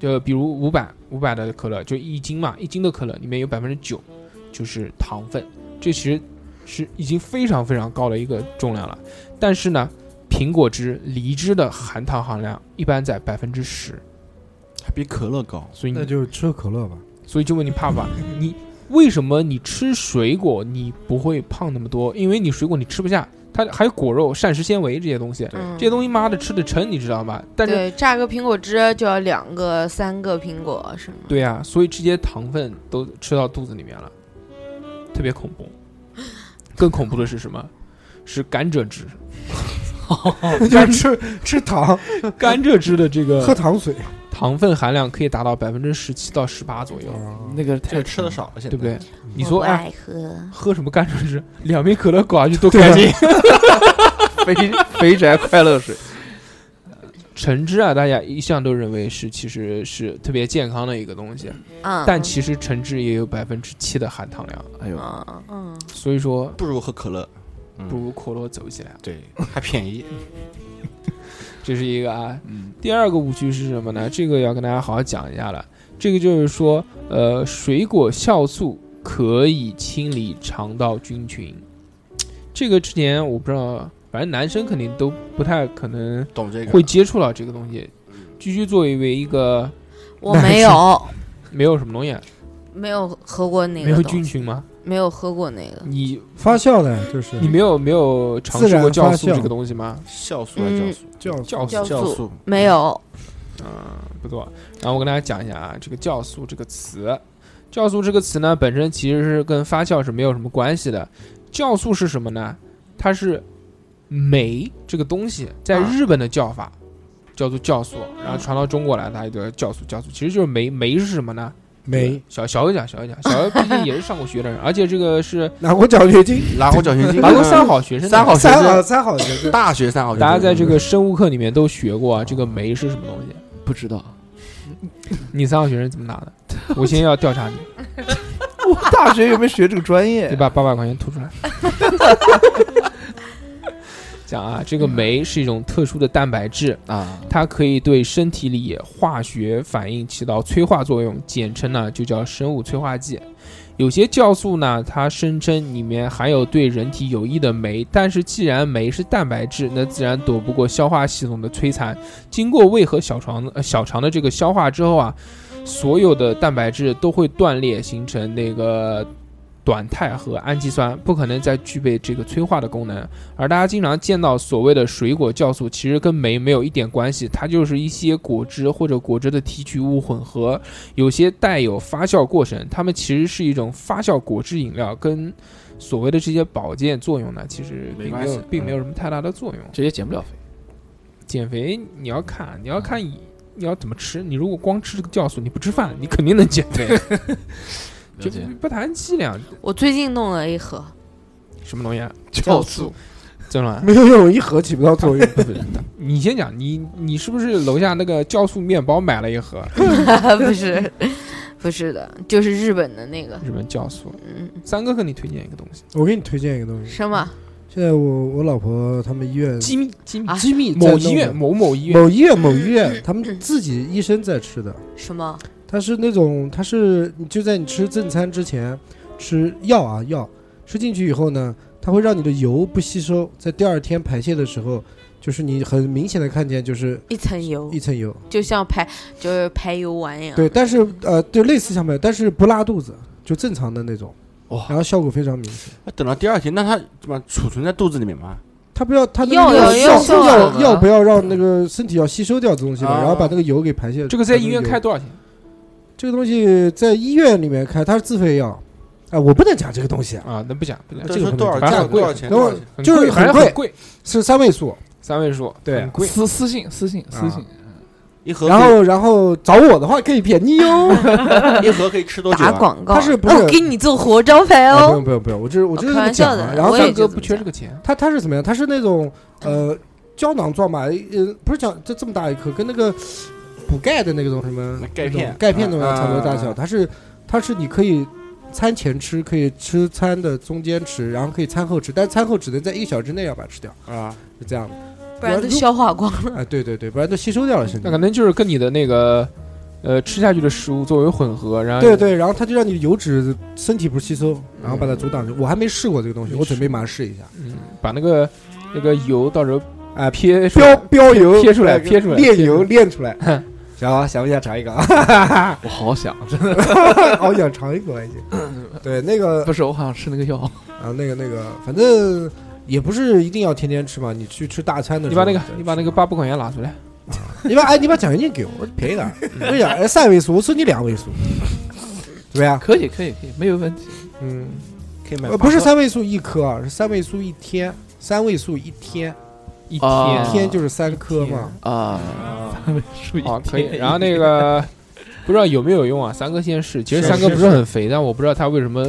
Speaker 1: 就比如五百五百的可乐，就一斤嘛，一斤的可乐里面有百分之九就是糖分，这其实是已经非常非常高的一个重量了。但是呢，苹果汁、梨汁的含糖含量一般在百分之十，
Speaker 6: 还比可乐高。
Speaker 1: 所以
Speaker 2: 那
Speaker 1: 你
Speaker 2: 就吃可乐吧。
Speaker 1: 所以就问你怕不怕？你为什么你吃水果你不会胖那么多？因为你水果你吃不下，它还有果肉、膳食纤维这些东西，
Speaker 3: 嗯
Speaker 1: 这些东西妈的吃的撑，你知道吗？但是
Speaker 3: 对，榨个苹果汁就要两个、三个苹果，是吗？
Speaker 1: 对呀、所以这些糖分都吃到肚子里面了，特别恐怖。更恐怖的是什么？是甘蔗汁，
Speaker 2: 那 就吃吃糖，
Speaker 1: 甘蔗汁的这
Speaker 2: 喝
Speaker 1: 个
Speaker 2: 糖水。
Speaker 1: 糖分含量可以达到百分之十七到十八左右，
Speaker 5: 那个
Speaker 6: 这
Speaker 5: 太
Speaker 6: 个吃的少了，现在
Speaker 1: 对不对？？
Speaker 3: 嗯
Speaker 1: 你说哎，
Speaker 3: 喝，
Speaker 1: 喝什么甘蔗汁？两瓶可乐搞下去多开心！
Speaker 5: 肥肥宅快乐水，
Speaker 1: 橙汁啊，大家一向都认为是其实是特别健康的一个东西，
Speaker 3: 嗯，
Speaker 1: 但其实橙汁也有百分之七的含糖量，
Speaker 5: 哎呦，
Speaker 3: 嗯嗯，
Speaker 1: 所以说
Speaker 6: 不如喝可乐，
Speaker 1: 不如可乐走起来。
Speaker 6: 对，还便宜。
Speaker 1: 啊这是一个啊。
Speaker 5: 嗯
Speaker 1: 第二个误区是什么呢？这个要跟大家好好讲一下了。这个就是说，呃，水果酵素可以清理肠道菌群。这个之前我不知道，反正男生肯定都不太可能
Speaker 6: 懂这个
Speaker 1: 会接触到这个东西。
Speaker 3: 嗯
Speaker 1: 居居作为一个
Speaker 3: 我没有
Speaker 1: 没有什么东西，啊
Speaker 3: 没有喝过那
Speaker 1: 没
Speaker 3: 个
Speaker 1: 有
Speaker 3: 东
Speaker 1: 菌
Speaker 3: 西，嗯
Speaker 1: 群吗？
Speaker 3: 没有喝过那个，
Speaker 1: 你
Speaker 2: 发酵的，就是
Speaker 1: 你没有没有尝
Speaker 2: 自
Speaker 1: 试
Speaker 2: 然
Speaker 1: 过酵
Speaker 2: 发
Speaker 1: 素
Speaker 2: 酵
Speaker 1: 这个东西吗？
Speaker 6: 酵素还是酵
Speaker 2: 酵
Speaker 6: 素？
Speaker 2: 素
Speaker 1: 酵素
Speaker 3: 酵
Speaker 6: 酵
Speaker 3: 素
Speaker 6: 素
Speaker 3: 没有，
Speaker 1: 嗯不错。然后我跟大家讲一下啊，这个酵素这个词，酵素这个词呢，本身其实是跟发酵是没有什么关系的。酵素是什么呢？它是酶这个东西，在
Speaker 3: 啊
Speaker 1: 日本的叫法、叫做酵素，然后传到中国来，它就叫酵素。酵素其实就是酶，酶是什么呢？
Speaker 2: 没
Speaker 1: 小小欧讲，小欧讲， 小欧毕竟也是上过学的人，而且这个是
Speaker 2: 拿过奖学金，
Speaker 6: 拿过奖学金，
Speaker 1: 拿过三好哦学生的，
Speaker 6: 三好学
Speaker 2: 三好
Speaker 6: 生，
Speaker 2: 三好学生，
Speaker 6: 大学三好学生。
Speaker 1: 大家在这个生物课里面都学过啊，这个酶是什么东西？
Speaker 5: 不知道，
Speaker 1: 你三好学生怎么拿的？我现在要调查你。
Speaker 5: 我大学有没有学这个专业
Speaker 1: 你？把八百块钱吐出来。 讲啊，这个酶是一种特殊的蛋白质，
Speaker 5: 啊，
Speaker 1: 它可以对身体里化学反应起到催化作用，简称呢就叫生物催化剂。有些酵素呢，它声称里面含有对人体有益的酶，但是既然酶是蛋白质，那自然躲不过消化系统的摧残。经过胃和小肠、呃、小肠的这个消化之后啊，所有的蛋白质都会断裂，形成那个短肽和氨基酸，不可能再具备这个催化的功能。而大家经常见到所谓的水果酵素，其实跟酶没有一点关系，它就是一些果汁或者果汁的提取物混合，有些带有发酵过程，它们其实是一种发酵果汁饮料，跟所谓的这些保健作用呢，其实
Speaker 6: 没
Speaker 1: 并
Speaker 6: 关
Speaker 1: 没有
Speaker 6: 系
Speaker 1: 并没有什么太大的作用。
Speaker 5: 这也减不了肥。
Speaker 1: 减肥你要看，你要看你你要怎么吃。你如果光吃这个酵素，你不吃饭，你肯定能减 肥。就
Speaker 5: 了解
Speaker 1: 不谈剂量，
Speaker 3: 我最近弄了一 盒
Speaker 1: 什么东西啊？
Speaker 5: 酵素，
Speaker 1: 郑乱，
Speaker 2: 没有用一盒起不到 作用。
Speaker 1: 不是你先讲，你你是不是楼下那个酵素面包买了一盒
Speaker 3: 不是不是的，就是日本的那个，
Speaker 1: 日本酵素？
Speaker 3: 嗯，
Speaker 1: 三哥给你推荐一个东西，
Speaker 2: 我给你推荐一个东西，
Speaker 3: 什么？
Speaker 2: 现在我我老婆他们医院
Speaker 1: 机密机密
Speaker 3: 啊嗯
Speaker 2: 机密在
Speaker 1: 某
Speaker 2: 弄
Speaker 1: 医
Speaker 2: 的
Speaker 1: 院某某医院
Speaker 2: 某医院某医院，他们自己医生在吃的，
Speaker 3: 什么？
Speaker 2: 它是那种它是你就在你吃正餐之前吃药啊药，吃进去以后呢，它会让你的油不吸收，在第二天排泄的时候，就是你很明显的看见就是
Speaker 3: 一层油
Speaker 2: 一，层油，
Speaker 3: 就像排就是排油丸一样。
Speaker 2: 对，但是呃对类似像没有，但是不拉肚子，就正常的那种，
Speaker 6: 哇
Speaker 2: 然后效果非常明显。
Speaker 6: 那等到第二天，那它怎么储存在肚子里面吗？
Speaker 2: 它不要它那
Speaker 3: 药
Speaker 2: 个
Speaker 3: 有药
Speaker 2: 药
Speaker 3: 效
Speaker 5: 啊
Speaker 2: 药药不要让那个身体要吸收掉这东西嘛，
Speaker 6: 啊
Speaker 2: 然后把那个油给排泄。
Speaker 1: 这个在
Speaker 2: 排成
Speaker 1: 医院
Speaker 2: 油
Speaker 1: 开多少钱？
Speaker 2: 这个东西在医院里面开，它是自费药。哎，我不能讲这个东西啊，
Speaker 1: 啊，那不讲不讲，
Speaker 2: 这个
Speaker 6: 是
Speaker 2: 很
Speaker 6: 多少
Speaker 1: 反正
Speaker 6: 价
Speaker 1: 很贵
Speaker 6: 多少钱？
Speaker 2: 等会儿
Speaker 6: 多少钱
Speaker 1: 很
Speaker 2: 就是
Speaker 1: 贵
Speaker 2: 很
Speaker 1: 还是
Speaker 2: 贵
Speaker 1: 很贵，
Speaker 2: 是三位数。
Speaker 1: 三位数，
Speaker 2: 对
Speaker 1: 很贵。
Speaker 5: 私私信私信私信，
Speaker 6: 一盒可以
Speaker 2: 然后，然后找我的话可以便宜 哦。
Speaker 6: 一盒可以吃多久
Speaker 3: 打
Speaker 6: 啊？
Speaker 3: 广告，
Speaker 2: 它是不是
Speaker 3: 哦给你做活招牌
Speaker 2: 啊不
Speaker 3: 哦？
Speaker 2: 用不用不用，我这我这是
Speaker 3: 开玩笑
Speaker 2: 讲
Speaker 3: 的
Speaker 2: 啊。然后
Speaker 3: 我也
Speaker 2: 它
Speaker 1: 蛋
Speaker 3: 就
Speaker 1: 哥不
Speaker 3: 这么
Speaker 1: 缺
Speaker 3: 讲
Speaker 1: 这个钱，
Speaker 2: 它它是怎么样？它是那种呃胶囊状吧，呃不是讲这这么大一颗，跟那个补钙的那个种什么
Speaker 6: 钙
Speaker 2: 那种
Speaker 6: 片
Speaker 2: 钙片那种
Speaker 6: 啊
Speaker 2: 差不多大小。
Speaker 6: 啊
Speaker 2: 它是它是你可以餐前吃，可以吃餐的中间吃，然后可以餐后吃，但餐后只能在一个小时之内要把它吃掉，
Speaker 6: 啊，
Speaker 2: 是这样的。
Speaker 3: 不然
Speaker 2: 如
Speaker 3: 都消化光 了。
Speaker 2: 啊，对对对，不然都吸收掉了身体
Speaker 1: 那可。能就是跟你的那个呃吃下去的食物作为混合，然后
Speaker 2: 对对，然后它就让你油脂身体不吸收，然后把它阻挡住。我还没试过这个东西，
Speaker 1: 没
Speaker 2: 我准备
Speaker 1: 试过
Speaker 2: 马上试一下。
Speaker 1: 嗯，把那个那个油到时候
Speaker 2: 哎
Speaker 1: 撇出
Speaker 2: 标
Speaker 1: 来
Speaker 2: 标油
Speaker 1: 撇出来
Speaker 2: 那个
Speaker 1: 撇出来
Speaker 2: 炼
Speaker 1: 撇出来
Speaker 2: 油炼出来。 行啊，想不想尝一个啊？
Speaker 5: 我好想，真
Speaker 2: 好想尝一口还行。对，那个
Speaker 5: 不是我好想吃那个药，
Speaker 2: 啊，那个那个，反正也不是一定要天天吃嘛。你去吃大餐的
Speaker 1: 你
Speaker 2: 时候
Speaker 1: 把那
Speaker 2: 再吃
Speaker 1: 个
Speaker 2: 嘛，
Speaker 1: 你把那个八百块钱拿出来，
Speaker 2: 你把哎，你把奖学金给我，我便 宜点儿。我跟你讲，哎，三位数，我收你两位数，怎么样？
Speaker 5: 可以可以可以，没有问题。
Speaker 2: 嗯，
Speaker 6: 可以买
Speaker 2: 呃，不是三位数一颗啊，是三位数一天，三位数一天，
Speaker 1: 一
Speaker 5: 啊
Speaker 2: 一天就是三颗嘛。
Speaker 5: 啊，三位数一
Speaker 1: 哦，可以。
Speaker 5: 天
Speaker 1: 然后那个不知道有没有用啊？三哥先试，其实
Speaker 2: 是
Speaker 1: 三哥
Speaker 2: 是
Speaker 1: 不是很肥，但我不知道他为什么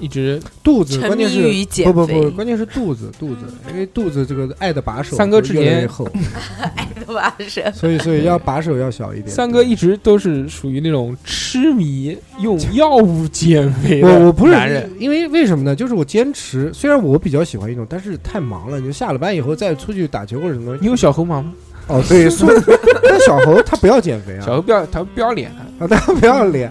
Speaker 1: 一直。
Speaker 2: 肚子
Speaker 3: 沉
Speaker 2: 关
Speaker 3: 迷
Speaker 2: 键是
Speaker 3: 于减
Speaker 2: 不不
Speaker 3: 肥
Speaker 2: 不，关键是肚子肚子，因为肚子这个爱的把手
Speaker 1: 三哥
Speaker 2: 会
Speaker 1: 之
Speaker 2: 越来
Speaker 1: 前
Speaker 2: 越厚，
Speaker 3: 对吧？是
Speaker 2: 所以所以要把手要小一点。
Speaker 1: 三哥一直都是属于那种痴迷用药物减肥的
Speaker 2: 我我不
Speaker 1: 男人
Speaker 2: 是，因为为什么呢？就是我坚持，虽然我比较喜欢运动，但是太忙了，你就下了班以后再出去打球或者什么东西。
Speaker 1: 你有小猴毛吗？
Speaker 2: 哦，对，所以 但小猴他不要减肥
Speaker 1: 小
Speaker 2: 啊，
Speaker 1: 猴不要，他不要脸啊。
Speaker 2: 啊，他不要脸，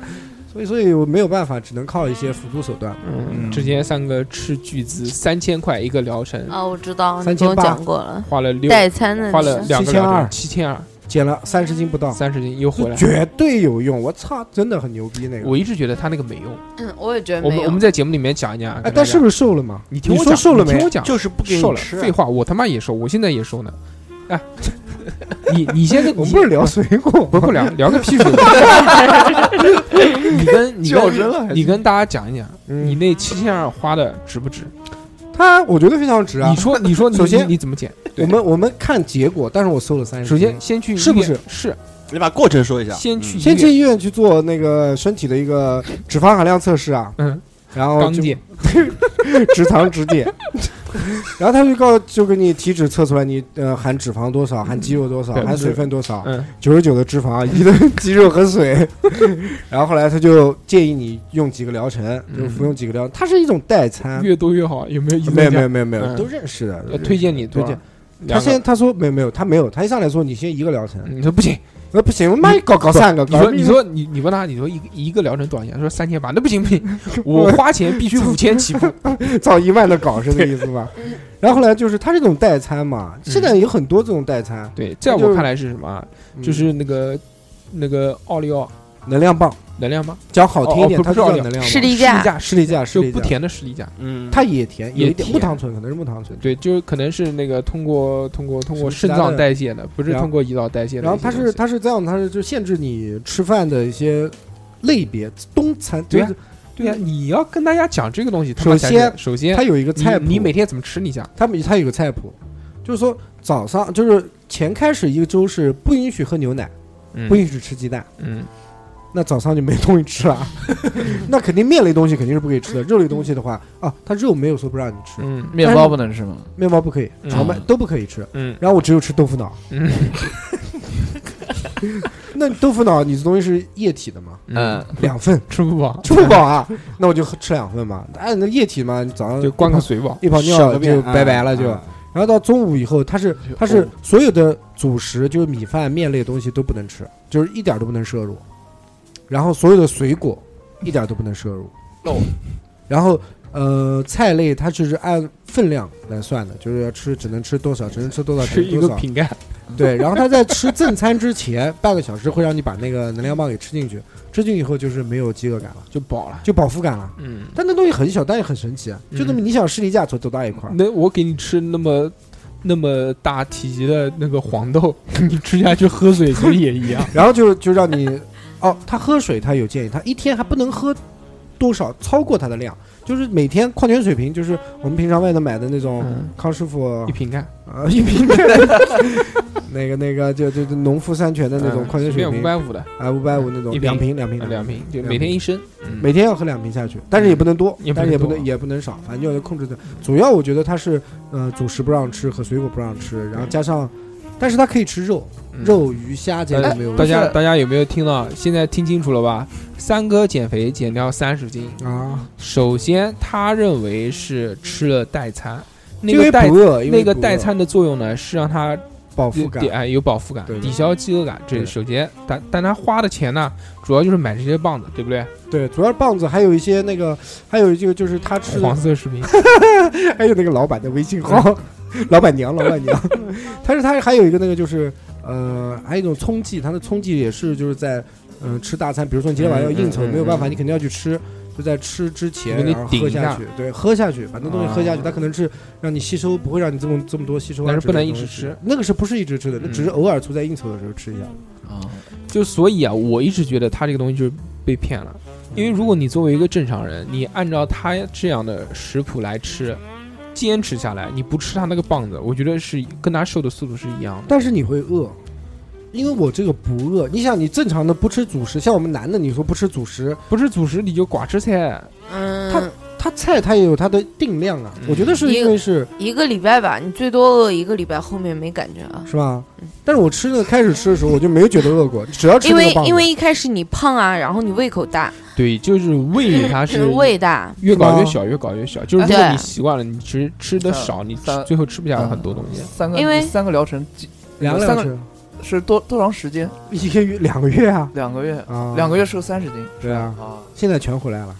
Speaker 2: 所以所以我没有办法，只能靠一些辅助手段。
Speaker 1: 嗯，
Speaker 6: 嗯
Speaker 1: 之前三哥斥巨资三千块一个疗程，
Speaker 3: 啊，我知道，你
Speaker 2: 3800
Speaker 3: 跟我讲过了，
Speaker 1: 花了六，
Speaker 3: 代餐的
Speaker 1: 花了
Speaker 3: 是
Speaker 1: 两个疗程，七千二，
Speaker 2: 减了三十斤不到，
Speaker 1: 三十斤又回来
Speaker 2: 这
Speaker 1: 了。
Speaker 2: 哦绝对有用！我操，真的很牛逼那个。
Speaker 1: 我一直觉得他那个没用，
Speaker 3: 嗯，我也觉得
Speaker 1: 我
Speaker 3: 没
Speaker 1: 们
Speaker 3: 有。
Speaker 1: 我们在节目里面讲一讲啊。
Speaker 2: 哎，
Speaker 1: 跟大
Speaker 2: 但
Speaker 1: 家
Speaker 2: 是不是瘦了吗？
Speaker 1: 你听我
Speaker 2: 说
Speaker 1: 讲
Speaker 2: 瘦了
Speaker 1: 你听
Speaker 2: 没
Speaker 1: 我？讲，
Speaker 6: 就是不给
Speaker 1: 瘦
Speaker 6: 你
Speaker 1: 了。
Speaker 6: 吃啊。
Speaker 1: 废话，我他妈也瘦，我现在也瘦呢。哎， 你你现在
Speaker 2: 我们不是聊水果吗，
Speaker 1: 不是 不聊聊个屁 水果。你跟你
Speaker 5: 较真了还
Speaker 1: 跟
Speaker 5: 是
Speaker 1: 你跟大家讲一讲，
Speaker 2: 嗯
Speaker 1: 你那七千二花的值不值？
Speaker 2: 他我觉得非常值啊
Speaker 1: 你。说你说你，
Speaker 2: 首先
Speaker 1: 你你怎么减？对
Speaker 2: 我们我们看结果，但是我瘦了三十。
Speaker 1: 首先先去医
Speaker 2: 嗯是不
Speaker 1: 院
Speaker 2: 是啊嗯
Speaker 1: 是
Speaker 6: 你把过程说一下。
Speaker 1: 先去医
Speaker 2: 先去
Speaker 1: 院
Speaker 2: 医院去做那个身体的一个脂肪含量测试啊，
Speaker 1: 嗯
Speaker 2: 然后
Speaker 1: 刚
Speaker 2: 就
Speaker 1: 减
Speaker 2: 直肠直检， 然后他就告就给你体脂测出来你呃含脂肪多少，含肌肉多少，
Speaker 1: 对
Speaker 2: 含
Speaker 1: 是
Speaker 2: 水分多少，
Speaker 1: 嗯
Speaker 2: 九十九的脂肪，一的肌肉和水。 然后后来他就建议你用几个疗程，就服用几个疗，它是一种代餐，
Speaker 1: 越嗯多越好，有没有意思？
Speaker 2: 没有没有没有没有
Speaker 1: 嗯
Speaker 2: 都认识的，
Speaker 1: 呃，推荐你多
Speaker 2: 推
Speaker 1: 少
Speaker 2: 荐。
Speaker 1: 两
Speaker 2: 他
Speaker 1: 个嗯
Speaker 2: 先他说没有没有他没有，他一上来说你先一个疗程，
Speaker 1: 你说不行，
Speaker 2: 那不行，我妈搞搞三个，
Speaker 1: 你
Speaker 2: 搞
Speaker 1: 说你说你你问他，你说一个一个疗程多少钱？他说三千八，那不行不行， 我花钱必须五千起步。
Speaker 2: 造一万的稿是这意思吧？然后后来就是它这种代餐嘛，
Speaker 1: 嗯
Speaker 2: 现在有很多这种代餐，
Speaker 1: 对，在
Speaker 2: 就嗯
Speaker 1: 我
Speaker 2: 是
Speaker 1: 看来是什么啊？就是那个那个奥利奥
Speaker 2: 能量棒，
Speaker 1: 能量棒，
Speaker 2: 讲好听一点，
Speaker 1: 哦哦
Speaker 2: 它
Speaker 1: 不
Speaker 2: 就
Speaker 1: 知
Speaker 2: 叫
Speaker 1: 道
Speaker 2: 能量
Speaker 3: 士
Speaker 2: 棒。
Speaker 3: 力
Speaker 1: 士
Speaker 3: 架
Speaker 1: 力架
Speaker 2: 士力架，士
Speaker 1: 就
Speaker 2: 力
Speaker 1: 不
Speaker 2: 架，
Speaker 1: 甜的士力架。
Speaker 6: 嗯，
Speaker 2: 它也甜，有
Speaker 1: 也
Speaker 2: 一点
Speaker 1: 甜
Speaker 2: 木糖醇，可能是木糖醇。
Speaker 1: 对，就是可能是那个通过通过通过
Speaker 2: 是其
Speaker 1: 肾
Speaker 2: 他的
Speaker 1: 脏代谢的，不是
Speaker 2: 然后
Speaker 1: 通过胰岛代谢的一些
Speaker 2: 然后
Speaker 1: 东西。
Speaker 2: 它是它是这样，它是就限制你吃饭的一些类别，中餐
Speaker 1: 对
Speaker 2: 就
Speaker 1: 呀
Speaker 2: 是
Speaker 1: 对呀、你要跟大家讲这个东西，他妈
Speaker 2: 首
Speaker 1: 才是
Speaker 2: 先
Speaker 1: 首先
Speaker 2: 它有一个菜谱，
Speaker 1: 你你每天怎么吃？你讲
Speaker 2: 他们他有个菜谱，就是说早上就是前开始一个周是不允许喝牛奶，不允许吃鸡蛋。
Speaker 1: 嗯
Speaker 2: 那早上就没东西吃了，啊那肯定面类东西肯定是不可以吃的，肉类东西的话啊，它肉没有说不让你吃，
Speaker 1: 嗯
Speaker 5: 面包不能吃吗？
Speaker 2: 面包不可以，
Speaker 1: 嗯
Speaker 2: 荞麦都不可以吃，
Speaker 1: 嗯
Speaker 2: 然后我只有吃豆腐脑，
Speaker 1: 嗯，
Speaker 2: 那豆腐脑你这东西是液体的嘛？
Speaker 5: 嗯，
Speaker 2: 两份
Speaker 1: 吃不饱
Speaker 2: 吃不饱啊，那我就喝吃两份嘛。哎，那液体嘛，你早上
Speaker 1: 就灌个水饱。
Speaker 2: 一泡
Speaker 6: 小
Speaker 2: 尿
Speaker 6: 个便
Speaker 2: 就拜拜了
Speaker 6: 啊
Speaker 2: 就。
Speaker 6: 啊
Speaker 2: 然后到中午以后，它是它
Speaker 5: 就
Speaker 2: 是
Speaker 1: 哦
Speaker 2: 所有的主食，就是米饭、面类的东西都不能吃，就是一点儿都不能摄入。然后所有的水果一点儿都不能摄入。
Speaker 5: 哦
Speaker 2: 然后呃，菜类它就是按分量来算的，就是要吃只能吃多少，只 能吃多少，
Speaker 1: 吃
Speaker 2: 只
Speaker 1: 一
Speaker 2: 能
Speaker 1: 个
Speaker 2: 多少。
Speaker 1: 饼干，
Speaker 2: 对，然后它在吃正餐之前半个小时会让你把那个能量棒给吃进去，吃进去以后就是没有饥饿感了，
Speaker 1: 就饱了。
Speaker 2: 就饱腹感了。
Speaker 1: 嗯，
Speaker 2: 但那东西很小，但也很神奇啊，就那么
Speaker 1: 嗯
Speaker 2: 你想士力架走走到一块儿，
Speaker 1: 那我给你吃那么那么大体积的那个黄豆， 你吃下去喝水其实也一 样。
Speaker 2: 然后就就让你，哦，他喝水他有建议，他一天还不能喝多少超过他的量，就是每天矿泉水瓶，就是我们平常外头买的那种
Speaker 1: 嗯
Speaker 2: 康师 傅
Speaker 1: 一瓶干，
Speaker 2: 呃一瓶 那个那个就就就农夫山泉的那种矿泉水
Speaker 1: 嗯五
Speaker 2: 瓶，
Speaker 1: 百五的，
Speaker 2: 啊五百五那种
Speaker 1: 一瓶
Speaker 2: 两瓶两瓶
Speaker 1: 呃两瓶，就
Speaker 2: 两
Speaker 1: 每天
Speaker 2: 瓶
Speaker 1: 一升。嗯
Speaker 2: 每天要喝两瓶下去，但是也不能多，
Speaker 1: 也不能
Speaker 2: 但是也不
Speaker 1: 多
Speaker 2: 能也不能少，反正要控制的。主要我觉得它是，呃，主食不让吃和水果不让吃，然后加上，但是它可以吃肉，
Speaker 1: 嗯
Speaker 2: 肉、鱼、虾这些
Speaker 1: 大
Speaker 2: 都没有
Speaker 1: 大
Speaker 2: 问题
Speaker 1: 家
Speaker 5: 是
Speaker 1: 大家有没有听到？现在听清楚了吧？三哥减肥减掉三十斤，
Speaker 2: 啊，
Speaker 1: 首先他认为是吃了代餐，那
Speaker 2: 因为
Speaker 1: 个代
Speaker 2: 不饿，因为
Speaker 1: 那个
Speaker 2: 不饿
Speaker 1: 代餐的作用呢是让他
Speaker 2: 饱腹感
Speaker 1: 抵，哎有饱腹感
Speaker 2: 对，的
Speaker 1: 抵消饥饿感。这
Speaker 2: 对
Speaker 1: 是首先，但但他花的钱呢，主要就是买这些棒子，对不对？
Speaker 2: 对，主要是棒子，还有一些那个，还有一个就是他吃
Speaker 1: 黄
Speaker 2: 的，
Speaker 1: 色 食品，
Speaker 2: 还有那个老板的微信号， 老板娘，老板娘， 但是他还有一个那个就是，呃，还有一种冲剂，他的冲剂也是就是在，嗯、吃大餐，比如说你今天晚上要应酬，
Speaker 1: 嗯嗯嗯
Speaker 2: 没有办法，
Speaker 1: 嗯
Speaker 2: 你肯定要去吃。就在吃之
Speaker 1: 给
Speaker 2: 前，
Speaker 1: 你
Speaker 2: 然后
Speaker 1: 顶
Speaker 2: 喝
Speaker 1: 一
Speaker 2: 下
Speaker 1: 下
Speaker 2: 去，对，喝下去，把那东西喝下去，
Speaker 1: 啊
Speaker 2: 它可能是让你吸收，不会让你这么这么多吸收啊。
Speaker 1: 但是不能
Speaker 2: 这种
Speaker 1: 一直
Speaker 2: 东西
Speaker 1: 吃，嗯
Speaker 2: 那个是不是一直吃的？那只是偶尔出在应酬的时候吃一下。
Speaker 5: 啊，
Speaker 1: 就所以啊，我一直觉得他这个东西就是被骗了，
Speaker 2: 嗯
Speaker 1: 因为如果你作为一个正常人，你按照他这样的食谱来吃，坚持下来，你不吃他那个棒子，我觉得是跟他瘦的速度是一样的。
Speaker 2: 但是你会饿，因为我这个不饿。你想，你正常的不吃主食，像我们男的，你说不吃主食，
Speaker 1: 不是主食你就寡吃菜，
Speaker 3: 嗯，
Speaker 2: 它菜它也有它的定量啊。
Speaker 1: 嗯
Speaker 2: 我觉得是因为是
Speaker 3: 一个礼拜吧，你最多饿一个礼拜，后面没感觉啊。
Speaker 2: 是吧
Speaker 3: 嗯？
Speaker 2: 但是我吃那个开始吃的时候，我就没有觉得饿过，只要吃
Speaker 3: 因
Speaker 2: 那
Speaker 3: 为
Speaker 2: 个棒子
Speaker 3: 因为一开始你胖啊，然后你胃口大，
Speaker 1: 对，就是
Speaker 2: 嗯
Speaker 1: 胃它是
Speaker 3: 胃大，
Speaker 1: 越搞越小，越搞越小。就是如果
Speaker 3: 对
Speaker 1: 你习惯了，你其实吃的少，你吃
Speaker 5: 三
Speaker 1: 最后吃不下
Speaker 2: 嗯
Speaker 1: 很多东 西。
Speaker 5: 三个
Speaker 3: 因为
Speaker 5: 三个疗程几
Speaker 2: 两个
Speaker 5: 三
Speaker 2: 两
Speaker 5: 个
Speaker 2: 吃
Speaker 5: 是多多长时间？
Speaker 2: 一个月两个月啊
Speaker 5: 两个月，
Speaker 2: 啊
Speaker 5: 两个月瘦三十斤
Speaker 2: 对啊，
Speaker 5: 啊，
Speaker 2: 现在全回来了，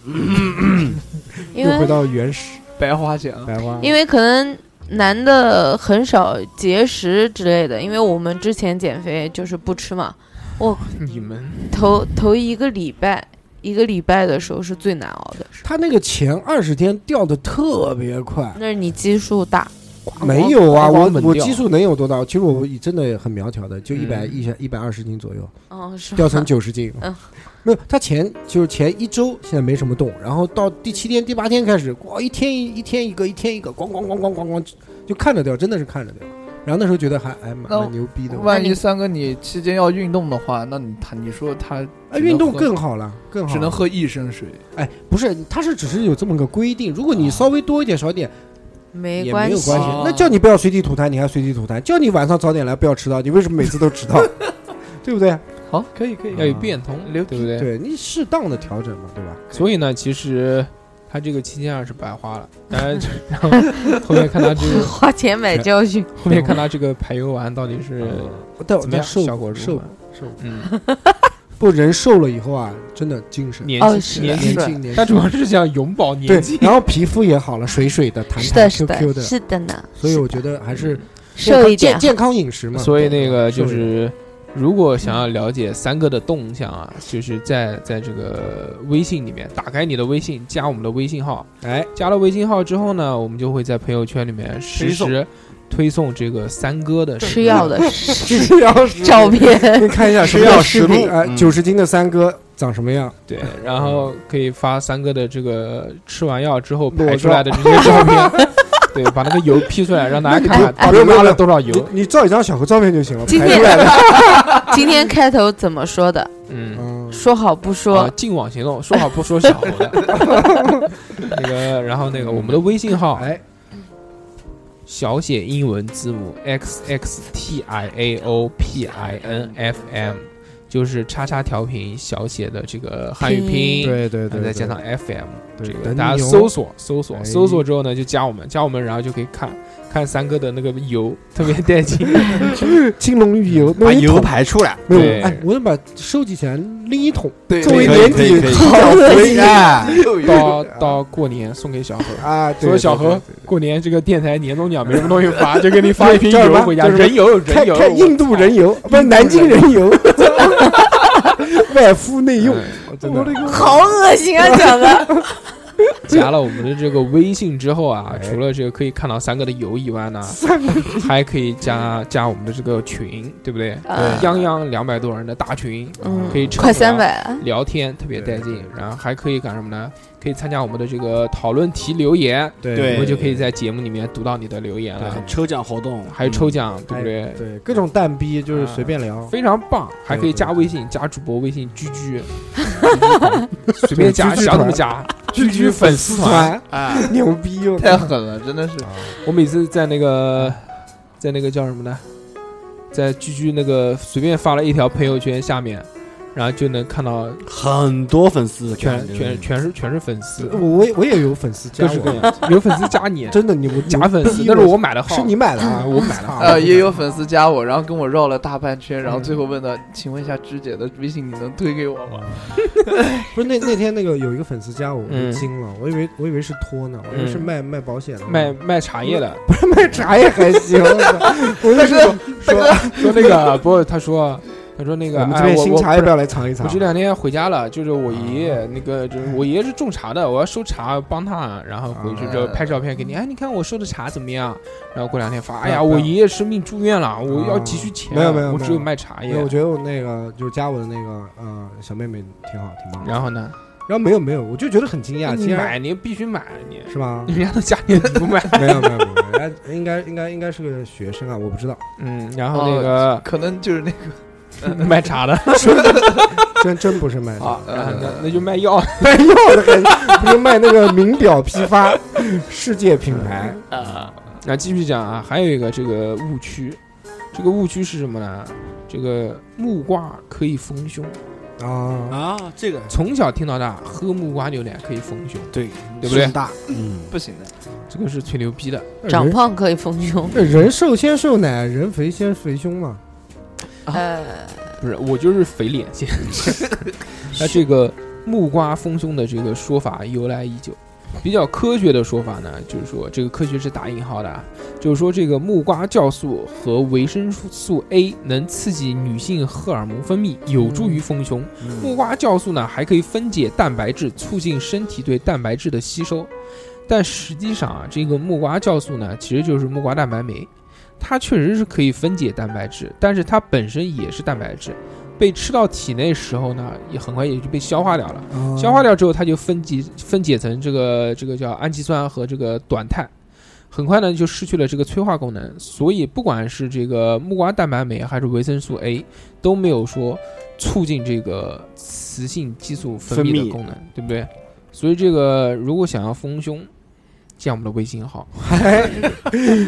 Speaker 3: 因
Speaker 2: 又回
Speaker 3: 为
Speaker 2: 到原始
Speaker 5: 白花钱啊，
Speaker 2: 白花。
Speaker 3: 因为可能男的很少节食之类的，因为我们之前减肥就是不吃嘛，
Speaker 1: 你们
Speaker 3: 头头一个礼拜一个礼拜的时候是最难熬的，
Speaker 2: 他那个前二十天掉的特别快，
Speaker 3: 那是你基数大，
Speaker 2: 没有啊，
Speaker 1: 呱呱
Speaker 2: 我
Speaker 1: 猛
Speaker 2: 我
Speaker 1: 掉
Speaker 2: 基数能有多大？其实我真的很苗条的，就一百
Speaker 1: 嗯
Speaker 2: 一一百二十斤左右。
Speaker 3: 嗯，是 吧
Speaker 2: 掉 成九十斤。
Speaker 3: 嗯，
Speaker 2: 没有，他前就是前一周现在没什么动，然后到第七天、第八天开始，哇，一天一一天一个，一天一个，咣咣咣咣咣咣，就看着掉，真的是看着掉。然后那时候觉得还还蛮
Speaker 5: 哦那
Speaker 2: 蛮牛逼的，
Speaker 5: 万一三哥你期间要运动的话，那你他你说他
Speaker 2: 哎，运动
Speaker 5: 只能喝
Speaker 2: 更好了，更好。
Speaker 5: 只能喝一升水，
Speaker 2: 哎，不是，他是只是有这么个规定，如果你稍微多一点少一点也
Speaker 3: 没
Speaker 2: 没有关
Speaker 3: 关
Speaker 2: 系
Speaker 3: 系，，
Speaker 5: 哦
Speaker 2: 那叫你不要随地吐痰，你还随地吐痰；叫你晚上早点来，不要迟到，你为什么每次都迟 到？对不对？
Speaker 5: 好，可以可以
Speaker 1: 要有哎变通，对
Speaker 5: 牛
Speaker 1: 不嗯对？
Speaker 2: 对你适当的调整嘛，对吧？
Speaker 1: 所以呢，其实他这个期间啊是白花了。当 然，然后后面看他这个，
Speaker 3: 花钱买教训。
Speaker 1: 后面看他这 个排油丸到底是
Speaker 2: 但我
Speaker 1: 怎么
Speaker 2: 但
Speaker 1: 样，
Speaker 2: 瘦
Speaker 1: 效果如
Speaker 2: 瘦
Speaker 1: 何？
Speaker 2: 瘦
Speaker 1: 嗯，
Speaker 2: 不人瘦了以后啊，真的精神
Speaker 1: 年
Speaker 3: 哦
Speaker 1: 纪
Speaker 3: 是
Speaker 1: 年
Speaker 3: 的
Speaker 1: 纪
Speaker 2: 年
Speaker 5: 是
Speaker 2: 轻年
Speaker 1: 他主
Speaker 2: 轻
Speaker 1: 要是想永葆
Speaker 2: 对
Speaker 1: 年纪，，
Speaker 2: 然后皮肤也好了，水水的、弹
Speaker 3: 是
Speaker 2: 弹
Speaker 3: 的，是
Speaker 2: QQ
Speaker 3: 的，
Speaker 2: 的，
Speaker 3: 是的呢。
Speaker 2: 所以我觉得还是健康
Speaker 3: 瘦一点
Speaker 2: 健，健康饮食嘛。
Speaker 1: 所以那个就
Speaker 2: 瘦一点
Speaker 1: 是，如果想要了解三哥的动向啊，就是在在这个微信里面打开你的微信，加我们的微信号。
Speaker 2: 哎，
Speaker 1: 加了微信号之后呢，我们就会在朋友圈里面实时推送这个三哥的
Speaker 3: 吃药的
Speaker 2: 吃药时
Speaker 3: 照片，
Speaker 2: 你看一下
Speaker 6: 吃药
Speaker 2: 食
Speaker 6: 实
Speaker 2: 品
Speaker 6: 录
Speaker 2: 啊，
Speaker 6: 嗯
Speaker 2: 九十斤的三哥长什么样？
Speaker 1: 对，然后可以发三哥的这个吃完药之后
Speaker 2: 裸
Speaker 1: 排出来的这些照片，对，把那个油 P 出来，让大家看看到
Speaker 2: 不
Speaker 1: 底
Speaker 2: 用
Speaker 1: 拉
Speaker 2: 不
Speaker 1: 了
Speaker 2: 用
Speaker 1: 多少
Speaker 2: 你
Speaker 1: 油。
Speaker 2: 你照一张小何照片就行了，
Speaker 3: 今
Speaker 2: 排
Speaker 3: 天
Speaker 2: 出来的。
Speaker 3: 今天开头怎么说的？
Speaker 1: 嗯，
Speaker 2: 嗯，
Speaker 3: 说好不
Speaker 1: 啊
Speaker 3: 说，，
Speaker 1: 净网行动，说好不说小红的。那个，然后那个我们的微信号
Speaker 2: 哎，
Speaker 1: 小写英文字母 x x t i a o p i n f m，就是叉叉调频小写的这个汉语
Speaker 3: 拼
Speaker 1: 拼音，
Speaker 2: 对对
Speaker 1: 然后
Speaker 2: 对，
Speaker 1: 再加
Speaker 2: 对
Speaker 1: 上 FM，
Speaker 2: 对
Speaker 1: 这个
Speaker 2: 等
Speaker 1: 大家
Speaker 2: 你哦
Speaker 1: 搜索搜索
Speaker 2: 哎
Speaker 1: 搜索之后呢，就加我们，加我们然后就可以看看三哥的那个油特 别带劲，
Speaker 2: 金龙鱼油，
Speaker 6: 嗯把
Speaker 2: 弄一
Speaker 6: 油
Speaker 2: 桶
Speaker 6: 排出来，
Speaker 2: 没
Speaker 1: 对
Speaker 2: 有，哎，我能把收集起来拎一桶，
Speaker 5: 对
Speaker 2: 作为
Speaker 6: 可以
Speaker 2: 年
Speaker 6: 可以
Speaker 2: 底
Speaker 6: 可以
Speaker 2: 好恶心
Speaker 6: 哎
Speaker 1: 到到过年送给小何。
Speaker 2: 啊！对
Speaker 1: 说小何过年这个电台年终奖没什么东西发，就给你发一瓶
Speaker 2: 叫什么
Speaker 1: 油回家，
Speaker 2: 叫什么
Speaker 1: 人油
Speaker 2: 看
Speaker 1: 人油，
Speaker 2: 看印度人油，不是南京人油，外敷内用，
Speaker 1: 哎我真的
Speaker 3: 好恶心啊，讲的。
Speaker 1: 加了我们的这个微信之后啊，
Speaker 2: 哎
Speaker 1: 除了这个可以看到三哥的油以外呢，还可以加加我们的这个群，对不对？
Speaker 3: 啊
Speaker 1: 泱泱两百多人的大群，
Speaker 3: 嗯
Speaker 1: 可以啊畅
Speaker 3: 快三
Speaker 1: 聊
Speaker 3: 百啊了，
Speaker 1: 聊天特别带劲，然后还可以干什么呢？可以参加我们的这个讨论题留言，
Speaker 6: 对
Speaker 1: 我们就可以在节目里面读到你的留言了，
Speaker 6: 抽奖活动
Speaker 1: 还有抽奖，对不对？哎
Speaker 2: 对各种蛋逼就是随便聊，
Speaker 1: 非常棒，还可以加
Speaker 2: 对
Speaker 1: 微信，加主播微信居 居，随便加，
Speaker 2: 居居
Speaker 1: 想怎么
Speaker 2: 团
Speaker 1: 加，居居粉丝团。
Speaker 2: 酸
Speaker 5: 啊，
Speaker 2: 牛逼哟！
Speaker 5: 太狠了，真的是
Speaker 1: 我每次在那个，在那个叫什么呢，在居居那个随便发了一条朋友圈下面，然后就能看到
Speaker 6: 很多粉丝，
Speaker 1: 全全全是全是粉丝，
Speaker 2: 我我也我也有粉丝加
Speaker 1: 各式各
Speaker 2: 我，
Speaker 1: 样， 有粉丝加你，
Speaker 2: 真的你我
Speaker 1: 假粉丝，
Speaker 2: 嗯逼
Speaker 1: 那是
Speaker 2: 我
Speaker 1: 我买的号，嗯
Speaker 2: 是你买的啊？
Speaker 1: 我买的
Speaker 2: 操
Speaker 5: 呃，也有粉丝加我，然后跟我绕了大半圈，然后最后问到，请问一下芝姐的微信你能推给我吗？
Speaker 2: 不是那那天那个有一个粉丝加我，我
Speaker 1: 嗯
Speaker 2: 就惊了，我以为我以为是托呢，我以为是卖卖保险的，
Speaker 1: 卖卖茶叶的，
Speaker 2: 卖茶也还行。我就说说
Speaker 1: 说那个不，他说他说那个，
Speaker 2: 我们这
Speaker 1: 哎，
Speaker 2: 边
Speaker 1: 我
Speaker 2: 新
Speaker 1: 我
Speaker 2: 茶要不啊要来尝一尝
Speaker 1: 我？这两天回家了，就是我爷爷那个，就是我爷爷是种茶的，我要收茶帮他，然后回去之后
Speaker 5: 啊
Speaker 1: 拍照片给你，哎，你看我收的茶怎么样？然后过两天发，
Speaker 2: 不
Speaker 1: 哎
Speaker 2: 要
Speaker 1: 呀，
Speaker 2: 不
Speaker 1: 我
Speaker 2: 要
Speaker 1: 爷爷生病住院了，我要急需钱，
Speaker 2: 啊没有没有
Speaker 1: 我
Speaker 2: 没
Speaker 1: 只有
Speaker 2: 有
Speaker 1: 卖茶叶
Speaker 2: 没有，。我觉得我那个就是加我的那个呃小妹妹挺好，挺棒的。
Speaker 1: 然后呢，哎
Speaker 2: 然后没有没有，我就觉得很惊讶，
Speaker 1: 你
Speaker 2: 竟然
Speaker 1: 买你必须买，你？
Speaker 2: 是吧
Speaker 1: 人家都加你你不买，
Speaker 2: 没有没有没有，人家应该应该应该是个学生啊，我不 知道，
Speaker 1: 嗯，然后那个
Speaker 5: 可能就是那个
Speaker 1: 卖茶的
Speaker 2: 真真不是卖
Speaker 1: 啊，
Speaker 5: 呃
Speaker 1: 然后那那就卖药，
Speaker 2: 卖药的还不是卖那个名表批发，世界品牌。
Speaker 5: 啊，
Speaker 1: 那继续讲啊，还有一个这个误区，这个误区是什么呢？这个木瓜可以丰胸，嗯
Speaker 2: 啊，
Speaker 6: 啊，这个
Speaker 1: 从小听到大，喝木瓜牛奶可以丰胸，
Speaker 6: 对
Speaker 1: 对不对
Speaker 6: 胸？大，嗯，
Speaker 5: 不行的，
Speaker 1: 这个是吹牛逼的。
Speaker 3: 长
Speaker 2: 人
Speaker 3: 胖可以丰胸。
Speaker 2: 人瘦先瘦奶，人肥先肥胸嘛。
Speaker 3: 呃，
Speaker 1: 不是，我就是肥脸先。那这个木瓜丰胸的这个说法由来已久，比较科学的说法呢，就是说这个科学是打引号的，啊，就是说这个木瓜酵素和维生素 A 能刺激女性荷尔蒙分泌，有助于丰胸。木瓜酵素呢还可以分解蛋白质，促进身体对蛋白质的吸收。但实际上啊，这个木瓜酵素呢其实就是木瓜蛋白酶，它确实是可以分解蛋白质，但是它本身也是蛋白质，被吃到体内时候呢，也很快也就被消化掉了。
Speaker 2: 嗯
Speaker 1: 消化掉之后，它就分解分解成这个这个叫氨基酸和这个短肽，很快呢就失去了这个催化功能。所以不管是这个木瓜蛋白酶还是维生素 A，都没有说促进这个雌性激素分泌
Speaker 6: 分
Speaker 1: 的
Speaker 6: 泌
Speaker 1: 功能，对不对？所以这个如果想要丰胸，加我们的微信号，
Speaker 2: 哎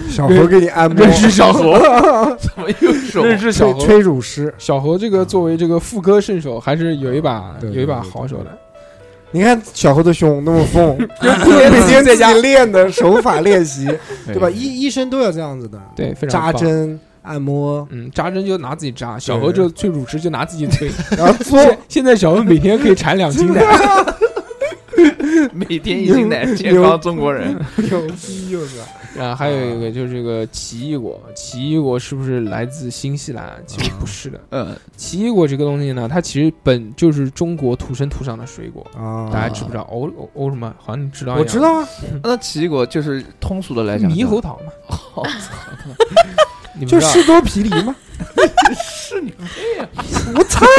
Speaker 2: 小何给你按摩，
Speaker 1: 小何，
Speaker 5: 怎么又手？
Speaker 1: 认识小
Speaker 2: 吹
Speaker 1: 何，
Speaker 2: 吹乳师。
Speaker 1: 小何这个作为这个妇科圣手，还是有一把
Speaker 2: 对对
Speaker 1: 有一把
Speaker 2: 对对
Speaker 1: 好手的。
Speaker 2: 你看小何的胸那么丰，
Speaker 1: 天
Speaker 2: 每天自己练的手法练习，对吧？
Speaker 1: 对
Speaker 2: 医医生都要这样子的，
Speaker 1: 对，非常
Speaker 2: 扎
Speaker 1: 棒。
Speaker 2: 针、按摩，
Speaker 1: 嗯，扎针就拿自己扎，小
Speaker 2: 对
Speaker 1: 何就最乳汁就拿自己推。
Speaker 2: 然后做
Speaker 1: 现现在小何每天可以产两斤 奶，
Speaker 5: 每天一斤奶，健康中国人。
Speaker 2: 牛逼又是吧，
Speaker 1: 然啊后还有一个就是这个奇异果，奇异果是不是来自新西兰？啊其实不是的，
Speaker 5: 嗯，
Speaker 1: 奇异果这个东西呢，它其实本就是中国土生土长的水果，
Speaker 2: 啊
Speaker 1: 大家知不知道？欧欧欧什么？好像你知道一样，
Speaker 2: 我知道啊，
Speaker 5: 呃那奇异果就是通俗的来讲，
Speaker 1: 猕猴桃 嘛，
Speaker 5: 桃
Speaker 1: 你们
Speaker 2: 就
Speaker 1: 知道
Speaker 2: 士多啤梨嘛，是你妹呀！我操！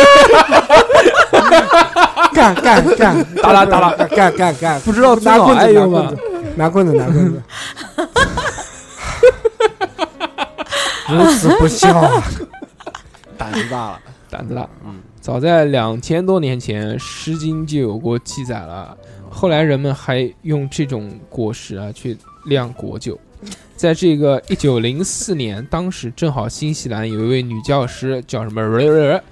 Speaker 2: 干干干，
Speaker 1: 打啦打啦
Speaker 2: 干干干干，
Speaker 1: 不知道
Speaker 2: 拿棍
Speaker 1: 哎
Speaker 2: 子
Speaker 1: 呦
Speaker 2: 拿
Speaker 1: 嘛
Speaker 2: 棍，子，拿棍子拿棍 子，如此不孝啊！
Speaker 6: 胆子大了，
Speaker 1: 胆子大。
Speaker 6: 嗯
Speaker 1: 早在两千多年前，《诗经》就有过记载了。后来人们还用这种果实啊去酿果酒，在这个一九零四年，当时正好新西兰有一位女教师叫什么 瑞瑞，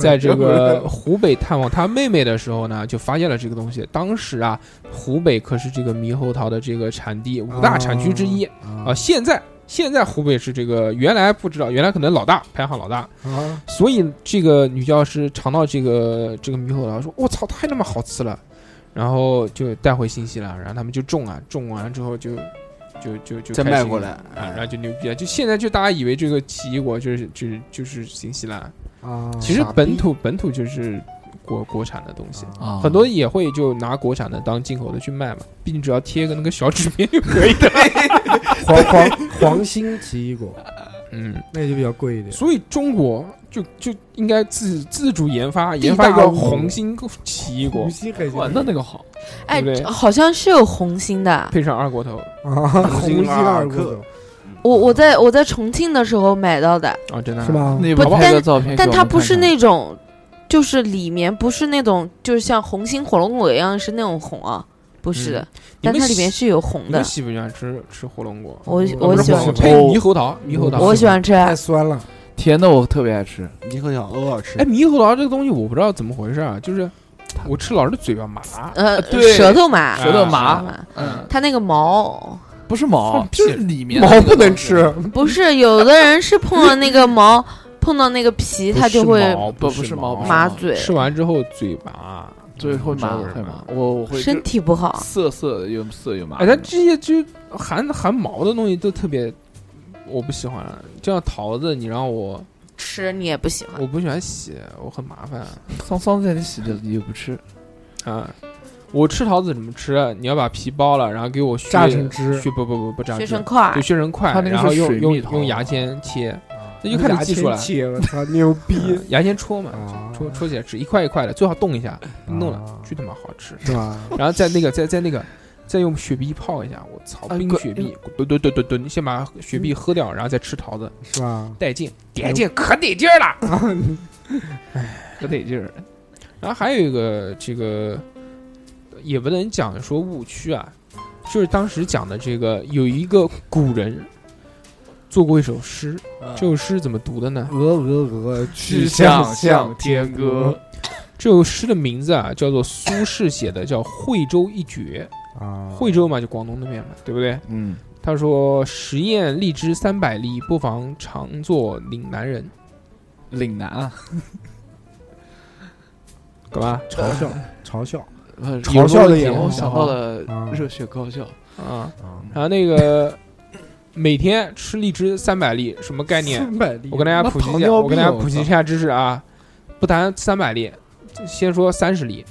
Speaker 1: 在这个湖北探望她妹妹的时候呢，就发现了这个东西。当时啊，湖北可是这个猕猴桃的这个产地五大产区之一啊。
Speaker 2: 啊
Speaker 1: 现在现在湖北是这个原来不知道，原来可能老大排行老大，
Speaker 2: 啊！
Speaker 1: 所以这个女教师尝到这个这个猕猴桃，说：“我操，太他妈好吃了！”然后就带回新西兰，然后他们就种啊，种完之后就就就就
Speaker 6: 再
Speaker 1: 开心
Speaker 6: 卖过来
Speaker 1: 啊，
Speaker 6: 哎
Speaker 1: 然后就牛逼了。就现在就大家以为这个奇异果就是就是就是新西兰，
Speaker 2: 啊，
Speaker 1: 其实
Speaker 2: 傻逼
Speaker 1: 本土本土就是国国产的东西。
Speaker 5: 啊
Speaker 6: 哦
Speaker 1: 很多也会就拿国产的当进口的去卖嘛，毕竟只要贴个那个小纸片就可以的。
Speaker 2: 黄 黄黄心奇异果，
Speaker 1: 嗯，
Speaker 2: 那就比较贵一点。
Speaker 1: 所以中国就就应该自自主研发
Speaker 2: 地
Speaker 1: 研发一
Speaker 2: 大
Speaker 1: 个
Speaker 2: 物博
Speaker 1: 红心奇异果
Speaker 2: 五，星海鲜
Speaker 5: 哇，那那个好，
Speaker 3: 哎
Speaker 1: 对不，对
Speaker 3: 好像是有红心的。
Speaker 1: 配上二锅头
Speaker 2: 啊，红星二锅头
Speaker 3: 我我在我在重庆的时候买到的，
Speaker 1: 啊，真的
Speaker 2: 是？吗？
Speaker 5: 那
Speaker 3: 不
Speaker 5: 不拍个照片给我们看看，
Speaker 3: 但它不是那种，就是里面不是那种，就是像红心火龙果一样是那种红啊，不是的，
Speaker 1: 你
Speaker 3: 但
Speaker 1: 们
Speaker 3: 它里面
Speaker 1: 喜
Speaker 3: 是有红
Speaker 1: 你
Speaker 3: 的
Speaker 1: 们。喜不喜欢吃吃火龙果？
Speaker 3: 我
Speaker 2: 我
Speaker 3: 我
Speaker 1: 不是
Speaker 3: 喜
Speaker 1: 火龙
Speaker 3: 欢
Speaker 1: 果
Speaker 2: 吃
Speaker 3: 吃，
Speaker 1: 配猕猴桃，猕猴桃。
Speaker 3: 我喜欢吃。
Speaker 2: 太酸了，
Speaker 5: 甜的，我特别爱吃。
Speaker 6: 你可想偶尔吃
Speaker 1: 哎，猕猴桃这个东西我不知道怎么回事啊，就是我吃老是嘴巴麻，
Speaker 3: 呃，
Speaker 5: 对
Speaker 3: 舌头麻，
Speaker 1: 舌头
Speaker 5: 麻
Speaker 3: 麻，
Speaker 5: 嗯，
Speaker 3: 它那个毛
Speaker 5: 不是毛
Speaker 1: 放，屁
Speaker 5: 就是里面
Speaker 2: 毛哦不能吃，
Speaker 3: 不是有的人是碰到那个毛，碰到那个皮，它就会
Speaker 1: 不
Speaker 5: 不不是毛不是
Speaker 3: 麻嘴，
Speaker 1: 吃完之后嘴麻，
Speaker 5: 最后
Speaker 1: 不
Speaker 5: 麻
Speaker 1: 知道为
Speaker 5: 会
Speaker 1: 什么
Speaker 5: 麻，我我会
Speaker 3: 身体不好。
Speaker 5: 涩涩的，又涩又麻
Speaker 1: 哎，。它这些就含含毛的东西都特别，我不喜欢。就像桃子，你让我
Speaker 3: 吃你也不喜欢。
Speaker 1: 我不喜欢洗，我很麻烦
Speaker 5: 桑桑在你洗的，你又不吃，
Speaker 1: 啊。我吃桃子怎么吃？啊你要把皮剥了，然后给我削
Speaker 2: 榨成汁
Speaker 1: 削不不不不榨汁
Speaker 3: 学生，快
Speaker 1: 对，，削成块
Speaker 5: 它，那个
Speaker 1: 然后
Speaker 5: 是
Speaker 1: 用
Speaker 5: 水蜜
Speaker 1: 用
Speaker 5: 桃啊
Speaker 1: 用牙签切，这就看你技术了
Speaker 2: 啊牙签切我操，牛逼
Speaker 1: 嗯！牙签戳嘛，
Speaker 2: 啊
Speaker 1: 戳戳起来吃，一块一块的，最好冻一下，
Speaker 5: 嗯
Speaker 1: 弄了
Speaker 2: 啊
Speaker 1: 巨他妈好吃。
Speaker 2: 是吧？
Speaker 1: 然后再那个再再那个。再用雪碧泡一下，我操！
Speaker 5: 哎嗯
Speaker 1: 冰
Speaker 5: 怪
Speaker 1: 雪碧，滚滚滚滚滚！你先把雪碧喝掉，然后再吃桃子，
Speaker 2: 是吧？
Speaker 1: 带
Speaker 5: 哎
Speaker 1: 劲，得劲，可得劲儿了。
Speaker 5: 可得劲儿。
Speaker 1: 然后还有一个这个也不能讲说误区啊，就是当时讲的这个有一个古人做过一首诗，
Speaker 5: 嗯
Speaker 1: 这首诗怎么读的呢？
Speaker 2: 鹅鹅鹅，曲
Speaker 5: 天
Speaker 2: 歌
Speaker 1: 这首诗的名字啊叫做苏轼写的，叫《惠州一绝》。
Speaker 2: 啊，
Speaker 1: 惠州嘛，就广东那边嘛，对不对？
Speaker 5: 嗯，
Speaker 1: 他说：“时宴荔枝三百粒，不妨常作岭南人。
Speaker 5: 岭南啊，”
Speaker 1: 干嘛？
Speaker 2: 嘲笑嘲笑
Speaker 5: 嘲
Speaker 2: 笑的眼
Speaker 5: 我
Speaker 2: 光
Speaker 5: 想到了
Speaker 2: 啊
Speaker 5: 热血高校，
Speaker 1: 啊！
Speaker 2: 啊，
Speaker 1: 然后那个每天吃荔枝三百粒，什么概念？
Speaker 2: 三百粒
Speaker 1: 我跟大家
Speaker 5: 那
Speaker 1: 普及
Speaker 5: 糖
Speaker 1: 一下，
Speaker 5: 尿
Speaker 1: 我跟大家
Speaker 5: 病啊
Speaker 1: 普及
Speaker 5: 我
Speaker 1: 一
Speaker 5: 操
Speaker 1: 下知识啊，不谈三百粒，先说三十粒。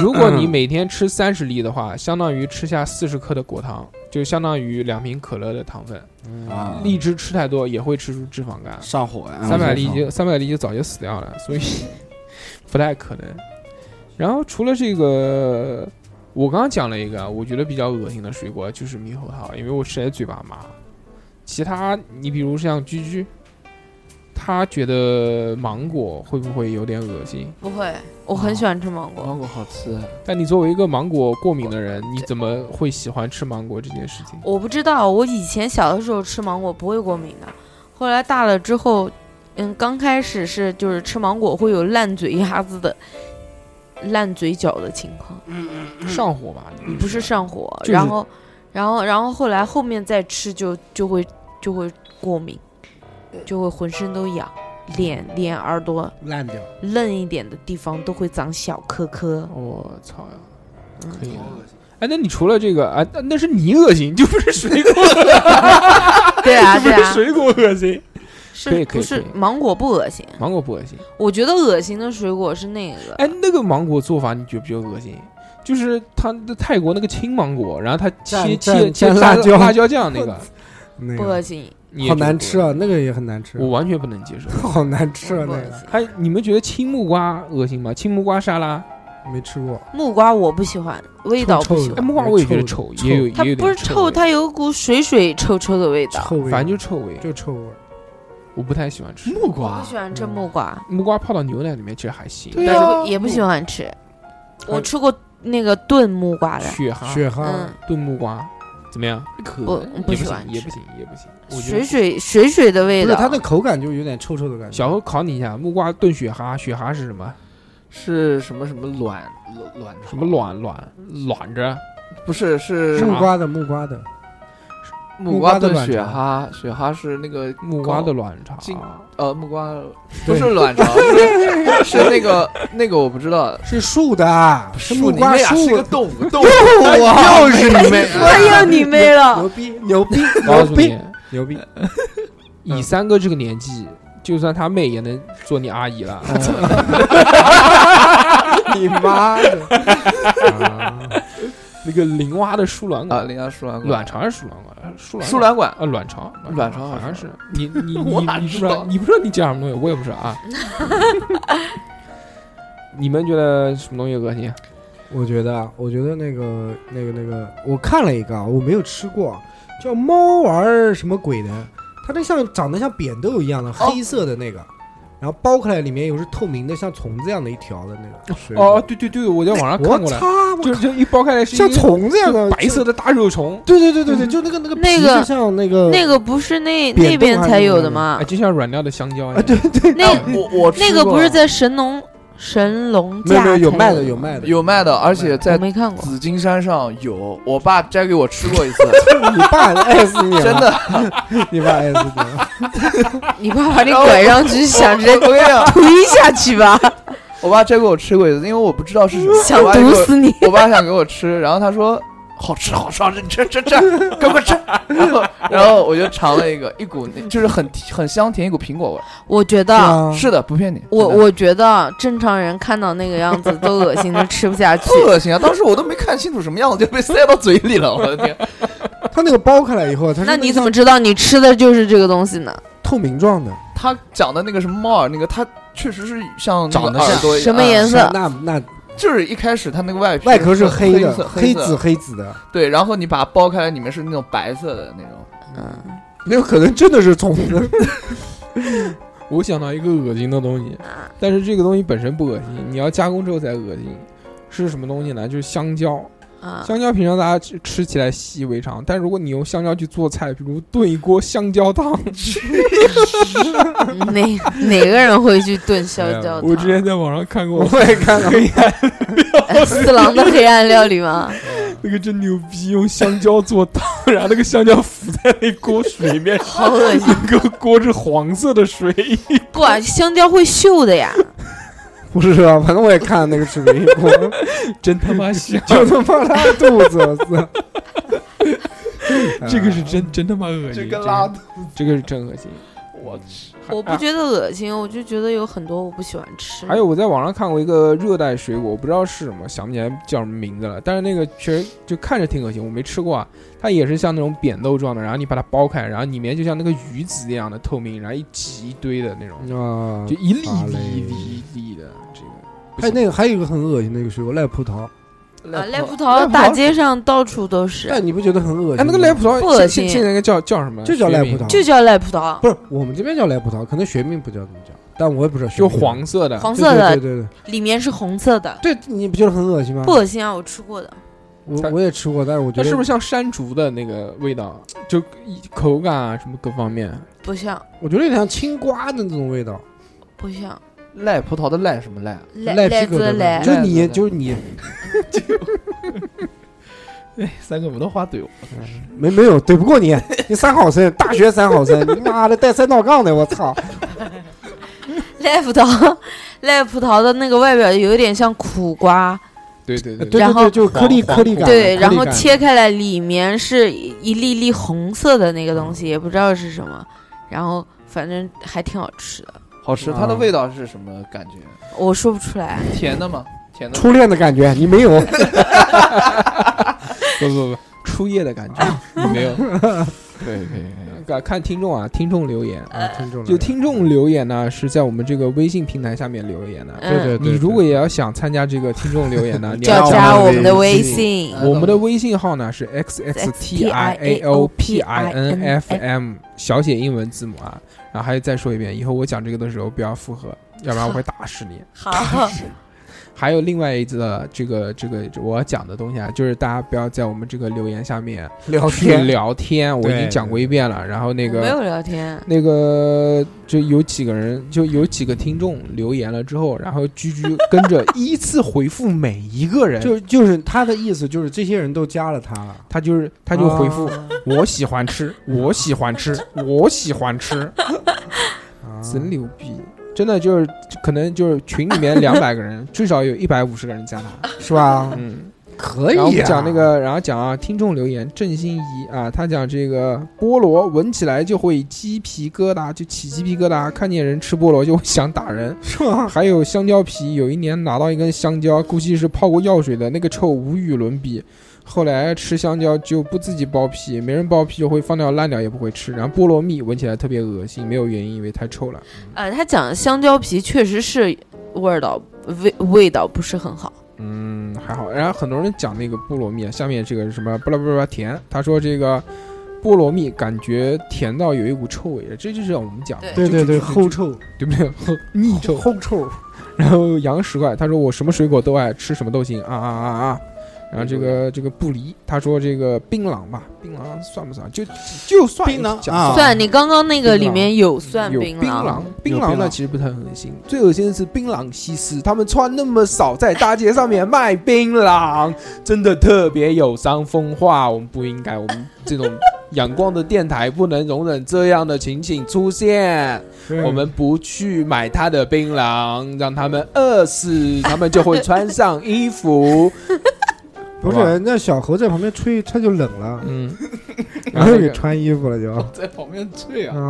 Speaker 1: 如果你每天吃三十粒的话，相当于吃下四十克的果糖，就相当于两瓶可乐的糖分。
Speaker 6: 啊，
Speaker 1: 荔枝吃太多也会吃出脂肪肝，
Speaker 6: 上火呀，
Speaker 1: 三百粒就三百粒就早就死掉了，所以不太可能。然后除了这个，我刚刚讲了一个我觉得比较恶心的水果，就是猕猴桃，因为我实在嘴巴麻。其他你比如像居居，他觉得芒果会不会有点恶心？
Speaker 3: 不会，我很喜欢吃芒果。
Speaker 5: 芒果好吃。
Speaker 1: 但你作为一个芒果过敏的人，你怎么会喜欢吃芒果这件事情？
Speaker 3: 我不知道，我以前小的时候吃芒果不会过敏的，后来大了之后，嗯，刚开始是就是吃芒果会有烂嘴牙子的、烂嘴角的情况，
Speaker 1: 上火吧？你
Speaker 3: 不是上火，
Speaker 1: 嗯就是
Speaker 3: 然后，然后，然后后来后面再吃就就会就会过敏，就会浑身都痒，脸、脸、耳朵
Speaker 2: 烂掉，
Speaker 3: 嫩一点的地方都会长小颗颗。
Speaker 1: 我操呀！
Speaker 3: 嗯
Speaker 1: 可以的。哎，那你除了这个啊，那那是你恶心，就不是水果，
Speaker 3: 对啊，
Speaker 1: 不
Speaker 3: 对
Speaker 1: 是
Speaker 3: 啊，
Speaker 1: 水果恶心。可以
Speaker 3: 是
Speaker 1: 可以
Speaker 3: 不是
Speaker 1: 可以
Speaker 3: 芒果不恶心？
Speaker 1: 芒果不恶心。
Speaker 3: 我觉得恶心的水果是那个，
Speaker 1: 哎，那个芒果做法你觉不觉得恶心？就是他那泰国那个青芒果，然后他切
Speaker 2: 蘸
Speaker 1: 切
Speaker 2: 蘸
Speaker 1: 切
Speaker 2: 蘸
Speaker 1: 辣
Speaker 2: 辣椒
Speaker 1: 辣椒酱那个，
Speaker 2: 那
Speaker 3: 不
Speaker 2: 个
Speaker 3: 恶心，
Speaker 1: 你也
Speaker 2: 好
Speaker 1: 觉得
Speaker 2: 难吃
Speaker 1: 恶
Speaker 2: 啊，那个也很难吃
Speaker 1: 心，，我完全不能接受。
Speaker 2: 好难吃啊，
Speaker 3: 不
Speaker 2: 那
Speaker 3: 恶心
Speaker 2: 个。
Speaker 1: 哎，你们觉得青木瓜恶心吗？青木瓜沙拉，
Speaker 2: 没吃过，
Speaker 3: 木瓜我不喜欢，味道不喜
Speaker 1: 哎，
Speaker 2: 臭臭
Speaker 3: 欢，
Speaker 1: 木瓜我也觉得
Speaker 2: 臭
Speaker 1: 臭，
Speaker 2: 臭
Speaker 1: 也有也
Speaker 3: 它
Speaker 1: 有点
Speaker 3: 不是
Speaker 1: 臭
Speaker 3: 臭，
Speaker 1: 味，
Speaker 3: 它有股水水臭臭的味道。
Speaker 2: 臭味，啊
Speaker 1: 反正就臭味，
Speaker 2: 就臭味儿。
Speaker 1: 我不太喜欢吃。
Speaker 5: 木
Speaker 3: 我
Speaker 2: 啊
Speaker 5: 瓜
Speaker 3: 不喜欢吃木瓜，
Speaker 1: 木瓜泡到牛奶里面其实还行，
Speaker 5: 对
Speaker 3: 也
Speaker 5: 呀
Speaker 3: 不也不喜欢吃。我吃过那个炖木瓜的，
Speaker 1: 雪蛤、
Speaker 2: 啊雪蛤
Speaker 3: 嗯，
Speaker 1: 炖木瓜，怎么样？
Speaker 5: 可
Speaker 3: 我
Speaker 5: 能
Speaker 2: 嗯
Speaker 3: 我不
Speaker 1: 也不
Speaker 3: 喜
Speaker 1: 行
Speaker 3: 欢，
Speaker 1: 也
Speaker 3: 吃
Speaker 1: 不行，也不行。我觉
Speaker 3: 水
Speaker 1: 得
Speaker 3: 水水水的味
Speaker 2: 不是
Speaker 3: 道，
Speaker 2: 它的口感就有点臭臭的感觉。
Speaker 1: 小何考你一下，木瓜炖雪蛤，雪蛤是什么？
Speaker 5: 是什么什么卵卵卵巢
Speaker 1: 什么？卵卵卵着？
Speaker 5: 不是是
Speaker 1: 啥
Speaker 2: 木瓜的木瓜的，
Speaker 5: 木瓜
Speaker 2: 木瓜的
Speaker 5: 炖
Speaker 2: 卵巢
Speaker 5: 雪蛤，雪蛤是那个
Speaker 1: 木瓜的
Speaker 5: 高
Speaker 1: 卵巢，
Speaker 5: 进呃木瓜不
Speaker 2: 对
Speaker 5: 是卵巢，是是那个那个我不知道，
Speaker 2: 是树的，是木
Speaker 5: 树你
Speaker 2: 瓜
Speaker 5: 妹啊，是
Speaker 2: 树
Speaker 5: 个
Speaker 2: 的。
Speaker 5: 动物动物，
Speaker 6: 又是你们
Speaker 5: 啊
Speaker 3: 哎呦你妹了
Speaker 2: 牛！逼牛 逼
Speaker 1: 告
Speaker 2: 牛
Speaker 1: 诉你
Speaker 2: 逼，牛逼！
Speaker 1: 以三哥这个年纪，就算他妹也能做你阿姨了。
Speaker 3: 嗯
Speaker 2: 你妈的！
Speaker 1: 那个林蛙的输卵
Speaker 5: 啊，
Speaker 1: 管，
Speaker 5: 人家输卵管
Speaker 1: 卵巢还是输卵管？输卵
Speaker 5: 输卵管
Speaker 1: 啊，卵巢，
Speaker 5: 卵巢
Speaker 1: 好像
Speaker 5: 好像
Speaker 1: 是你 你你
Speaker 5: 我哪
Speaker 1: 你不知
Speaker 5: 知
Speaker 1: 道
Speaker 5: 道
Speaker 1: 你不知道你讲什么东西，我也不知道啊。 你们觉得什么东西恶心？
Speaker 2: 我觉得啊，我觉得那个那个那个，我看了一个啊，我没有吃过啊，叫猫丸儿什么鬼的，它那像长得像扁豆一样的黑色的那个，然后剥开来里面又是透明的，像虫子一样的一条的那个水果。
Speaker 1: 哦，对对对，我在网上
Speaker 2: 我
Speaker 1: 看过来
Speaker 2: 擦，，我
Speaker 1: 就
Speaker 2: 靠
Speaker 1: 就一剥开来是一
Speaker 2: 像
Speaker 1: 个
Speaker 2: 虫子一样
Speaker 1: 就
Speaker 2: 的
Speaker 1: 白色。的大肉虫，
Speaker 2: 对对对对对，就那个那个
Speaker 3: 嗯那
Speaker 2: 皮
Speaker 3: 个
Speaker 2: 就像那个
Speaker 3: 那个不是那
Speaker 2: 扁豆
Speaker 3: 那边才有的吗
Speaker 1: 哎，？就像软料的香蕉一
Speaker 2: 啊，
Speaker 1: 样。
Speaker 2: 对对，
Speaker 3: 那
Speaker 5: 我我吃
Speaker 3: 那个
Speaker 5: 过
Speaker 3: 不是在神农神农
Speaker 2: 没有
Speaker 3: 架
Speaker 2: 没有有
Speaker 3: 才
Speaker 2: 卖的
Speaker 3: 的
Speaker 2: 有
Speaker 3: 吗
Speaker 2: 卖的
Speaker 5: 有卖的，而且
Speaker 3: 我
Speaker 5: 在
Speaker 3: 没看过。
Speaker 5: 紫金山上有，我爸摘给我吃过一次，
Speaker 2: 你爸爱死你了，哎
Speaker 5: 真，的。
Speaker 2: 你爸爱死你了。
Speaker 3: 你爸把你拐上去，想直接
Speaker 5: 我跟你讲，
Speaker 3: 推下 去吧，
Speaker 5: 我爸摘给我吃过一次，因为我不知道是什么，
Speaker 3: 想
Speaker 5: 我爸给
Speaker 3: 毒
Speaker 5: 我
Speaker 3: 死你！
Speaker 5: 我爸想给我吃，然后他说好吃好吃好吃，你吃吃吃，赶快吃。 然后然后我就尝了一个，一股那就是很很香甜，一股苹果味儿。
Speaker 3: 我觉得啊。
Speaker 2: 啊，
Speaker 5: 是的，不骗你，
Speaker 3: 我
Speaker 5: 真的
Speaker 3: 我觉得正常人看到那个样子都恶心的吃不 下去
Speaker 5: 特，恶心啊！当时我都没看清楚什么样子，就被塞到嘴里了。我的 天，
Speaker 2: 它那个剥开来以后，它是
Speaker 3: 那
Speaker 2: 个
Speaker 3: 你怎
Speaker 2: 像
Speaker 3: 么知道你吃的就是这个东西呢？
Speaker 2: 透明状的？
Speaker 5: 他讲的那个什么猫耳，那个他确实是像那个
Speaker 6: 长得
Speaker 5: 耳
Speaker 6: 像
Speaker 5: 朵一样
Speaker 3: 什么颜色
Speaker 2: 是那那
Speaker 5: 就是一开始它那个外皮
Speaker 2: 外壳是
Speaker 5: 黑
Speaker 2: 的，
Speaker 5: 色
Speaker 2: 黑
Speaker 5: 色
Speaker 2: 紫 黑紫的，
Speaker 5: 对，然后你把它剥开来，里面是那种白色的那种。
Speaker 3: 嗯，
Speaker 2: 那有可能真的是虫子。
Speaker 1: 我想到一个恶心的东西，
Speaker 3: 啊
Speaker 1: 但是这个东西本身不恶心，你要加工之后才恶心。是什么东西呢？就是香蕉。
Speaker 3: 啊，
Speaker 1: 香蕉平常大家吃吃起来习以为常，但如果你用香蕉去做菜，比如炖一锅香蕉汤，
Speaker 3: 哪哪个人会去炖香蕉
Speaker 1: 哎 我之前
Speaker 3: 汤？
Speaker 1: 在网上看过，
Speaker 2: 我也看到，
Speaker 3: 四郎的黑暗料理吗？
Speaker 1: 那个真牛逼，用香蕉做汤，然后那个香蕉浮在那锅水面上，
Speaker 3: 好恶心！
Speaker 1: 那个锅是黄色的水，
Speaker 3: 不啊，香蕉会锈的呀。
Speaker 2: 不是啊，反正我也看了那个视频，我
Speaker 1: 真他妈香！
Speaker 2: 就他妈拉肚子，我操！
Speaker 1: 这个是真真他妈恶
Speaker 5: 这
Speaker 1: 心，
Speaker 5: 个拉
Speaker 1: 肚，这个是真恶心。哎
Speaker 5: 我去，
Speaker 3: 我不觉得恶心，我就觉得有很多我不喜欢吃。
Speaker 1: 还有我在网上看过一个热带水果，我不知道是什么，想不起来叫什么名字了。但是那个确实就看着挺恶心，我没吃过啊。它也是像那种扁豆状的，然后你把它剥开，然后里面就像那个鱼籽一样的透明，然后一挤一堆的那种，
Speaker 2: 啊
Speaker 1: 就，一粒
Speaker 2: 啊
Speaker 1: 一粒
Speaker 2: 嘞
Speaker 1: 一粒一粒的。这个不
Speaker 2: 还有
Speaker 1: 行
Speaker 2: 那个还有一个很恶心的一个水果赖葡萄，
Speaker 3: 啊，赖葡
Speaker 2: 赖
Speaker 3: 萄
Speaker 2: 葡萄
Speaker 3: 大街上到处都是，
Speaker 2: 但你不觉得很恶心吗？
Speaker 1: 哎，那个赖葡萄
Speaker 3: 不恶
Speaker 1: 现
Speaker 3: 心
Speaker 1: 现在那个叫叫什么？
Speaker 2: 就叫
Speaker 1: 学
Speaker 2: 赖
Speaker 1: 名
Speaker 2: 葡萄
Speaker 3: 就叫赖葡萄，
Speaker 2: 不是我们这边叫赖葡萄，可能学名不叫这么叫，但我也不知道学
Speaker 1: 就
Speaker 2: 名。
Speaker 1: 黄色的。
Speaker 3: 黄
Speaker 2: 对
Speaker 3: 色的
Speaker 2: 对，对对
Speaker 3: 里面是红色的，
Speaker 2: 对，对你不觉得很恶心吗？
Speaker 3: 不，恶心啊，我吃过的。
Speaker 2: 我我也吃过，但是我觉
Speaker 1: 它
Speaker 2: 得
Speaker 1: 是不是像山竹的那个味道？就一口感啊，什么各方面，
Speaker 3: 不像，
Speaker 2: 我觉得有点像青瓜的那种味道。
Speaker 3: 不像，
Speaker 5: 赖葡萄的赖什么 赖啊？
Speaker 3: 赖
Speaker 2: 赖
Speaker 3: 赖
Speaker 2: 皮狗
Speaker 3: 子
Speaker 2: 的味
Speaker 3: 赖
Speaker 2: 道，就是
Speaker 5: 赖
Speaker 2: 你，
Speaker 5: 子
Speaker 2: 就是你，
Speaker 5: 哎三个没得花怼我，
Speaker 2: 没没有怼不过你， 你三好生，大学三好生，你妈的带三道杠的，我操！
Speaker 3: 赖葡萄，赖葡萄的那个外表有点像苦瓜，
Speaker 1: 对对
Speaker 2: 对
Speaker 1: 对，
Speaker 2: 对
Speaker 3: 然后
Speaker 2: 对，就颗粒
Speaker 1: 黄
Speaker 2: 颗粒感，
Speaker 3: 对，
Speaker 2: 颗
Speaker 3: 然
Speaker 2: 粒
Speaker 3: 后
Speaker 2: 感
Speaker 3: 切开来里面是一一粒粒红色的那个东西，也不知道是什么，然后反正还挺好吃的，
Speaker 5: 好吃。它的味道是什么感觉？
Speaker 3: 我说不出来。
Speaker 5: 甜的吗？甜的吗。
Speaker 2: 初恋的感觉，你没有，
Speaker 1: 不不不，初夜的感觉没 有。
Speaker 5: 可以可以可以。
Speaker 1: 看看听众啊，听众留言，
Speaker 2: 啊听众
Speaker 1: 就听众留言呢是在我们这个微信平台下面留言的。
Speaker 2: 来了，对对
Speaker 3: 嗯，
Speaker 2: 对，
Speaker 1: 你如果
Speaker 2: 对
Speaker 1: 也要想参加这个听众留言 呢，你
Speaker 3: 就要
Speaker 1: 要
Speaker 3: 加
Speaker 1: 我
Speaker 3: 我们的微
Speaker 2: 微
Speaker 3: 信。
Speaker 1: 我们的微信号呢是 x x t i a o p i n f m 小写英文字母啊，然后还有再说一遍，以后我讲这个的时候不要复合，要不然我会打死你。
Speaker 3: 好，
Speaker 1: 还有另外一个这个这个我要讲的东西啊，就是大家不要在我们这个留言下面
Speaker 2: 聊
Speaker 1: 去
Speaker 2: 天
Speaker 1: 聊天，我已经讲过一遍了。然后那
Speaker 3: 我没
Speaker 1: 个
Speaker 3: 有聊天，
Speaker 1: 那个就有几个人，就有几个听众留言了之后，然后居居跟着依次回复每一个人，
Speaker 2: 就就是他的意思，就是这些人都加了他了，
Speaker 1: 他就是他就回复、
Speaker 2: 啊
Speaker 3: 哦
Speaker 1: 我喜欢吃，我喜欢吃，我喜欢吃，
Speaker 2: 啊
Speaker 1: 真牛逼！真的就是可能就是群里面两百个人， 至少有一百五十个人加他。
Speaker 2: 是吧？
Speaker 1: 嗯。
Speaker 2: 可
Speaker 1: 然后我
Speaker 2: 以
Speaker 1: 们
Speaker 2: 啊
Speaker 1: 讲那个，然后讲啊，听众留言郑欣怡啊，他讲这个菠萝闻起来就会鸡皮疙瘩，就起鸡皮疙瘩，看见人吃菠萝就会想打人。
Speaker 2: 是吗？
Speaker 1: 还有香蕉皮，有一年拿到一根香蕉，估计是泡过药水的，那个臭无与伦比。后来吃香蕉就不自己剥皮，没人剥皮就会放掉烂掉，也不会吃。然后菠萝蜜闻起来特别恶心，没有原因，因为太臭了。
Speaker 3: 呃，他讲香蕉皮确实是味道味味道不是很好，
Speaker 1: 嗯，还好。然后很多人讲那个菠萝蜜，啊，下面这个什么不啦不啦不啦甜，他说这个菠萝蜜感觉甜到有一股臭味，这就是我们讲的，
Speaker 2: 对对对，
Speaker 1: 就
Speaker 2: 齁，臭，
Speaker 1: 就就就对不对？齁 腻臭，
Speaker 2: 齁臭，
Speaker 1: 然后杨十块他说我什么水果都爱吃，什么都行啊啊啊啊！然后这个这个不离他说这个槟榔吧，槟榔算不算？就就算
Speaker 6: 槟榔
Speaker 1: 讲
Speaker 6: 啊
Speaker 3: 蒜，你刚刚那个
Speaker 1: 槟
Speaker 3: 里
Speaker 1: 榔
Speaker 3: 面有蒜
Speaker 1: 有
Speaker 3: 槟
Speaker 1: 榔
Speaker 3: 榔，，
Speaker 1: 槟
Speaker 6: 有
Speaker 1: 榔
Speaker 6: 槟
Speaker 1: 呢
Speaker 6: 榔
Speaker 1: 其实不太恶心，最恶心的是槟榔西施，他们穿那么少，在大街上面卖槟榔，真的特别有伤风化。我们不应该，我们这种阳光的电台不能容忍这样的情景出现。我们不去买他的槟榔，让他们饿死，他们就会穿上衣服。
Speaker 2: 不
Speaker 1: 好吧
Speaker 2: 是那小猴在旁边吹，他就冷了，
Speaker 1: 嗯，然
Speaker 2: 然
Speaker 1: 后
Speaker 2: 后
Speaker 1: 那个哦
Speaker 2: 给穿衣服了就
Speaker 5: 在旁边醉啊！
Speaker 2: 啊，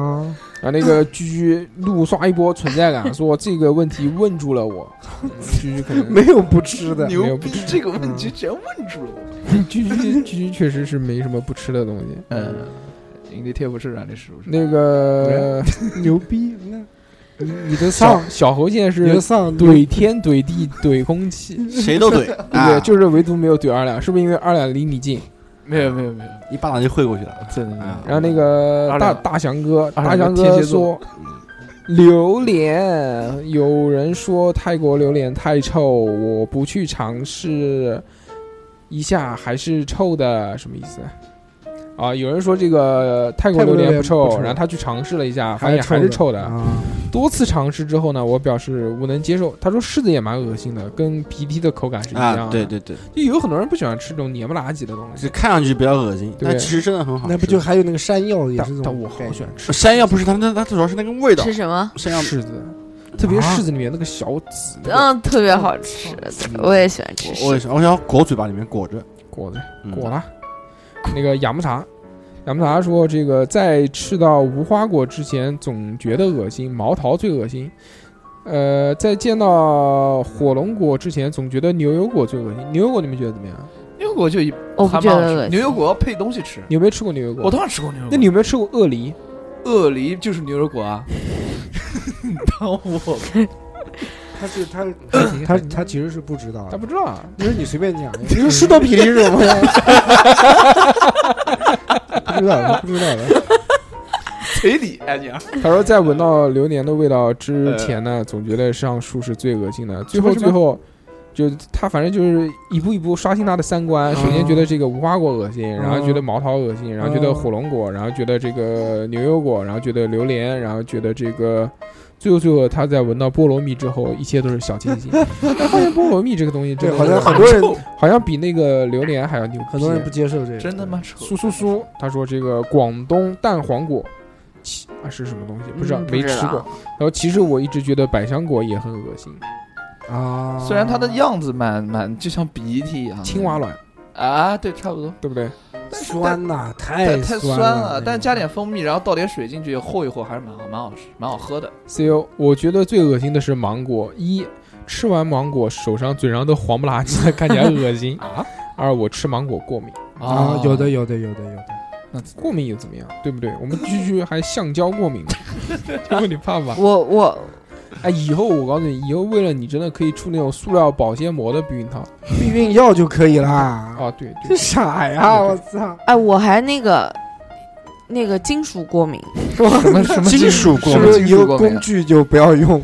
Speaker 1: 然后那个居居怒刷一波存在感，说这个问题问住了我。嗯居居可能
Speaker 2: 没有不吃的，
Speaker 1: 没有
Speaker 5: 牛
Speaker 1: 不
Speaker 5: 逼
Speaker 1: 吃！
Speaker 5: 这个问题全问住了我。
Speaker 1: 居居居居确实是没什么不吃的东西。
Speaker 5: 嗯，你的贴不是软的食物是吧？
Speaker 1: 那个
Speaker 2: 牛逼，那
Speaker 1: 你你的上小猴现在
Speaker 2: 你就是上
Speaker 1: 怼天怼地怼空气，
Speaker 6: 谁都怼，啊
Speaker 1: 对，就是唯独没有怼二两，是不是因为二两离你近？
Speaker 5: 没有没有没有，
Speaker 6: 一巴掌就挥过去了。
Speaker 5: 真的没有
Speaker 6: 啊
Speaker 1: 然后那个
Speaker 5: 二
Speaker 1: 大
Speaker 5: 两
Speaker 1: 大翔哥，
Speaker 5: 二
Speaker 1: 大
Speaker 5: 两
Speaker 1: 翔
Speaker 5: 天
Speaker 1: 哥
Speaker 5: 蝎座
Speaker 1: 说，
Speaker 6: 嗯
Speaker 1: 榴莲，有人说泰国榴莲太臭，我不去尝试一下还是臭的，什么意思？啊，有人说这个泰国
Speaker 2: 泰
Speaker 1: 榴
Speaker 2: 国榴
Speaker 1: 莲
Speaker 2: 莲
Speaker 1: 不臭，
Speaker 2: 不臭
Speaker 1: 然后他去尝试了一下，发现还是臭的。
Speaker 2: 啊，
Speaker 1: 多次尝试之后呢，我表示无能接受。他说柿子也蛮恶心的，跟鼻涕的口感是一样的。
Speaker 6: 啊，对，对对，
Speaker 1: 就有很多人不喜欢吃这种黏不拉几的东西
Speaker 6: 就。看上去比较恶心，
Speaker 1: 对
Speaker 6: 但其实真的很好吃。
Speaker 2: 那不就还有那个山药也
Speaker 1: 但
Speaker 2: 是这
Speaker 1: 但
Speaker 2: 种
Speaker 1: 我
Speaker 2: 概
Speaker 1: 好
Speaker 2: 念
Speaker 1: 喜欢吃
Speaker 6: 山药不是它，它它主要是那个味道
Speaker 3: 吃。什么？
Speaker 6: 山药
Speaker 1: 柿子，特别是
Speaker 2: 啊
Speaker 1: 柿子里面那个小籽那个
Speaker 3: 嗯，特别好吃，对我也喜欢吃
Speaker 6: 我我
Speaker 3: 柿
Speaker 6: 也
Speaker 3: 子。
Speaker 6: 是，我想裹嘴巴里面裹着。
Speaker 1: 果子。
Speaker 6: 嗯
Speaker 1: 果了。那个雅木茶，雅木茶说这个在吃到无花果之前，总觉得恶心，毛桃最恶心。呃，在见到火龙果之前，总觉得牛油果最恶心。牛油果你们觉得怎么样？
Speaker 5: 牛油果就一
Speaker 3: 我不
Speaker 5: 还蛮
Speaker 3: 觉
Speaker 5: 好
Speaker 3: 得
Speaker 5: 吃
Speaker 3: 恶
Speaker 5: 牛
Speaker 3: 心，
Speaker 5: 油果要配东西吃。
Speaker 1: 你有没有吃过牛油果？
Speaker 5: 我当然吃过牛油果，
Speaker 1: 那你有没有吃过鳄梨？
Speaker 5: 鳄梨就是牛油果啊！ 当我
Speaker 2: 他是他
Speaker 1: 他
Speaker 2: 他他其实是不知道
Speaker 1: 他
Speaker 2: 的，
Speaker 1: 不知道啊。
Speaker 2: 你说你随 便讲，
Speaker 6: 你说士多啤梨是什么呀？
Speaker 2: 不知道的不知道的，
Speaker 5: 嘴里哎娘，
Speaker 1: 他说在闻到榴莲的味道之前呢，总觉得上树是最恶心的。最后
Speaker 2: 呃什么
Speaker 1: 最后，就他反正就是一步一步刷新他的三观。
Speaker 2: 嗯
Speaker 1: 首先觉得这个无花果恶心，然后觉得
Speaker 2: 嗯
Speaker 1: 毛桃恶心，然后觉得
Speaker 2: 嗯
Speaker 1: 火龙果，然后觉得这个牛油果，然后觉得榴莲，然后觉得这个。最后，最后，他在闻到菠萝蜜之后，一切都是小清 新。他发现菠萝蜜这个东西真的
Speaker 2: 对，好像
Speaker 1: 是
Speaker 2: 很多人
Speaker 1: 好像比那个榴莲还要牛逼。
Speaker 2: 很多人不接受这个，
Speaker 5: 真他妈臭！
Speaker 1: 苏苏苏，他说这个广东蛋黄果，其啊是什么东西不知道，
Speaker 3: 嗯不
Speaker 1: 没
Speaker 3: 知
Speaker 1: 吃过
Speaker 3: 道。
Speaker 1: 然后其实我一直觉得百香果也很恶心，
Speaker 3: 嗯
Speaker 2: 啊，
Speaker 5: 虽然它的样子蛮蛮就像鼻涕一样的，
Speaker 1: 青蛙卵
Speaker 5: 啊，对，差不多，
Speaker 1: 对不对？
Speaker 5: 但是
Speaker 2: 酸呐，
Speaker 5: 但
Speaker 2: 太
Speaker 5: 太
Speaker 2: 哎酸啊
Speaker 5: 了，但加
Speaker 2: 点
Speaker 5: 点蜂蜜，然后倒点水进去和一和，还是蛮好，蛮好吃，蛮好喝的。
Speaker 1: C E O，我觉得最恶心的是芒果，一吃完芒果手上嘴上都黄不拉几 的，看起来恶 心
Speaker 5: 啊。
Speaker 1: 二我吃芒果过敏，
Speaker 2: 啊，有的有的有的有的，
Speaker 1: 过敏又怎么样？对不对？我们居居还橡胶过敏呢， 结果你怕吧？
Speaker 3: 我我
Speaker 1: 哎，以后我告诉你，以后为了你真的可以出那种塑料保鲜膜的避孕套。
Speaker 2: 避孕药就可以啦。
Speaker 1: 啊，对
Speaker 2: 这
Speaker 1: 对，
Speaker 2: 傻呀！我操，
Speaker 3: 哎，我还那个那个金属过敏，
Speaker 5: 什么什么
Speaker 6: 金属过
Speaker 2: 是
Speaker 6: 敏
Speaker 5: 啊
Speaker 2: 不是
Speaker 5: 金属
Speaker 2: 有
Speaker 5: 过敏
Speaker 2: 工具就不要用？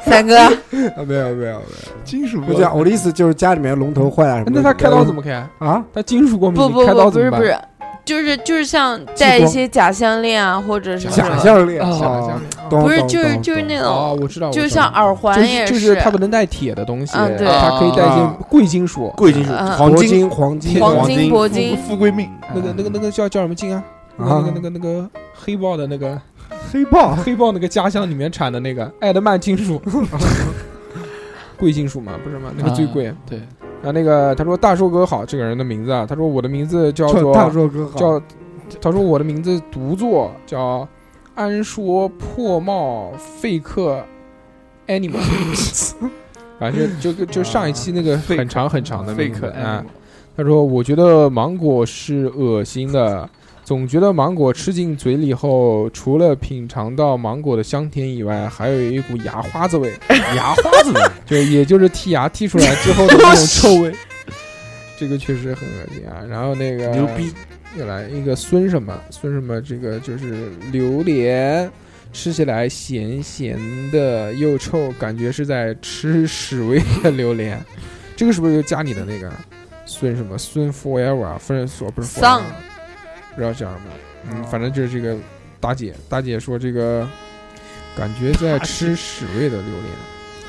Speaker 3: 三哥，
Speaker 2: 啊，没有没有没有，
Speaker 5: 金属
Speaker 2: 我讲我的意思就是家里面龙头坏了什么的。
Speaker 1: 哎那他开刀怎么开？
Speaker 2: 啊？
Speaker 1: 他金属过敏，
Speaker 3: 不不
Speaker 1: 你开刀
Speaker 3: 不，
Speaker 1: 怎
Speaker 3: 不
Speaker 1: 么
Speaker 3: 是
Speaker 1: 办？
Speaker 3: 不是，就是就是像戴一些假项链啊，或者什么
Speaker 2: 假项链
Speaker 5: 啊
Speaker 1: 想
Speaker 2: 哦
Speaker 1: 象力啊
Speaker 2: 懂
Speaker 3: 不是
Speaker 2: 懂
Speaker 3: 就是
Speaker 2: 懂
Speaker 3: 就是那
Speaker 1: 哦，
Speaker 3: 种，
Speaker 1: 我知道，我
Speaker 3: 就是
Speaker 1: 知道
Speaker 3: 像耳环
Speaker 1: 就
Speaker 3: 也
Speaker 1: 是就是它不能带铁的东西，
Speaker 3: 啊对
Speaker 1: 它可以带一
Speaker 2: 啊
Speaker 1: 些贵金属，
Speaker 6: 贵金属、
Speaker 3: 嗯
Speaker 6: 黄
Speaker 2: 铂
Speaker 6: 金、
Speaker 2: 金、黄金、
Speaker 3: 黄
Speaker 6: 黄金
Speaker 3: 金、铂金，
Speaker 5: 富贵命，
Speaker 1: 那个那个那个叫叫什么金啊？那
Speaker 2: 啊
Speaker 1: 个那个那个那个黑豹的那个
Speaker 2: 黑豹，
Speaker 1: 黑豹那个家乡里面产的那个爱德曼金属，贵金属嘛，不是吗？那个最贵。
Speaker 5: 啊对，
Speaker 1: 然后那个他说大寿哥好，这个人的名字啊，他说我的名字 叫
Speaker 2: 叫
Speaker 1: 做
Speaker 2: 大硕哥 好，
Speaker 1: 叫，他说我的名字读作叫安说破帽费克 animal，反 正就就
Speaker 6: 啊
Speaker 1: 就上一期那个很长很长的
Speaker 5: 贝
Speaker 1: 名字
Speaker 5: 啊克哎
Speaker 1: 啊。他说我觉得芒果是恶心的，总觉得芒果吃进嘴里后，除了品尝到芒果的香甜以外，还有一股牙花子味，
Speaker 6: 牙花子的，
Speaker 1: 就也就是剔牙剔出来之后的那种 臭味。这个确实很恶心啊。然后那个
Speaker 6: 牛逼！
Speaker 1: 又来一个孙什么孙什么，这个就是榴莲，吃起来咸咸的又臭，感觉是在吃屎味的榴莲。这个是不是就加你的那个孙什么孙 forever 啊？分所不是 forever
Speaker 3: 丧
Speaker 1: 不知道叫什么，嗯，反正就是这个大姐，大姐说这个感觉在吃屎味的榴莲。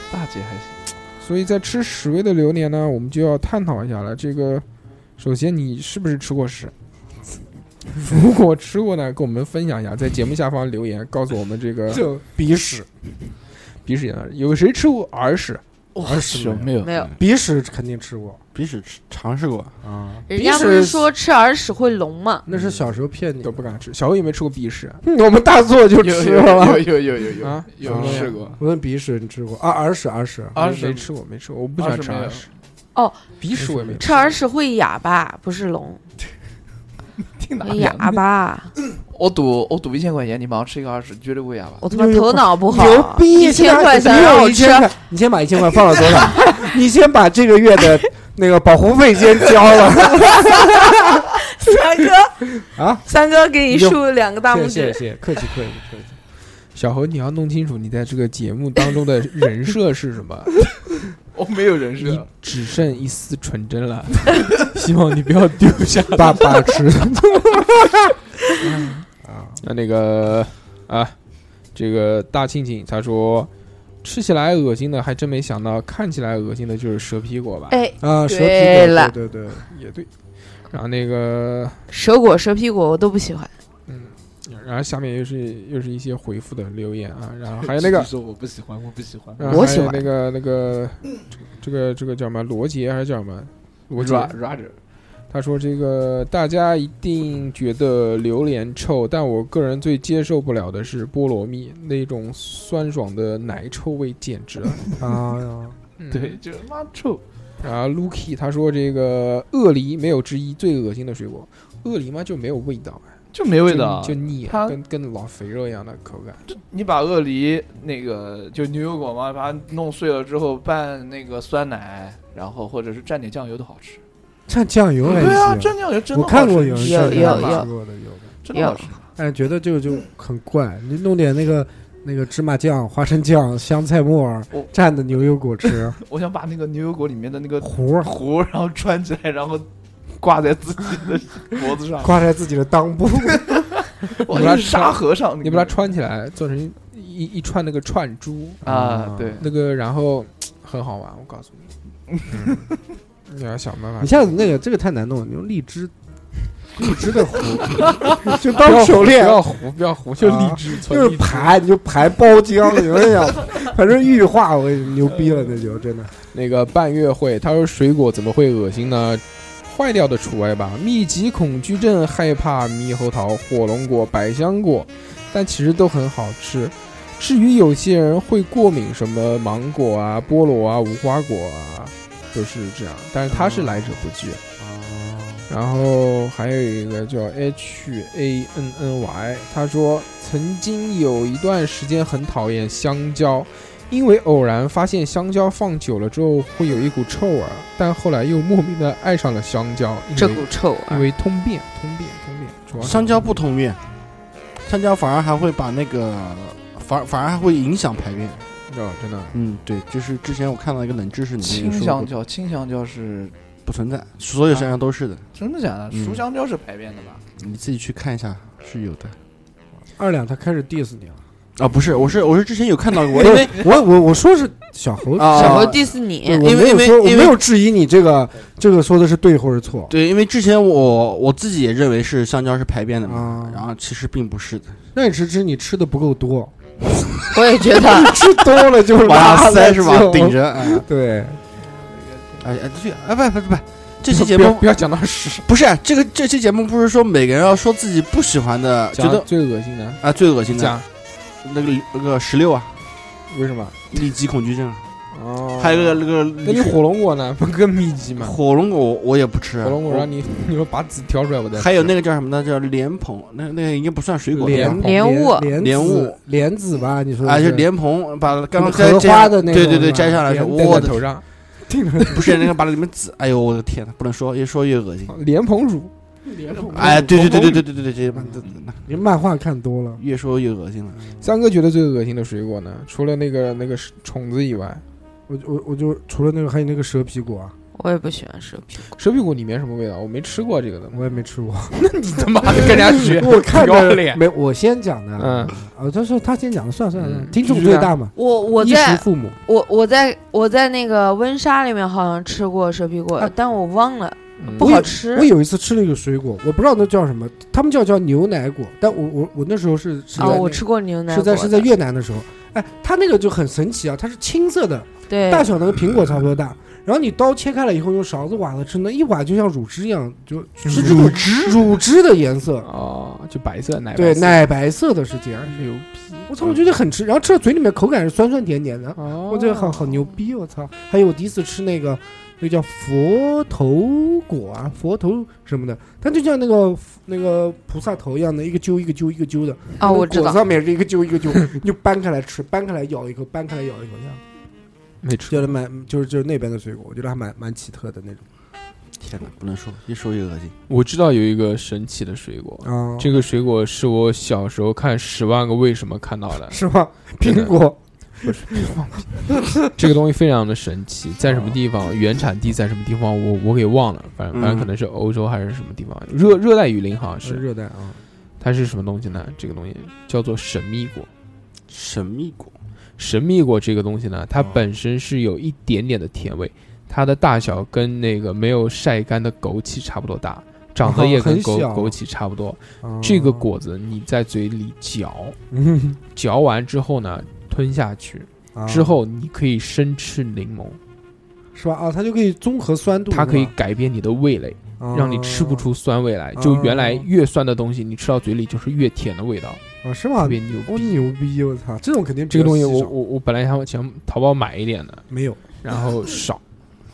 Speaker 5: 大姐还行，
Speaker 1: 所以在吃屎味的榴莲呢，我们就要探讨一下了。这个，首先你是不是吃过屎？如果吃过呢，跟我们分享一下，在节目下方留言，告诉我们这个
Speaker 2: 就鼻屎，
Speaker 1: 鼻屎炎有谁吃过耳屎？
Speaker 6: 我屎
Speaker 5: 有没有？
Speaker 3: 没有，
Speaker 2: 鼻屎肯定吃过
Speaker 6: 鼻屎吃尝试过，
Speaker 2: 啊。
Speaker 3: 人
Speaker 2: 鼻
Speaker 3: 家不
Speaker 2: 屎
Speaker 3: 是说吃耳屎会聋吗？
Speaker 2: 那是小时候骗你
Speaker 1: 都，不敢吃。小欧有没有吃过鼻屎啊？
Speaker 2: 我们大作就
Speaker 5: 有
Speaker 2: 吃
Speaker 5: 有
Speaker 2: 了。
Speaker 5: 有有有有有
Speaker 1: 啊
Speaker 5: 有试过，
Speaker 2: 我问鼻屎你吃过啊？耳屎耳屎，
Speaker 5: 二
Speaker 1: 没
Speaker 5: 十
Speaker 1: 吃过，没吃过，我不喜欢吃耳屎。
Speaker 3: 哦，
Speaker 1: 鼻屎我也没
Speaker 3: 吃耳屎会哑巴，不是聋，
Speaker 5: 听哪
Speaker 3: 会哑巴。
Speaker 5: 我赌我赌一千块钱，你马上吃一个二十，绝对不会哑巴。
Speaker 3: 我他妈头脑不好，
Speaker 2: 牛逼！
Speaker 3: 一千块
Speaker 2: 现在
Speaker 3: 钱让
Speaker 2: 你有
Speaker 3: 我
Speaker 2: 一
Speaker 3: 吃
Speaker 2: 千，块，你先把一千块放到桌上， 你先把这个月的那个保护费先交了
Speaker 3: 三哥，
Speaker 2: 啊！
Speaker 3: 三哥给你
Speaker 2: 你就
Speaker 3: 竖两个大
Speaker 2: 谢
Speaker 3: 拇
Speaker 2: 谢谢谢，
Speaker 3: 指
Speaker 2: 谢谢，客气客气客气。
Speaker 1: 小侯，你要弄清楚你在这个节目当中的人设是什么。
Speaker 5: 我没有人
Speaker 1: 你只剩一丝纯真了， 希望你不要丢下
Speaker 2: 爸爸 吃，
Speaker 1: 那那个啊，这个大庆庆他说，吃起来恶心的还真没想到，看起来恶心的就是蛇皮果吧？
Speaker 3: 哎，
Speaker 2: 啊，蛇皮
Speaker 3: 对
Speaker 2: 狗
Speaker 3: 了
Speaker 2: 对对对，
Speaker 1: 也对。然后那个，
Speaker 3: 蛇果、蛇皮果我都不喜欢。
Speaker 1: 嗯，然后下面又是又是一些回复的留言啊，然 后还有那个，
Speaker 5: 说我不喜欢，我不喜欢
Speaker 1: 然后
Speaker 3: 我
Speaker 1: 还
Speaker 3: 喜
Speaker 1: 有
Speaker 3: 欢
Speaker 1: 那个那个，这个这个叫什么？罗杰还是叫什么？罗杰。
Speaker 5: Roger，
Speaker 1: 他说：“这个大家一定觉得榴莲臭，但我个人最接受不了的是菠萝蜜那种酸爽的奶臭味，简直了。
Speaker 2: 啊，
Speaker 1: 嗯
Speaker 5: 对，就是妈臭，
Speaker 1: 然后 Lucky 他说这个鳄梨没有之一，最恶心的水果。鳄梨嘛就没有味道，
Speaker 5: 就没味道。
Speaker 1: 就就腻，
Speaker 5: 它
Speaker 1: 跟跟老肥肉一样的口感。
Speaker 5: 你把鳄梨那个就牛油果嘛，把它弄碎了之后拌那个酸奶，然后或者是蘸点酱油都好吃。
Speaker 2: 蘸酱油还
Speaker 5: 对啊，
Speaker 2: 行。
Speaker 5: 蘸酱油真的
Speaker 2: 我
Speaker 5: 好
Speaker 2: 看
Speaker 5: 吃
Speaker 2: 过有人
Speaker 3: 有
Speaker 2: 蘸
Speaker 3: 有
Speaker 2: 酱油
Speaker 3: 有
Speaker 2: 吃过的有的，
Speaker 5: 真的好吃。
Speaker 2: 但是觉得这个就很怪，你弄点那个那个芝麻酱、花生酱、香菜木耳
Speaker 5: 我
Speaker 2: 蘸的牛油果吃，
Speaker 5: 我想把那个牛油果里面的那个
Speaker 2: 糊儿
Speaker 5: 糊，然后穿起来，然后挂在自己的脖子上。
Speaker 2: 挂在自己的裆部。
Speaker 5: 我
Speaker 1: 你把它
Speaker 5: 是沙和尚，
Speaker 1: 你把它穿起来，做成一一串那个串珠，
Speaker 5: 啊？对，
Speaker 1: 那个然后很好玩，我告诉你。嗯 你要想办
Speaker 6: 啊
Speaker 1: 法。
Speaker 2: 你下次那个这个太难弄，了，你用荔 枝，荔枝的糊，就当手链
Speaker 1: 不，要糊，不要糊，就
Speaker 2: 啊
Speaker 1: 荔枝，
Speaker 2: 就
Speaker 1: 纯
Speaker 2: 是
Speaker 1: 荔枝
Speaker 2: 排，你就排包浆，你们想，反正玉化，我跟你牛逼了，那就真的。
Speaker 1: 那个半月会，他说水果怎么会恶心呢？坏掉的除外吧。密集恐惧症害怕猕猴桃、火龙果、百香果，但其实都很好吃。至于有些人会过敏，什么芒果啊、菠萝啊、无花果啊，都是这样。但是他是来者不拒。然后还有一个叫 H A N N Y，他说曾经有一段时间很讨厌香蕉，因为偶然发现香蕉放久了之后会有一股臭味儿，但后来又莫名的爱上了香蕉，
Speaker 3: 这
Speaker 1: 因为
Speaker 3: 股臭
Speaker 1: 因
Speaker 3: 味，
Speaker 1: 为通便，通便，通便，主要是
Speaker 6: 哎香蕉不通便，香蕉反而还会把那个反反而还会影响排便，
Speaker 1: 哦，真的，
Speaker 6: 嗯，对，就是之前我看到一个冷知识，你
Speaker 5: 青
Speaker 6: 说
Speaker 5: 香
Speaker 6: 过
Speaker 5: 蕉，青香蕉是
Speaker 6: 不存在，所有山上都是的，
Speaker 5: 真的假的？
Speaker 6: 嗯
Speaker 5: 熟香蕉是排便的吧？
Speaker 6: 你自己去看一下，是有的。
Speaker 2: 二两他开始 diss 你了，
Speaker 6: 啊，不是，我是我是之前有看到 过，因为
Speaker 2: 我我我说是小猴，
Speaker 6: 啊
Speaker 3: 小
Speaker 6: 小
Speaker 3: 猴
Speaker 6: 猴
Speaker 3: diss 你
Speaker 2: 哦对我
Speaker 6: 因为
Speaker 2: 没有
Speaker 6: 因为
Speaker 2: 说我没
Speaker 6: 因为
Speaker 2: 有质疑你这个这个说的是对或者错
Speaker 6: 对，因为之前我我自己也认为是香蕉是排便的嘛，然
Speaker 1: 嗯
Speaker 2: 啊。
Speaker 6: 后其实并不是的。
Speaker 2: 那你只是你吃的不够 多，
Speaker 3: 我也觉得
Speaker 2: 吃多了就
Speaker 6: 往
Speaker 2: 拉
Speaker 6: 上塞是吧？
Speaker 2: 就
Speaker 6: 顶着，哎
Speaker 1: 嗯
Speaker 2: 对，
Speaker 6: 哎哎，这哎不不不不，这期节
Speaker 1: 不要
Speaker 6: 目
Speaker 1: 不要讲到屎，
Speaker 6: 不是啊这个这期节目不是说每个人要说自己不喜欢的，觉
Speaker 1: 讲
Speaker 6: 得
Speaker 1: 最恶心的，
Speaker 6: 啊最恶心的
Speaker 1: 讲
Speaker 6: 那个那个石榴啊，
Speaker 1: 为什么？
Speaker 6: 痢疾恐惧症，啊
Speaker 1: 哦，
Speaker 6: 还有那个那个
Speaker 1: 那你
Speaker 6: 梨
Speaker 1: 火龙果呢？不更密集吗？
Speaker 6: 火龙果我也不吃，
Speaker 1: 火龙果
Speaker 6: 我
Speaker 1: 让你 你说把籽挑出来，我再吃
Speaker 6: 还有那个叫什么呢？叫莲蓬，那那个应该不算水果，
Speaker 1: 莲
Speaker 3: 莲雾
Speaker 2: 莲
Speaker 6: 莲
Speaker 2: 子
Speaker 6: 雾、
Speaker 2: 莲子吧？你说的
Speaker 6: 啊，就是莲蓬，把刚刚摘
Speaker 2: 荷
Speaker 6: 摘
Speaker 2: 花的那
Speaker 6: 对对
Speaker 2: 种
Speaker 6: 对，
Speaker 2: 吧
Speaker 6: 摘下来的时候，
Speaker 1: 戴
Speaker 6: 我
Speaker 1: 在
Speaker 6: 的天
Speaker 1: 头上，
Speaker 6: 不是那个把里面籽，哎呦我的天呐，不能说，越说越恶心。
Speaker 1: 啊莲蓬乳，
Speaker 6: 哎，对对对对对对对对对，
Speaker 2: 你漫画看多了，
Speaker 6: 越说越恶心了。
Speaker 1: 三哥觉得最恶心的水果呢，除了那个那个是虫子以外，
Speaker 2: 我就我我就除了那个还有那个蛇皮果啊，
Speaker 3: 我也不喜欢蛇皮果。
Speaker 1: 蛇屁股里面什么味道？我没吃过这个东西。
Speaker 2: 我也没吃过。，
Speaker 1: 你他妈的跟人家学
Speaker 2: 我看
Speaker 1: 不要
Speaker 2: 着
Speaker 1: 脸
Speaker 2: 没，我先讲的，
Speaker 1: 嗯，
Speaker 2: 啊，他说他先讲的，算了算了算了，
Speaker 1: 嗯
Speaker 2: 听众
Speaker 1: 继续
Speaker 2: 最
Speaker 1: 啊
Speaker 2: 大嘛，
Speaker 3: 我我
Speaker 2: 衣食
Speaker 3: 在
Speaker 2: 父母，
Speaker 3: 我我在我在那个温莎里面好像吃过蛇皮果
Speaker 2: 啊，
Speaker 3: 但我忘了，
Speaker 1: 嗯
Speaker 3: 不好吃
Speaker 2: 我。有一次吃了一个水果，我不知道那叫什么，他们叫叫牛奶果，但我我我那时候是是在
Speaker 3: 啊，
Speaker 1: 哦
Speaker 2: 那
Speaker 3: 我吃过牛奶
Speaker 2: 是
Speaker 3: 果
Speaker 2: 在
Speaker 3: 的，
Speaker 2: 是在越南的时候，哎，它那个就很神奇啊，它是青色的，
Speaker 3: 对
Speaker 2: 大小能跟苹
Speaker 6: 嗯
Speaker 2: 果差不多大，然后你刀切开了以后用勺子挖了吃，那一挖就像乳汁一样，就就是这种
Speaker 1: 乳汁
Speaker 2: 乳汁的颜色，
Speaker 1: 哦，就白色奶白
Speaker 2: 对，
Speaker 1: 色
Speaker 2: 奶白色的是这样，
Speaker 1: 牛逼！
Speaker 2: 我操，我觉得很吃，然后吃到嘴里面口感是酸酸甜甜的，
Speaker 1: 哦
Speaker 2: 我觉得好好牛逼，我操！还有我第一次吃那个，那个叫佛头果啊，佛头什么的，它就像那个那个菩萨头一样的，一个揪一个揪一个揪的。
Speaker 3: 啊，
Speaker 2: 那个
Speaker 3: 我知
Speaker 2: 果
Speaker 3: 道。
Speaker 2: 上面是一个揪一个揪， 你就掰开来吃，掰开来咬一口，掰开来咬一口，这样
Speaker 1: 没吃。
Speaker 2: 觉得蛮就是就是那边的水果，我觉得还蛮蛮奇特的那种
Speaker 6: 天哪，不能说，越说越恶心。
Speaker 1: 我知道有一个神奇的水果，
Speaker 2: 啊
Speaker 1: 这个水果是我小时候看《十万个为什么》看到的。
Speaker 2: 是吧？
Speaker 1: 真的
Speaker 2: 苹果
Speaker 1: 这个东西非常的神奇，在什么地方，原产地在什么地方，我我给忘了，反正
Speaker 6: 嗯
Speaker 1: 反正可能是欧洲还是什么地方，热热带雨林好像
Speaker 2: 是
Speaker 1: 是。
Speaker 2: 热带啊，
Speaker 1: 它是什么东西呢？这个东西叫做神秘果。
Speaker 6: 神秘果，
Speaker 1: 神秘果这个东西呢，它
Speaker 6: 哦
Speaker 1: 本身是有一点点的甜味，它的大小跟那个没有晒干的枸杞差不多大，长得
Speaker 2: 哦
Speaker 1: 也跟
Speaker 2: 很
Speaker 1: 枸、
Speaker 2: 小
Speaker 1: 枸杞差不多。
Speaker 2: 啊
Speaker 1: 这个果子你在嘴里 嚼，
Speaker 2: 嗯
Speaker 1: 嚼完之后呢，吞下去
Speaker 2: 啊
Speaker 1: 之后，你可以生吃柠檬，
Speaker 2: 是吧？啊，它就可以综合酸度，啊
Speaker 1: 它可以
Speaker 2: 是吧
Speaker 1: 改变你的味蕾，让你吃不出酸味来。就原来
Speaker 2: 哦
Speaker 1: 越酸的东西，你吃到嘴里就是越甜的味道，
Speaker 2: 啊，是吗
Speaker 1: 特？别牛
Speaker 2: 我
Speaker 1: 逼。
Speaker 2: 牛逼！我操，这种肯定比
Speaker 1: 这个
Speaker 2: 较
Speaker 1: 东西
Speaker 2: 稀
Speaker 1: 我
Speaker 2: 少
Speaker 1: 我我本来想想淘宝买一点的，
Speaker 2: 没有，
Speaker 1: 然 后少。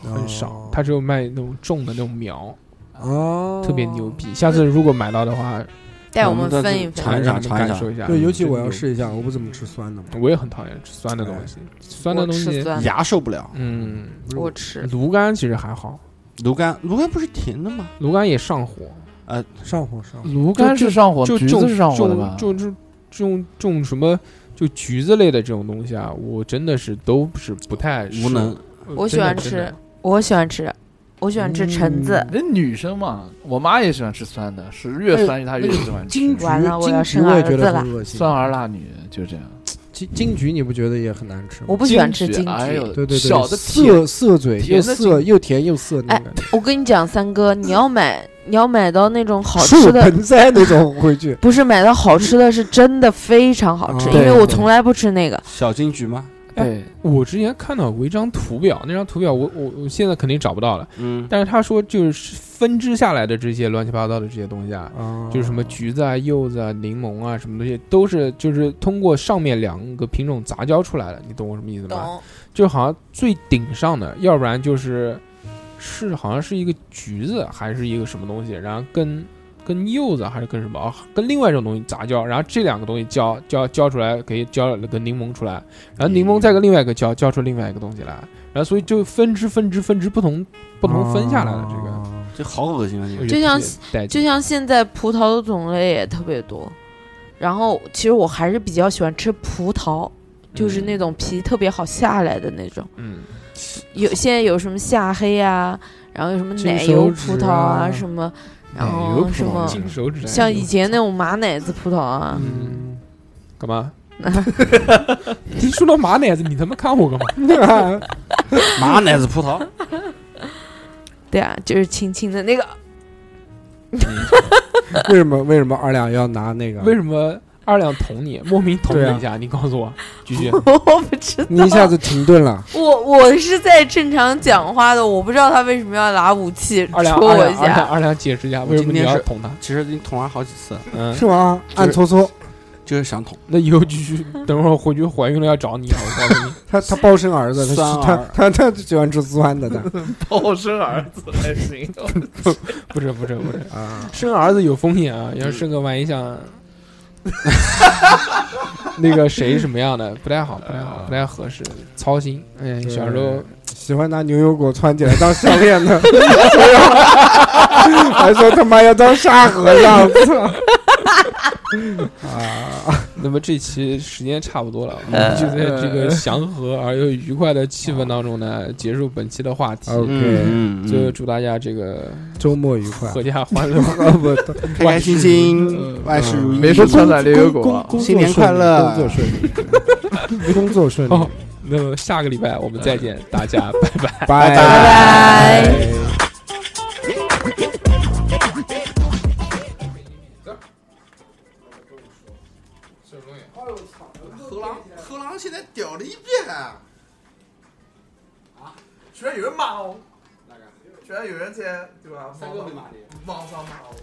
Speaker 1: 很少
Speaker 2: 哦，
Speaker 1: 它只有卖那种种的那种苗，
Speaker 2: 哦，
Speaker 1: 特别牛。逼。下次如果买到的话，
Speaker 3: 带
Speaker 6: 我
Speaker 3: 我
Speaker 6: 们
Speaker 3: 们
Speaker 6: 再
Speaker 3: 分
Speaker 6: 去
Speaker 3: 一
Speaker 6: 尝
Speaker 1: 让
Speaker 3: 分
Speaker 6: 一。
Speaker 1: 你
Speaker 6: 下
Speaker 1: 们
Speaker 6: 尝一下
Speaker 1: 感受一下。嗯
Speaker 2: 对，尤其
Speaker 1: 真
Speaker 2: 我要
Speaker 1: 牛
Speaker 2: 试一下，我不怎么吃酸的嘛。
Speaker 1: 逼，我也很讨厌吃酸的东西，酸的
Speaker 3: 我
Speaker 1: 东
Speaker 3: 吃
Speaker 1: 西，
Speaker 3: 酸的，
Speaker 6: 牙受不了。
Speaker 1: 嗯，
Speaker 3: 我吃。
Speaker 1: 芦柑其实还好，
Speaker 6: 芦柑，芦柑不是甜的吗？
Speaker 1: 芦柑也上火，
Speaker 2: 上火上火，
Speaker 1: 芦
Speaker 5: 柑
Speaker 1: 柑
Speaker 5: 是
Speaker 1: 是
Speaker 5: 上火，
Speaker 1: 就
Speaker 5: 橘
Speaker 1: 种
Speaker 5: 子是上火的吧
Speaker 1: 种？种种种种什么。就橘子类的这种东西啊，我真的是都不是不太
Speaker 6: 无能
Speaker 1: 适合。真
Speaker 3: 我喜
Speaker 1: 的
Speaker 3: 欢
Speaker 1: 真的
Speaker 3: 吃，我喜欢吃，我喜欢吃橙
Speaker 2: 嗯
Speaker 3: 子。
Speaker 5: 那女生嘛，我妈也喜欢吃酸的，是越酸她越喜欢吃
Speaker 2: 金。桔
Speaker 3: 完了我
Speaker 2: 金
Speaker 3: 要
Speaker 2: 桔
Speaker 3: 生
Speaker 2: 我也
Speaker 3: 儿
Speaker 2: 觉
Speaker 3: 子
Speaker 2: 得
Speaker 3: 了
Speaker 2: 很恶心。
Speaker 5: 酸儿辣女就这样。
Speaker 2: 金金桔你不觉得也很难吃吗？
Speaker 3: 我不喜欢吃
Speaker 5: 桔
Speaker 3: 金
Speaker 5: 哎
Speaker 3: 桔。
Speaker 5: 呦，
Speaker 2: 对对对，
Speaker 5: 小的甜，
Speaker 2: 涩涩嘴，
Speaker 5: 甜
Speaker 2: 又
Speaker 5: 的
Speaker 2: 涩
Speaker 5: 金
Speaker 2: 又甜又涩那
Speaker 3: 哎
Speaker 2: 个，
Speaker 3: 我跟你讲，三哥，你要买，你要买到那种好
Speaker 2: 树
Speaker 3: 吃的，。
Speaker 2: 盆栽那种回去
Speaker 3: 不是买到好吃的，是真的非常好吃，
Speaker 2: 哦
Speaker 3: 因为我
Speaker 5: 对
Speaker 3: 从来不吃那个。
Speaker 6: 小金桔吗？
Speaker 5: 对，
Speaker 1: 我之前看到过一张图表，那张图表我我我现在肯定找不到了。
Speaker 6: 嗯，
Speaker 1: 但是他说就是分支下来的这些乱七八糟的这些东西啊，
Speaker 2: 啊
Speaker 1: 就是什么橘子啊、柚子啊、柠檬啊，什么东西都是就是通过上面两个品种杂交出来的，你懂我什么意思吗？
Speaker 3: 懂，
Speaker 1: 就好像最顶上的，要不然就是是好像是一个橘子还是一个什么东西，然后跟跟柚子还是跟什么啊，跟另外一种东西杂交，然后这两个东西交交交出来，可以交了个柠檬出来，然后柠檬再跟另外一个交交出另外一个东西来，然后所以就分支分支分支不同不同分下来的这个。
Speaker 2: 啊
Speaker 6: 这好恶心啊！这个
Speaker 3: 就像
Speaker 1: 带
Speaker 3: 就
Speaker 1: 劲
Speaker 3: 像现在葡萄的种类也特别多，然后其实我还是比较喜欢吃葡萄，就是那种皮特别好下来的那种。
Speaker 1: 嗯，
Speaker 3: 有现在有什么夏黑啊，然后有什么
Speaker 2: 金
Speaker 3: 奶油
Speaker 2: 手
Speaker 3: 葡
Speaker 2: 指
Speaker 3: 萄啊
Speaker 2: 啊
Speaker 3: 什么，然
Speaker 5: 奶油
Speaker 3: 后
Speaker 5: 葡
Speaker 3: 什
Speaker 5: 萄
Speaker 3: 么
Speaker 5: 金
Speaker 1: 金手指
Speaker 3: 像以前那种马奶子葡萄啊，
Speaker 1: 嗯，干 嘛？ 你说到马奶子，你他妈看我干嘛？
Speaker 6: 马奶子葡萄，
Speaker 3: 对啊，就是轻轻的那 个，
Speaker 2: 为什么为什么二两要拿那个？
Speaker 1: 为什么二两捅你，莫名捅
Speaker 2: 嗯对
Speaker 1: 你
Speaker 2: 啊
Speaker 1: 一下？你告诉我，继续。
Speaker 3: 我不知道。
Speaker 2: 你一下子停顿了？
Speaker 3: 我我是在正常讲话的，我不知道他为什么要拿武器
Speaker 1: 二
Speaker 3: 戳
Speaker 1: 两二
Speaker 3: 我一
Speaker 1: 两二两
Speaker 3: 下。
Speaker 1: 二两解释一下，为什么你
Speaker 6: 今天
Speaker 1: 要
Speaker 6: 是
Speaker 1: 捅他？
Speaker 6: 其实已经捅了好几次了，
Speaker 1: 嗯，
Speaker 2: 是吗？啊暗搓搓，
Speaker 6: 就是想捅。
Speaker 1: 那以后继续，等会儿回去怀孕了要找你啊！我告诉你，
Speaker 2: 他他抱生儿子，
Speaker 6: 酸
Speaker 2: 他
Speaker 6: 儿
Speaker 2: 他他他就喜欢吃酸的的
Speaker 5: 抱生儿子还行，
Speaker 1: 不是不是不是，
Speaker 2: 啊。
Speaker 1: 生儿子有风险啊！要生个万一像那个谁什么样的，不太好，不太好，不太合适，操心。哎，
Speaker 2: 对
Speaker 1: 小时候
Speaker 2: 喜欢拿牛油果穿起来当项链的， 还说他妈要当沙和尚，操！啊，
Speaker 1: 那么这期时间差不多了，我们就在这个祥和而又愉快的气氛当中呢，结束本期的话题。
Speaker 2: OK 嗯
Speaker 6: 嗯
Speaker 1: 最后祝大家这个
Speaker 2: 周末愉 快。
Speaker 1: 阖家欢乐，
Speaker 2: 啊不，嗯
Speaker 6: 开开心心，万事如意。
Speaker 5: 没事穿穿牛油
Speaker 2: 工
Speaker 5: 果。
Speaker 2: 工
Speaker 6: 新年快乐
Speaker 2: 工作顺利，工作顺利
Speaker 1: 哦，那么下个礼拜我们再见，大家拜拜。
Speaker 2: 拜
Speaker 3: 拜
Speaker 6: 哎
Speaker 3: 拜。
Speaker 6: 何狼，何狼现在屌了一遍。
Speaker 7: 居然有人骂我，居然有人在对吧？三哥没骂你，网上骂我，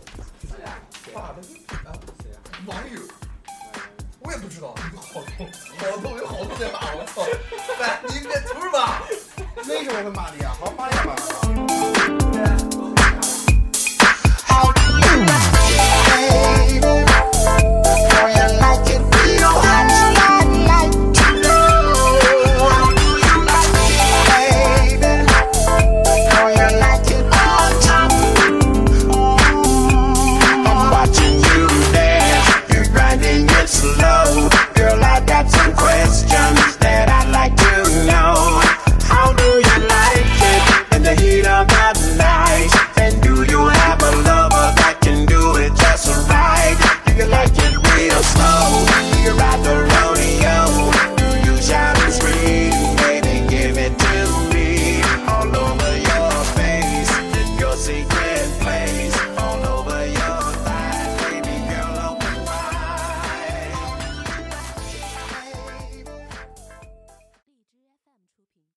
Speaker 7: 骂的是啊，网友，我也不知道，有好多，好多有好多在骂我，操！哎，你别图什么？
Speaker 6: 为什么会骂你啊？好好骂你吧。
Speaker 8: Questions that I'd like to know. How do you like it in the heat of the night? And do you have a lover that can do it just right? Do you like it real slow? Do you ride the rodeo? Do you shout and scream? Baby, give it to me. All over your face, in your secret place. All over